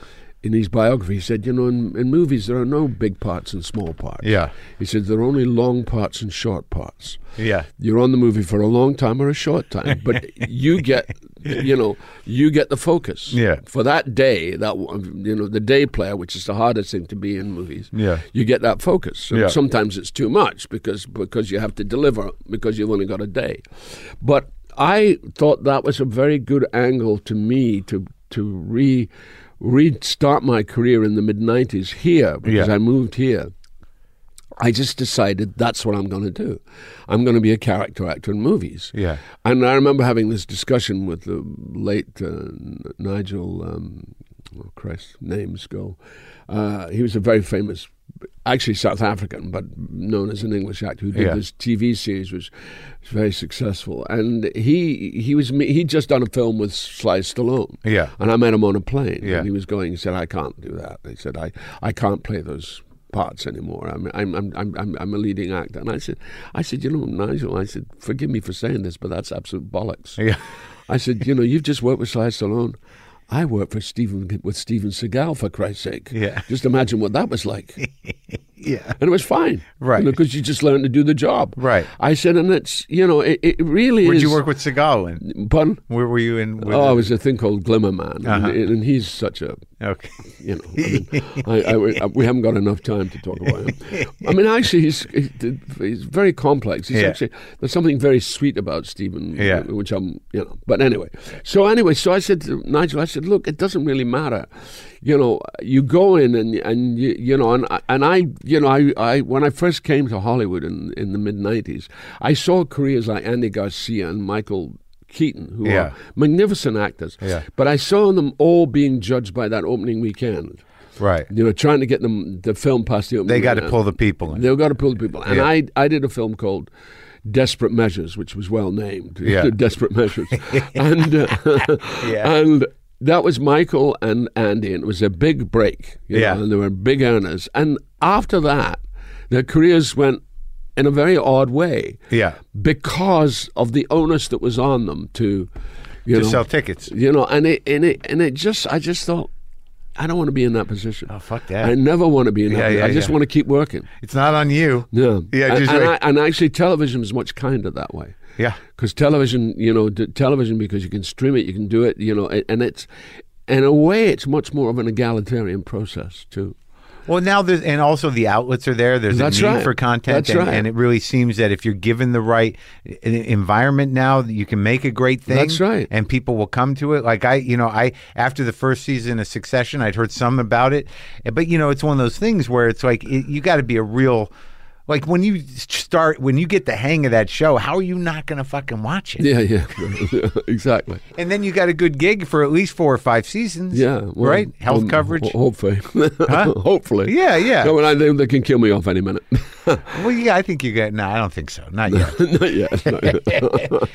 Speaker 3: in his biography, he said, you know, in, in movies there are no big parts and small parts.
Speaker 1: Yeah.
Speaker 3: He said there are only long parts and short parts
Speaker 1: Yeah.
Speaker 3: you're on the movie for a long time or a short time, but you get, you know, you get the focus.
Speaker 1: Yeah.
Speaker 3: For that day, that one- you know, the day player, which is the hardest thing to be in movies.
Speaker 1: Yeah.
Speaker 3: You get that focus. So
Speaker 1: Yeah.
Speaker 3: Sometimes it's too much because because you have to deliver because you've only got a day, but I thought that was a very good angle to me to to re restart my career in the mid '90s here because
Speaker 1: Yeah.
Speaker 3: I moved here. I just decided that's what I'm going to do. I'm going to be a character actor in movies.
Speaker 1: Yeah.
Speaker 3: And I remember having this discussion with the late uh, N- Nigel, um, oh Christ, names go. Uh, he was a very famous, actually South African, but known as an English actor who did
Speaker 1: Yeah.
Speaker 3: this TV series, which was very successful. And he he was me- he'd just done a film with Sly Stallone.
Speaker 1: Yeah.
Speaker 3: And I met him on a plane.
Speaker 1: Yeah.
Speaker 3: And he was going. He said, "I can't do that." He said, "I, I can't play those parts anymore. I'm, I'm, I'm, I'm, I'm, I'm a leading actor." And I said, "I said, you know, Nigel, I said, forgive me for saying this, but that's absolute bollocks."
Speaker 1: Yeah.
Speaker 3: I said, "You know, you've just worked with Sly Stallone." I worked for Steven with Steven Seagal for Christ's sake.
Speaker 1: Yeah.
Speaker 3: Just imagine what that was like
Speaker 1: Yeah.
Speaker 3: and it was fine,
Speaker 1: Right.
Speaker 3: Because you, know, 'cause you just learned to do the job,
Speaker 1: Right.
Speaker 3: I said, and it's you know, it, it really
Speaker 1: Where'd
Speaker 3: is.
Speaker 1: you work with Seagal in?
Speaker 3: Pardon?
Speaker 1: Where were you in? With
Speaker 3: Oh, it was a thing called Glimmer Man,
Speaker 1: Uh-huh.
Speaker 3: and, and he's such a
Speaker 1: okay.
Speaker 3: you know, I mean, I, I- we- I- we haven't got enough time to talk about him. I mean, actually, he's he's very complex. He's
Speaker 1: Yeah.
Speaker 3: actually there's something very sweet about Stephen, uh,
Speaker 1: Yeah.
Speaker 3: which I'm you know. But anyway, so anyway, so I said to Nigel, I said, look, it doesn't really matter, you know. You go in and and you, you know, and I- and I you know, I, I when I first came to Hollywood in in the mid '90s, I saw careers like Andy Garcia and Michael. Keaton, who
Speaker 1: Yeah.
Speaker 3: are magnificent actors,
Speaker 1: Yeah.
Speaker 3: but I saw them all being judged by that opening weekend.
Speaker 1: Right.
Speaker 3: You know, trying to get them the film past the opening.
Speaker 1: They got to
Speaker 3: weekend.
Speaker 1: pull the people in.
Speaker 3: They've got to pull the people. And
Speaker 1: Yeah.
Speaker 3: I, I did a film called Desperate Measures, which was well named.
Speaker 1: Yeah.
Speaker 3: Desperate Measures, and uh,
Speaker 1: Yeah.
Speaker 3: and that was Michael and Andy, and it was a big break. you
Speaker 1: Yeah.
Speaker 3: know, and they were big earners. And after that, their careers went in a very odd way.
Speaker 1: Yeah.
Speaker 3: because of the onus that was on them to, you
Speaker 1: To
Speaker 3: know,
Speaker 1: sell tickets.
Speaker 3: you know, and it and it and it just I just thought I don't want to be in that position.
Speaker 1: Oh, fuck that.
Speaker 3: I never want to be in that.
Speaker 1: Yeah,
Speaker 3: position.
Speaker 1: yeah,
Speaker 3: I just
Speaker 1: yeah.
Speaker 3: want to keep working.
Speaker 1: It's not on you.
Speaker 3: Yeah,
Speaker 1: Yeah.
Speaker 3: And,
Speaker 1: Just
Speaker 3: and,
Speaker 1: wait.
Speaker 3: I, and actually, television is much kinder that way.
Speaker 1: yeah.
Speaker 3: Because television, you know, d- television because you can stream it, you can do it, you know, a- and it's in a way it's much more of an egalitarian process too.
Speaker 1: Well, now there's, and also the outlets are there. There's
Speaker 3: That's
Speaker 1: a need
Speaker 3: right.
Speaker 1: for content,
Speaker 3: That's
Speaker 1: and,
Speaker 3: right.
Speaker 1: and it really seems that if you're given the right e- environment now, that you can make a great thing.
Speaker 3: That's right.
Speaker 1: and people will come to it. Like I, you know, I after the first season of Succession, I'd heard some about it, but you know, it's one of those things where it's like it, you got to be a real. Like when you start, when you get the hang of that show, how are you not going to fucking watch it?
Speaker 3: Yeah, yeah, exactly.
Speaker 1: And then you got a good gig for at least four or five seasons.
Speaker 3: Yeah, well,
Speaker 1: right. Health
Speaker 3: um,
Speaker 1: coverage.
Speaker 3: ho- Hopefully, hopefully.
Speaker 1: Yeah, yeah.
Speaker 3: No, and I, they, they can kill me off any minute.
Speaker 1: Well, yeah, I think you got. No, I don't think so. Not yet.
Speaker 3: not yet. Not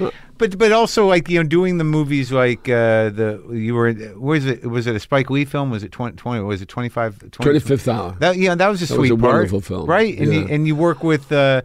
Speaker 3: yet.
Speaker 1: But but also like you know doing the movies like uh, the you were was it was it a Spike Lee film was it 20, 20 was it 25
Speaker 3: 25th hour.
Speaker 1: that yeah that was a
Speaker 3: was
Speaker 1: sweet
Speaker 3: a
Speaker 1: part
Speaker 3: wonderful film.
Speaker 1: right and you,
Speaker 3: Yeah.
Speaker 1: and you work with uh,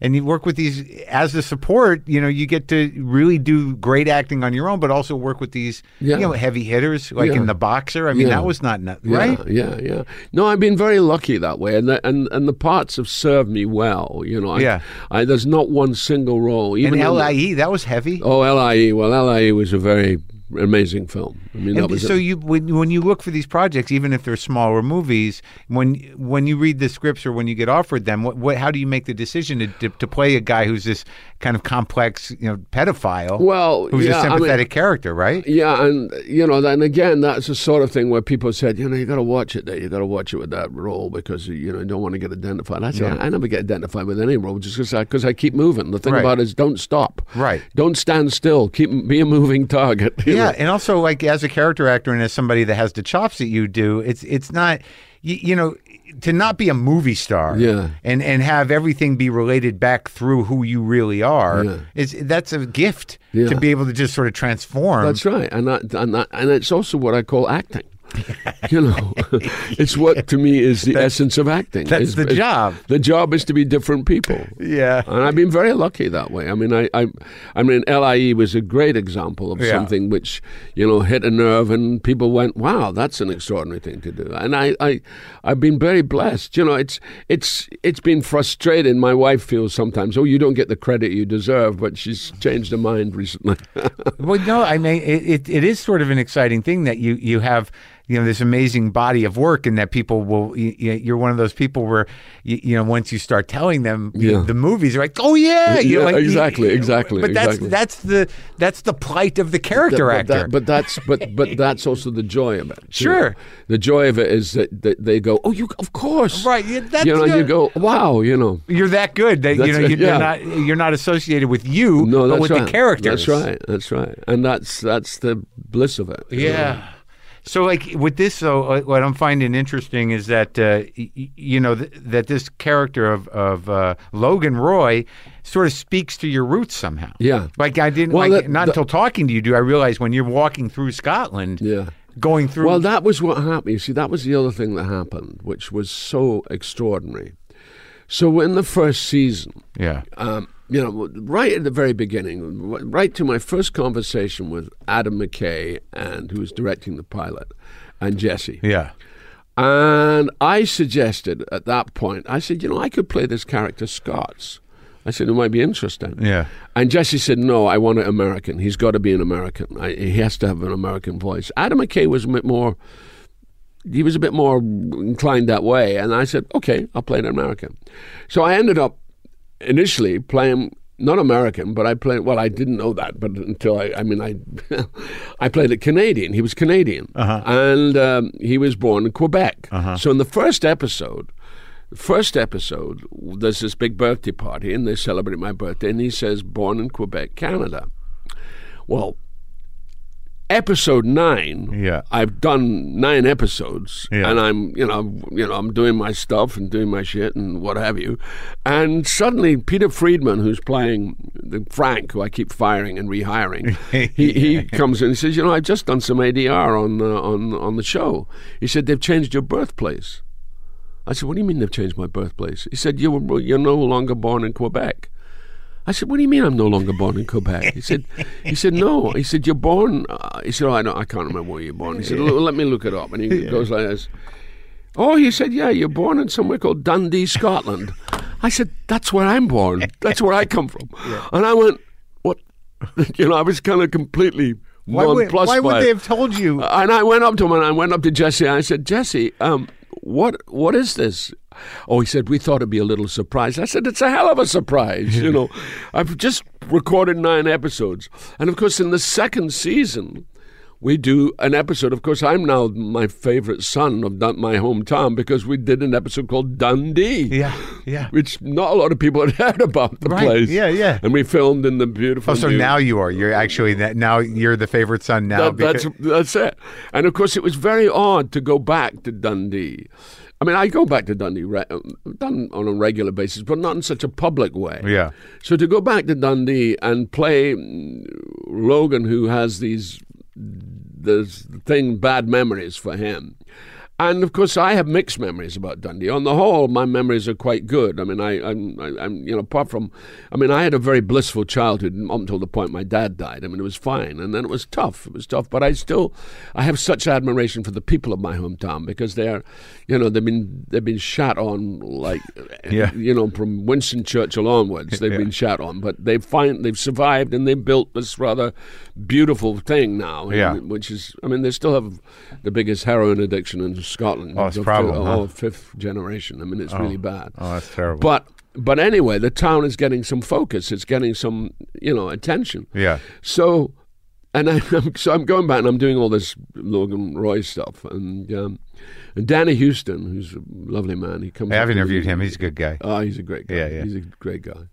Speaker 1: and you work with these as the support. You know, you get to really do great acting on your own, but also work with these
Speaker 3: Yeah.
Speaker 1: you know heavy hitters like
Speaker 3: Yeah.
Speaker 1: in the boxer. I mean,
Speaker 3: Yeah.
Speaker 1: that was not no-
Speaker 3: Yeah,
Speaker 1: right.
Speaker 3: Yeah, yeah. No, I've been very lucky that way, and the, and and the parts have served me well. You know, I,
Speaker 1: Yeah.
Speaker 3: I, there's not one single role.
Speaker 1: And E?
Speaker 3: Even in the-
Speaker 1: Lie, that was heavy.
Speaker 3: oh, Lie. Well, Lie was a very amazing film. I mean, that
Speaker 1: And
Speaker 3: was
Speaker 1: so
Speaker 3: a,
Speaker 1: you when when you look for these projects, even if they're smaller movies, when when you read the scripts or when you get offered them, what, what how do you make the decision to, to to play a guy who's this kind of complex, you know, pedophile?
Speaker 3: Well,
Speaker 1: who's
Speaker 3: yeah, I
Speaker 1: a
Speaker 3: mean-
Speaker 1: sympathetic character, right?
Speaker 3: Yeah, and you know, then again, that's the sort of thing where people said, you know, you got to watch it. There, you got to watch it with that role because you know you don't want to get identified. I said, I never get identified with any role just because I, 'cause I keep moving. The thing
Speaker 1: Right.
Speaker 3: about it is, don't stop.
Speaker 1: Right.
Speaker 3: Don't stand still. Keep be a moving target. you
Speaker 1: Yeah,
Speaker 3: know.
Speaker 1: and also like as a character actor and as somebody that has the chops that you do, it's it's not you, you know to not be a movie star
Speaker 3: Yeah.
Speaker 1: and and have everything be related back through who you really are
Speaker 3: Yeah.
Speaker 1: is that's a gift
Speaker 3: Yeah.
Speaker 1: to be able to just sort of transform.
Speaker 3: That's right, and that, and that, and it's also what I call acting. you know, it's what to me is the essence of acting.
Speaker 1: that's
Speaker 3: is-
Speaker 1: the
Speaker 3: is-
Speaker 1: job.
Speaker 3: The job is to be different people.
Speaker 1: yeah.
Speaker 3: And I've been very lucky that way. I mean, I, I, I mean, LIE was a great example of
Speaker 1: Yeah.
Speaker 3: something which, you know, hit a nerve, and people went, "Wow, that's an extraordinary thing to do." And I, I, I've been very blessed. You know, it's, it's, it's been frustrating. My wife feels sometimes, "Oh, you don't get the credit you deserve," but she's changed her mind recently.
Speaker 1: Well, no, I mean it, it. It is sort of an exciting thing that you you have you know this amazing body of work, and that people will. You, you're one of those people where you, you know once you start telling them
Speaker 3: Yeah.
Speaker 1: the movies, are like, oh yeah, you know,
Speaker 3: Yeah,
Speaker 1: like,
Speaker 3: exactly, exactly,
Speaker 1: But that's
Speaker 3: exactly.
Speaker 1: that's the that's the plight of the character
Speaker 3: But
Speaker 1: actor.
Speaker 3: that- But, that's but but that's also the joy of it. too.
Speaker 1: Sure.
Speaker 3: the joy of it is that, that they go, oh, you of course,
Speaker 1: Right, yeah, that's
Speaker 3: you know, and you
Speaker 1: good.
Speaker 3: go, wow, you know.
Speaker 1: you're that good that you
Speaker 3: That's
Speaker 1: know
Speaker 3: right,
Speaker 1: you,
Speaker 3: yeah.
Speaker 1: are not you're not associated with you,
Speaker 3: No,
Speaker 1: but
Speaker 3: that's
Speaker 1: with
Speaker 3: right.
Speaker 1: the characters.
Speaker 3: That's right. That's right. And that's that's the bliss of it. you know.
Speaker 1: Yeah. So, like with this, though, uh, what I'm finding interesting is that uh, y- y- you know th- that this character of of uh, Logan Roy sort of speaks to your roots somehow.
Speaker 3: Yeah.
Speaker 1: Like I didn't.
Speaker 3: Well,
Speaker 1: like,
Speaker 3: that-
Speaker 1: not
Speaker 3: that-
Speaker 1: until talking to you do I realize when you're walking through Scotland.
Speaker 3: Yeah.
Speaker 1: Going through.
Speaker 3: Well, that was what happened. You see, that was the other thing that happened, which was so extraordinary. So in the first season,
Speaker 1: yeah.
Speaker 3: um, you know, right at the very beginning, w- right to my first conversation with Adam McKay and who was directing the pilot, and Jesse.
Speaker 1: Yeah.
Speaker 3: And I suggested at that point, I said, you know, I could play this character Scots. I said, it might be interesting.
Speaker 1: Yeah.
Speaker 3: And Jesse said, no, I want an American. He's got to be an American. I, he has to have an American voice. Adam McKay was a bit more, he was a bit more inclined that way. And I said, okay, I'll play an American. So I ended up initially playing not American, but I played. Well, I didn't know that, but until I, I mean, I, I played it Canadian. He was Canadian, and um, he was born in Quebec. So in the first episode. First episode, there's this big birthday party, and they celebrate my birthday, and he says, "Born in Quebec, Canada." Well, episode nine,
Speaker 1: Yeah.
Speaker 3: I've done nine episodes,
Speaker 1: Yeah.
Speaker 3: and I'm you know you know I'm doing my stuff and doing my shit and what have you, and suddenly Peter Friedman, who's playing the Frank, who I keep firing and rehiring, he, he comes in and says, you know I've just done some ADR on uh, on on the show. He said they've changed your birthplace. I said, what do you mean they've changed my birthplace? He said you were you're no longer born in Quebec. I said, "What do you mean I'm no longer born in Quebec?" He said, "He said no." He said, "You're born." Uh, he said, "Oh, I know, I can't remember where you're born." He said, "Let me look it up." And he goes like this. Oh, he said, "Yeah, you're born in somewhere called Dundee, Scotland." I said, "That's where I'm born. That's where I come from." And I went, "What?" you know, I was kind of completely
Speaker 1: Why would,
Speaker 3: nonplussed
Speaker 1: why
Speaker 3: by
Speaker 1: would
Speaker 3: it.
Speaker 1: they have told you?
Speaker 3: Uh, And I went up to him and I went up to Jesse and I said, Jesse, um, what what is this? Oh, he said, we thought it'd be a little surprise. I said, it's a hell of a surprise, you know. I've just recorded nine episodes. And of course, in the second season, we do an episode. Of course, I'm now my favorite son of Dun- my hometown because we did an episode called Dundee.
Speaker 1: Yeah, yeah.
Speaker 3: Which not a lot of people had heard about the
Speaker 1: Right,
Speaker 3: place.
Speaker 1: yeah, yeah.
Speaker 3: And we filmed in the beautiful.
Speaker 1: oh, so
Speaker 3: new-
Speaker 1: now you are. You're actually that. Now you're the favorite son. Now
Speaker 3: that- that's
Speaker 1: because-
Speaker 3: that's it. And of course, it was very odd to go back to Dundee. I mean, I go back to Dundee re- um, done on a regular basis, but not in such a public way.
Speaker 1: Yeah.
Speaker 3: So to go back to Dundee and play mm, Logan, who has these this thing bad memories for him. And of course, I have mixed memories about Dundee. On the whole, my memories are quite good. I mean, I, I'm, I, I'm, you know, apart from, I mean, I had a very blissful childhood up until the point my dad died. I mean, it was fine, and then it was tough. It was tough, but I still, I have such admiration for the people of my hometown because they are, you know, they've been they've been shot on like,
Speaker 1: Yeah.
Speaker 3: you know, from Winston Churchill onwards, they've been shot on, but they find they've survived and they built this rather beautiful thing now.
Speaker 1: Yeah.
Speaker 3: and- which is, I mean, they still have the biggest heroin addiction in Scotland.
Speaker 1: Oh, it's
Speaker 3: The fi-
Speaker 1: problem,
Speaker 3: oh,
Speaker 1: huh?
Speaker 3: fifth generation. I mean, it's really bad.
Speaker 1: Oh, that's terrible.
Speaker 3: But but anyway, the town is getting some focus. It's getting some you know attention.
Speaker 1: yeah.
Speaker 3: So, and I, I'm so I'm going back and I'm doing all this Logan Roy stuff and um, and Danny Houston, who's a lovely man. He comes. up
Speaker 1: I've
Speaker 3: to me-
Speaker 1: interviewed him. He's a good guy.
Speaker 3: Oh, he's a great guy.
Speaker 1: Yeah, yeah.
Speaker 3: He's a great guy.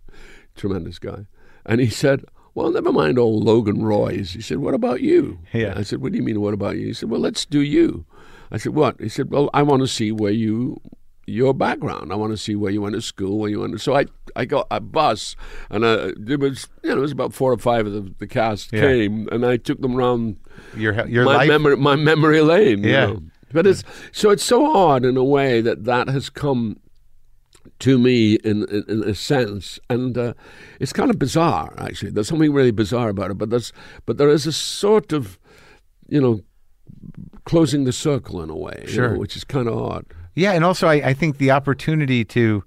Speaker 3: Tremendous guy. And he said, Well, never mind old Logan Roy's. He said, What about you?
Speaker 1: Yeah.
Speaker 3: I said, What do you mean, what about you? He said, Well, let's do you. I said, What? He said, Well, I want to see where you your background. I want to see where you went to school, where you went to so I I got a bus and uh there was you know, it was about four or five of the, the cast
Speaker 1: Yeah.
Speaker 3: came and I took them round
Speaker 1: Your your
Speaker 3: my
Speaker 1: life.
Speaker 3: memory my memory lane. you
Speaker 1: Yeah.
Speaker 3: know. But it's so it's so odd in a way that that has come to me in in, in a sense, and uh, it's kind of bizarre actually. There's something really bizarre about it, but there's but there is a sort of you know closing the circle in a way, you
Speaker 1: Sure.
Speaker 3: know, which is kind of odd.
Speaker 1: Yeah, and also I, I think the opportunity to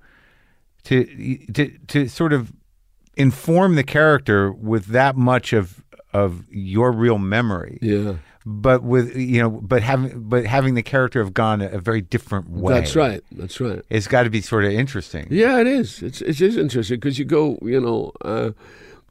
Speaker 1: to to to sort of inform the character with that much of of your real memory,
Speaker 3: Yeah.
Speaker 1: but with you know, but having but having the character have gone a, a very different way.
Speaker 3: That's right. That's right.
Speaker 1: It's got to be sort of interesting.
Speaker 3: Yeah, it is. It's it is interesting because you go, you know, uh,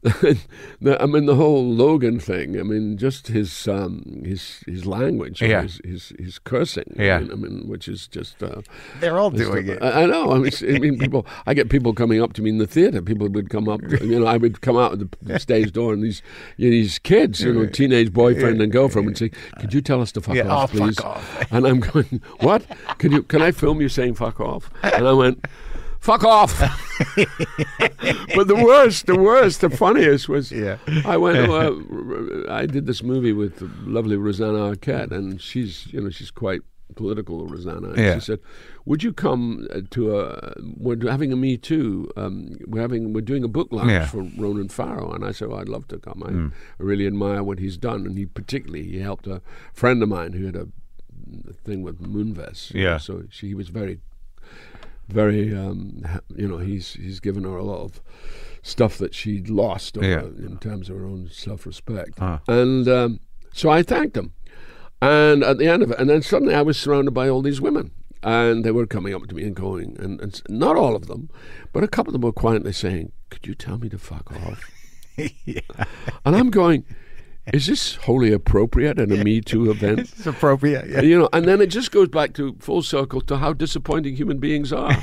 Speaker 3: the, I mean the whole Logan thing. I mean, just his um, his his language, or
Speaker 1: Yeah.
Speaker 3: his, his his cursing. I
Speaker 1: Yeah.
Speaker 3: mean- I mean, which is just. Uh,
Speaker 1: They're all doing it.
Speaker 3: I, I know. I mean, it's- I mean, people. I get people coming up to me in the theater. People would come up. You know, I would come out of the stage door, and these you know, these kids, you know, teenage boyfriend and girlfriend, would say, "Could you tell us to fuck
Speaker 1: Yeah,
Speaker 3: off,
Speaker 1: oh, fuck
Speaker 3: please?"
Speaker 1: off.
Speaker 3: And I'm going, "What? Can you? Can I film you saying fuck off?" And I went. Fuck off! but the worst, the worst, the funniest was
Speaker 1: Yeah.
Speaker 3: I went. to, Uh, r- r- I did this movie with the lovely Rosanna Arquette, and she's you know she's quite political, Rosanna. And
Speaker 1: Yeah.
Speaker 3: She said, "Would you come uh, to a? We're do- having a Me Too. Um, we're having we're doing a book launch
Speaker 1: Yeah. Mm.
Speaker 3: for Ronan Farrow." And I said, well, "I'd love to come. I, I really admire what he's done, and he particularly he helped a friend of mine who had a thing with Moonves. you know,
Speaker 1: Yeah.
Speaker 3: so she was very very um, ha- you know he's he's given her a lot of stuff that she'd lost over,
Speaker 1: Yeah.
Speaker 3: in terms of her own self-respect and um, so i thanked him and at the end of it and then suddenly i was surrounded by all these women and they were coming up to me and going and, and s- not all of them but a couple of them were quietly saying could you tell me to fuck off and i'm going is this wholly appropriate in a me too event
Speaker 1: It's appropriate. Yeah.
Speaker 3: you know, and then it just goes back to full circle to how disappointing human beings are.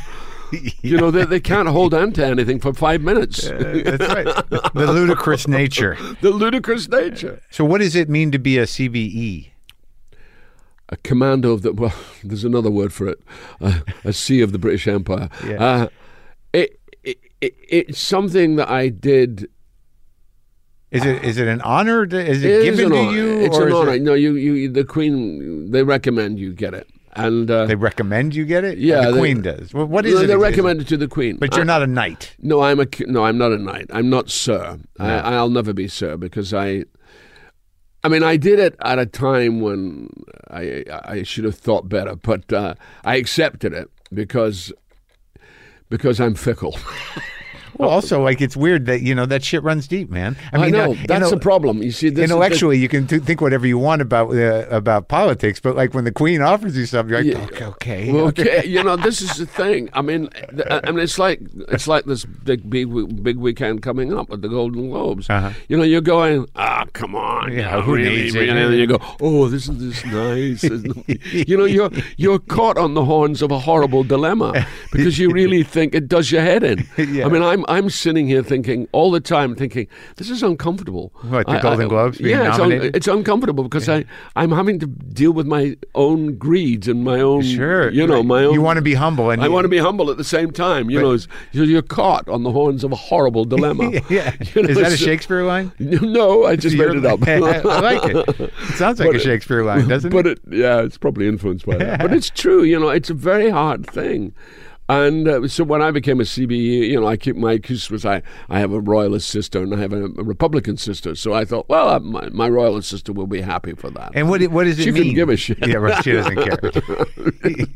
Speaker 3: You know, they, they can't hold on to anything for five minutes.
Speaker 1: Uh, That's right. the ludicrous nature.
Speaker 3: the ludicrous nature.
Speaker 1: So, what does it mean to be a E? CBE?
Speaker 3: A commando of the, well, there's another word for it, uh, a sea of the British Empire.
Speaker 1: Yeah.
Speaker 3: Uh, it, it, it, it's something that I did
Speaker 1: Is it is it an honor? To, is it,
Speaker 3: is
Speaker 1: given
Speaker 3: an
Speaker 1: to
Speaker 3: honor.
Speaker 1: you?
Speaker 3: It's
Speaker 1: or
Speaker 3: an
Speaker 1: is
Speaker 3: honor.
Speaker 1: It,
Speaker 3: No, you, you, the Queen, they recommend you get it. And uh,
Speaker 1: they recommend you get it.
Speaker 3: Yeah,
Speaker 1: the
Speaker 3: they-
Speaker 1: Queen does. Well, what is
Speaker 3: they,
Speaker 1: it?
Speaker 3: they
Speaker 1: ex-
Speaker 3: recommend it to the Queen.
Speaker 1: But you're not a knight.
Speaker 3: No, I'm a cu- no. I'm not a knight. I'm not sir. I, I'll never be sir because I. I mean, I did it at a time when I I should have thought better, but uh, I accepted it because because I'm fickle.
Speaker 1: Well, also, like it's weird that you know that shit runs deep, man. I
Speaker 3: I,
Speaker 1: mean,
Speaker 3: know
Speaker 1: uh, you
Speaker 3: that's
Speaker 1: know,
Speaker 3: the problem. You see, this is the-
Speaker 1: Intellectually, you can th- think whatever you want about uh, about politics, but like when the Queen offers you something, you're like,
Speaker 3: Yeah.
Speaker 1: okay, okay,
Speaker 3: Well, okay, you know this is the thing. I mean, th- I mean it's like it's like this big big we- big weekend coming up at the Golden Globes.
Speaker 1: Uh-huh.
Speaker 3: You know, you're going, ah, come on,
Speaker 1: Yeah,
Speaker 3: yeah,
Speaker 1: who
Speaker 3: really,
Speaker 1: needs it?
Speaker 3: really? And then you go, oh, isn't this nice? Isn't it?" you know, you're you're caught on the horns of a horrible dilemma because you really think it does your head in.
Speaker 1: Yeah.
Speaker 3: I mean, I'm I'm sitting here thinking all the time, thinking this is uncomfortable.
Speaker 1: What, the
Speaker 3: I- I-
Speaker 1: Golden Globes being
Speaker 3: yeah, it's un-
Speaker 1: nominated?
Speaker 3: it's uncomfortable because I I'm having to deal with my own greeds and my own
Speaker 1: sure,
Speaker 3: you know my own
Speaker 1: You want to be humble, and
Speaker 3: I
Speaker 1: you-
Speaker 3: want to be humble at the same time you know it's, you're you're caught on the horns of a horrible dilemma
Speaker 1: Yeah,
Speaker 3: You know,
Speaker 1: is that a
Speaker 3: it's-
Speaker 1: Shakespeare line?
Speaker 3: no I just
Speaker 1: You Shakespeare.
Speaker 3: made it up.
Speaker 1: I like it. It sounds like a
Speaker 3: But it-
Speaker 1: Shakespeare line, doesn't
Speaker 3: but
Speaker 1: it?
Speaker 3: it, yeah, it's probably influenced by that. but it's true, you know, it's a very hard thing. And uh, so when I became a CBE, you know, I keep my excuse was I, I have a royalist sister and I have a, a Republican sister. So I thought, well, uh, my, my royalist sister will be happy for that.
Speaker 1: And what it- what does it
Speaker 3: She
Speaker 1: mean?
Speaker 3: couldn't give a shit.
Speaker 1: Yeah, right. She doesn't care.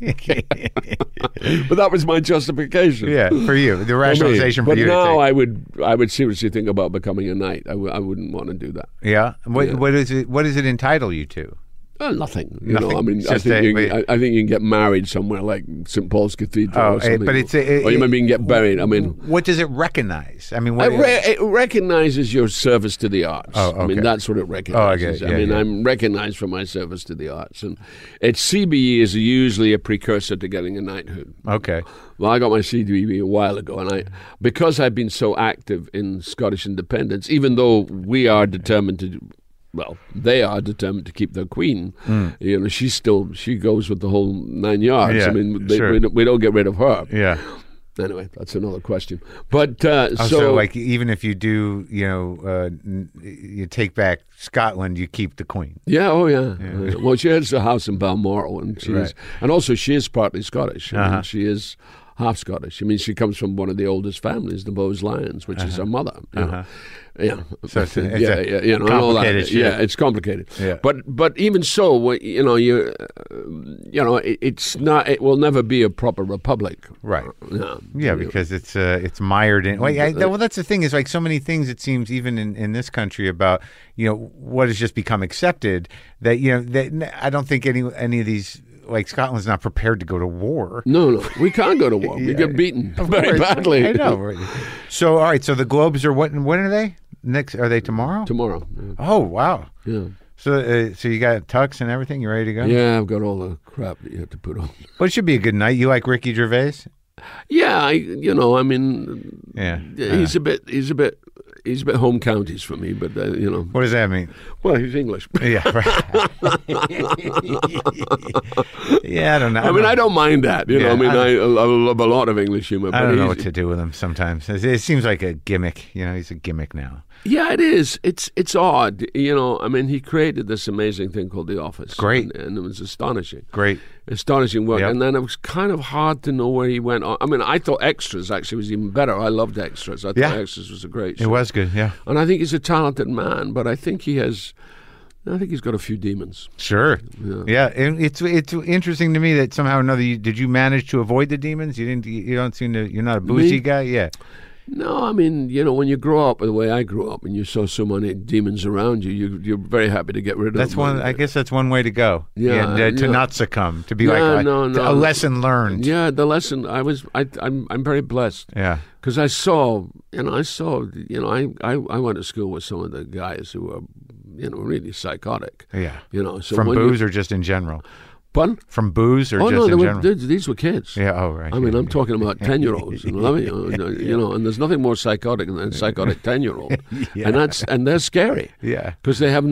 Speaker 3: but that was my justification.
Speaker 1: yeah, for you, the
Speaker 3: For me.
Speaker 1: rationalization for
Speaker 3: but
Speaker 1: you. to
Speaker 3: now
Speaker 1: take.
Speaker 3: I would I would seriously think about becoming a knight. I w- I wouldn't want to do that.
Speaker 1: yeah. What what is it? What does it entitle you to?
Speaker 3: Well, Uh, nothing. You
Speaker 1: Nothing.
Speaker 3: know, I mean,
Speaker 1: It's
Speaker 3: I
Speaker 1: just a-
Speaker 3: think, you can,
Speaker 1: wait.
Speaker 3: I, I think you can get married somewhere like St Paul's Cathedral
Speaker 1: Oh,
Speaker 3: or
Speaker 1: eh, mm,
Speaker 3: something.
Speaker 1: but it's a-
Speaker 3: or you
Speaker 1: it-
Speaker 3: maybe can get buried. I mean,
Speaker 1: What does it recognize? I mean, what?
Speaker 3: it, re- it recognizes your service to the arts.
Speaker 1: Oh,
Speaker 3: I mean,
Speaker 1: okay.
Speaker 3: that's what it recognizes.
Speaker 1: yeah,
Speaker 3: I mean,
Speaker 1: yeah.
Speaker 3: I'm recognized for my service to the arts, and it's CBE is usually a precursor to getting a knighthood.
Speaker 1: okay.
Speaker 3: Well, I got my CBE a while ago, and I, because I've been so active in Scottish independence, even though we are determined to, well, they are determined to keep their queen.
Speaker 1: Hmm.
Speaker 3: You know, she's still she goes with the whole nine yards.
Speaker 1: Yeah,
Speaker 3: I mean, they,
Speaker 1: sure.
Speaker 3: we, don't, we don't get rid of her.
Speaker 1: Yeah.
Speaker 3: Anyway, that's another question. But uh,
Speaker 1: Oh,
Speaker 3: so,
Speaker 1: so, like, even if you do, you know, uh, n- you take back Scotland, you keep the Queen.
Speaker 3: yeah, oh yeah. Uh, Well, she has a house in Balmoral, and she
Speaker 1: Right.
Speaker 3: is, and also she is partly Scottish. I mean,
Speaker 1: Uh-huh.
Speaker 3: she is. Half Scottish. I mean, she comes from one of the oldest families, the Bowes Lyons, which is her mother. you know. Yeah,
Speaker 1: Uh-huh. So it's a- it's
Speaker 3: yeah,
Speaker 1: a
Speaker 3: yeah, you know, and all that.
Speaker 1: complicated shit.
Speaker 3: Yeah, it's complicated.
Speaker 1: Yeah.
Speaker 3: But but even so, wh- you know, you uh, you know, it, it's not. It will never be a proper republic.
Speaker 1: Right.
Speaker 3: Yeah.
Speaker 1: Yeah, because it's uh, it's mired in. Like, I, well, that's the thing is like so many things. It seems even in, in this country about you know what has just become accepted that you know that I don't think any any of these like Scotland's not prepared to go to war.
Speaker 3: No, no, we can't go to war. We
Speaker 1: Yeah.
Speaker 3: get beaten
Speaker 1: Of course.
Speaker 3: very badly.
Speaker 1: I know. right. So all right, so the Globes are what? When are they? Next? Are they tomorrow?
Speaker 3: Tomorrow.
Speaker 1: oh wow!
Speaker 3: Yeah.
Speaker 1: So uh, so you got tux and everything. You ready to go?
Speaker 3: Yeah, I've got all the crap that you have to put on.
Speaker 1: Well, it should be a good night. You like Ricky Gervais?
Speaker 3: Yeah, I, you know, I mean,
Speaker 1: Yeah. Uh,
Speaker 3: he's a bit, he's a bit, he's a bit home counties for me, but uh, you know,
Speaker 1: What does that mean?
Speaker 3: well, he's English.
Speaker 1: Yeah. Right. yeah, I don't know.
Speaker 3: I mean, I don't mind that. You
Speaker 1: Yeah,
Speaker 3: know, I mean,
Speaker 1: I-
Speaker 3: I, I love a lot of English humor.
Speaker 1: I
Speaker 3: but
Speaker 1: don't know
Speaker 3: he's-
Speaker 1: what to do with him sometimes. It, it seems like a gimmick. You know, he's a gimmick now.
Speaker 3: Yeah, it is. It's it's odd, you know. I mean, he created this amazing thing called The Office.
Speaker 1: Great.
Speaker 3: and, and it was astonishing,
Speaker 1: Great.
Speaker 3: astonishing work.
Speaker 1: Yep.
Speaker 3: And then it was kind of hard to know where he went on. I mean, I thought Extras actually was even better. I loved Extras. I thought
Speaker 1: Yeah.
Speaker 3: Extras was a great
Speaker 1: It
Speaker 3: show.
Speaker 1: was good. Yeah.
Speaker 3: And I think he's a talented man, but I think he has, I think he's got a few demons.
Speaker 1: Sure. Yeah.
Speaker 3: Yeah.
Speaker 1: and it's it's interesting to me that somehow or another you, did you manage to avoid the demons? You didn't. You don't seem to. You're not a bougie guy. Yeah.
Speaker 3: No, I mean, you know, when you grow up the way I grew up, and you saw so many demons around you, you you're very happy to get rid of
Speaker 1: That's
Speaker 3: them.
Speaker 1: one. I guess that's one way to go.
Speaker 3: Yeah,
Speaker 1: to, to
Speaker 3: yeah.
Speaker 1: not succumb. To be
Speaker 3: No,
Speaker 1: like a,
Speaker 3: no,
Speaker 1: to- a
Speaker 3: no.
Speaker 1: lesson learned. Yeah.
Speaker 3: Yeah, the lesson I was, I, I'm, I'm very blessed. Because I saw, you know, I saw, you know, I, I, I went to school with some of the guys who were, you know, really psychotic.
Speaker 1: Yeah.
Speaker 3: You know, so
Speaker 1: From
Speaker 3: when
Speaker 1: booze
Speaker 3: you,
Speaker 1: or just in general.
Speaker 3: pardon?
Speaker 1: From booze or
Speaker 3: Oh
Speaker 1: just
Speaker 3: no,
Speaker 1: in
Speaker 3: they were,
Speaker 1: general.
Speaker 3: they- these were kids.
Speaker 1: yeah. Oh right.
Speaker 3: I mean, uh, I'm talking about ten-year-olds, and love you, know, you know, and there's nothing more psychotic than a psychotic ten-year-old, and that's and they're scary
Speaker 1: Yeah.
Speaker 3: because they have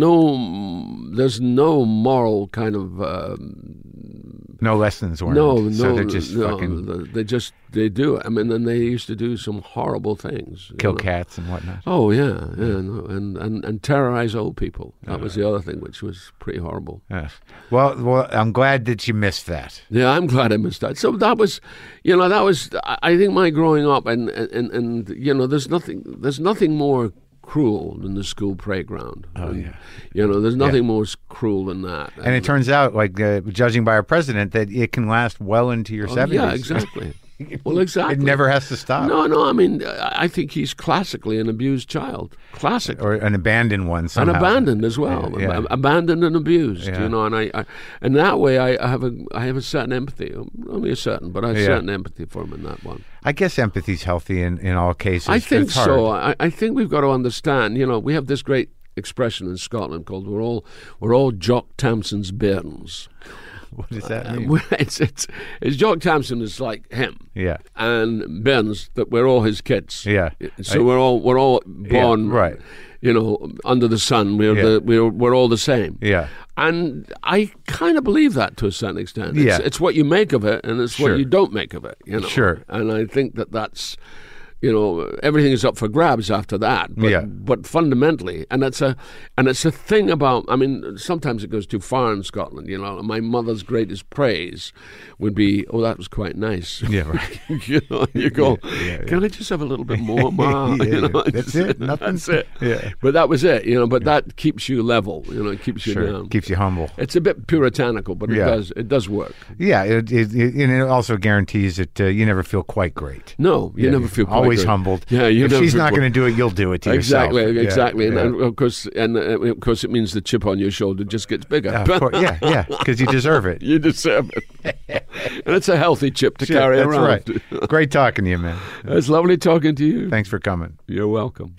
Speaker 3: no, there's no moral kind of um,
Speaker 1: No lessons learned.
Speaker 3: No, no,
Speaker 1: So they're just
Speaker 3: no,
Speaker 1: fucking
Speaker 3: th- They just they do. it. I mean, and they used to do some horrible things. you
Speaker 1: kill
Speaker 3: know.
Speaker 1: cats and whatnot.
Speaker 3: Oh yeah, yeah, no, and, and and terrorize old people. That was the other thing, which was pretty horrible.
Speaker 1: Yes. Well, well, I'm glad that you missed that.
Speaker 3: Yeah, I'm glad I missed that. So that was, you know, that was. I I think my growing up, and and and you know, there's nothing, there's nothing more cruel than the school playground. Oh
Speaker 1: yeah.
Speaker 3: you know, there's nothing more s- cruel than that.
Speaker 1: And it turns out, like uh, judging by our president, that it can last well into your
Speaker 3: Oh,
Speaker 1: 70s.
Speaker 3: yeah, exactly. well, exactly.
Speaker 1: It never has to stop.
Speaker 3: No, no. I mean, I I think he's classically an abused child. Classic.
Speaker 1: Or an abandoned one
Speaker 3: And
Speaker 1: somehow.
Speaker 3: abandoned as well,
Speaker 1: Yeah, yeah.
Speaker 3: Ab- abandoned and abused,
Speaker 1: Yeah.
Speaker 3: you know. And I, I, and that way, I, I have a, I have a certain empathy, only a certain, but I have
Speaker 1: Yeah.
Speaker 3: certain empathy for him in that one.
Speaker 1: I guess empathy's healthy in, in all cases.
Speaker 3: I think
Speaker 1: It's hard.
Speaker 3: so. I, I think we've got to understand. You know, we have this great expression in Scotland called "we're all, we're all Jock Tamson's bairns."
Speaker 1: What does that mean?
Speaker 3: Well, it's, it's, it's Jock Tamson is like him.
Speaker 1: Yeah.
Speaker 3: And Ben's that we're all his kids.
Speaker 1: Yeah.
Speaker 3: So we're all we're all born
Speaker 1: right.
Speaker 3: You know, under the sun, we're
Speaker 1: Yeah.
Speaker 3: the, we're we're all the same.
Speaker 1: Yeah.
Speaker 3: And I kind of believe that to a certain extent. It's,
Speaker 1: Yeah.
Speaker 3: it's what you make of it, and it's
Speaker 1: Sure.
Speaker 3: what you don't make of it. You know.
Speaker 1: Sure.
Speaker 3: And I think that that's. you know, everything is up for grabs after that. But,
Speaker 1: Yeah.
Speaker 3: but fundamentally, and it's a and it's a thing about. I mean, sometimes it goes too far in Scotland. You know, my mother's greatest praise would be, "Oh, that was quite nice."
Speaker 1: Yeah, right.
Speaker 3: you know, you go,
Speaker 1: yeah,
Speaker 3: "Can I just have a little bit more, Ma?"
Speaker 1: Yeah,
Speaker 3: you know,
Speaker 1: that's it, nothing?
Speaker 3: That's it.
Speaker 1: Yeah.
Speaker 3: But that was it. You know, but that keeps you level. You know, it keeps you
Speaker 1: Sure.
Speaker 3: down.
Speaker 1: Keeps you humble.
Speaker 3: It's a bit puritanical, but
Speaker 1: Yeah.
Speaker 3: it does it does work.
Speaker 1: Yeah, it, it, it, and it also guarantees that uh, you never feel quite great.
Speaker 3: No, you never feel
Speaker 1: always
Speaker 3: quite good.
Speaker 1: humbled.
Speaker 3: Yeah, you
Speaker 1: if
Speaker 3: never
Speaker 1: she's
Speaker 3: feel
Speaker 1: not
Speaker 3: quite-
Speaker 1: going to do it, you'll do it to
Speaker 3: Exactly,
Speaker 1: yourself. Yeah,
Speaker 3: exactly, and,
Speaker 1: yeah.
Speaker 3: and of course, and uh, of course, it means the chip on your shoulder just gets bigger.
Speaker 1: Yeah, of course. yeah, yeah, because you deserve it.
Speaker 3: you deserve it, and it's a healthy chip to
Speaker 1: Shit,
Speaker 3: carry
Speaker 1: that's
Speaker 3: around.
Speaker 1: right. Great talking to you, man.
Speaker 3: It's lovely talking to you.
Speaker 1: Thanks for coming.
Speaker 3: You're welcome.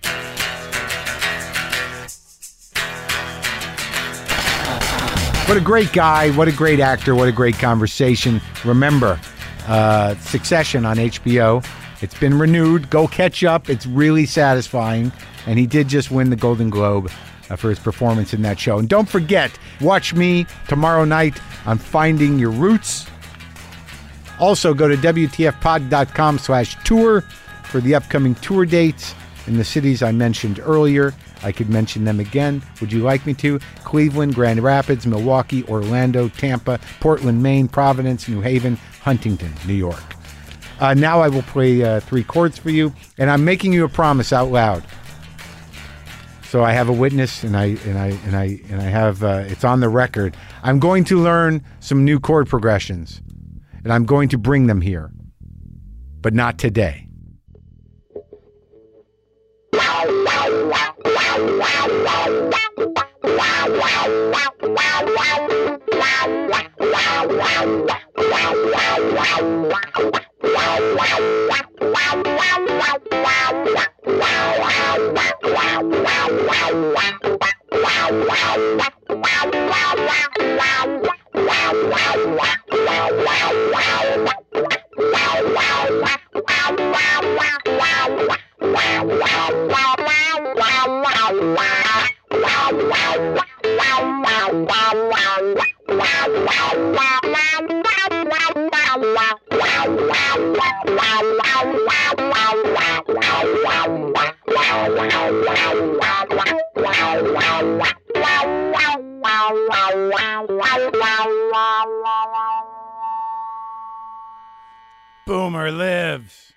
Speaker 1: What a great guy. What a great actor. What a great conversation. Remember, uh, Succession on HBO. It's been renewed. Go catch up. It's really satisfying. And he did just win the Golden Globe uh, for his performance in that show. And don't forget, watch me tomorrow night on Finding Your Roots. Also, go to WTFpod.com slash tour for the upcoming tour dates in the cities I mentioned earlier. I could mention them again. Would you like me to? Cleveland, Grand Rapids, Milwaukee, Orlando, Tampa, Portland, Maine, Providence, New Haven, Huntington, New York. Uh, now I will play uh, three chords for you, and I'm making you a promise out loud. So I have a witness, and I and I and I and I have uh, it's on the record. I'm going to learn some new chord progressions, and I'm going to bring them here, but not today. Boomer lives.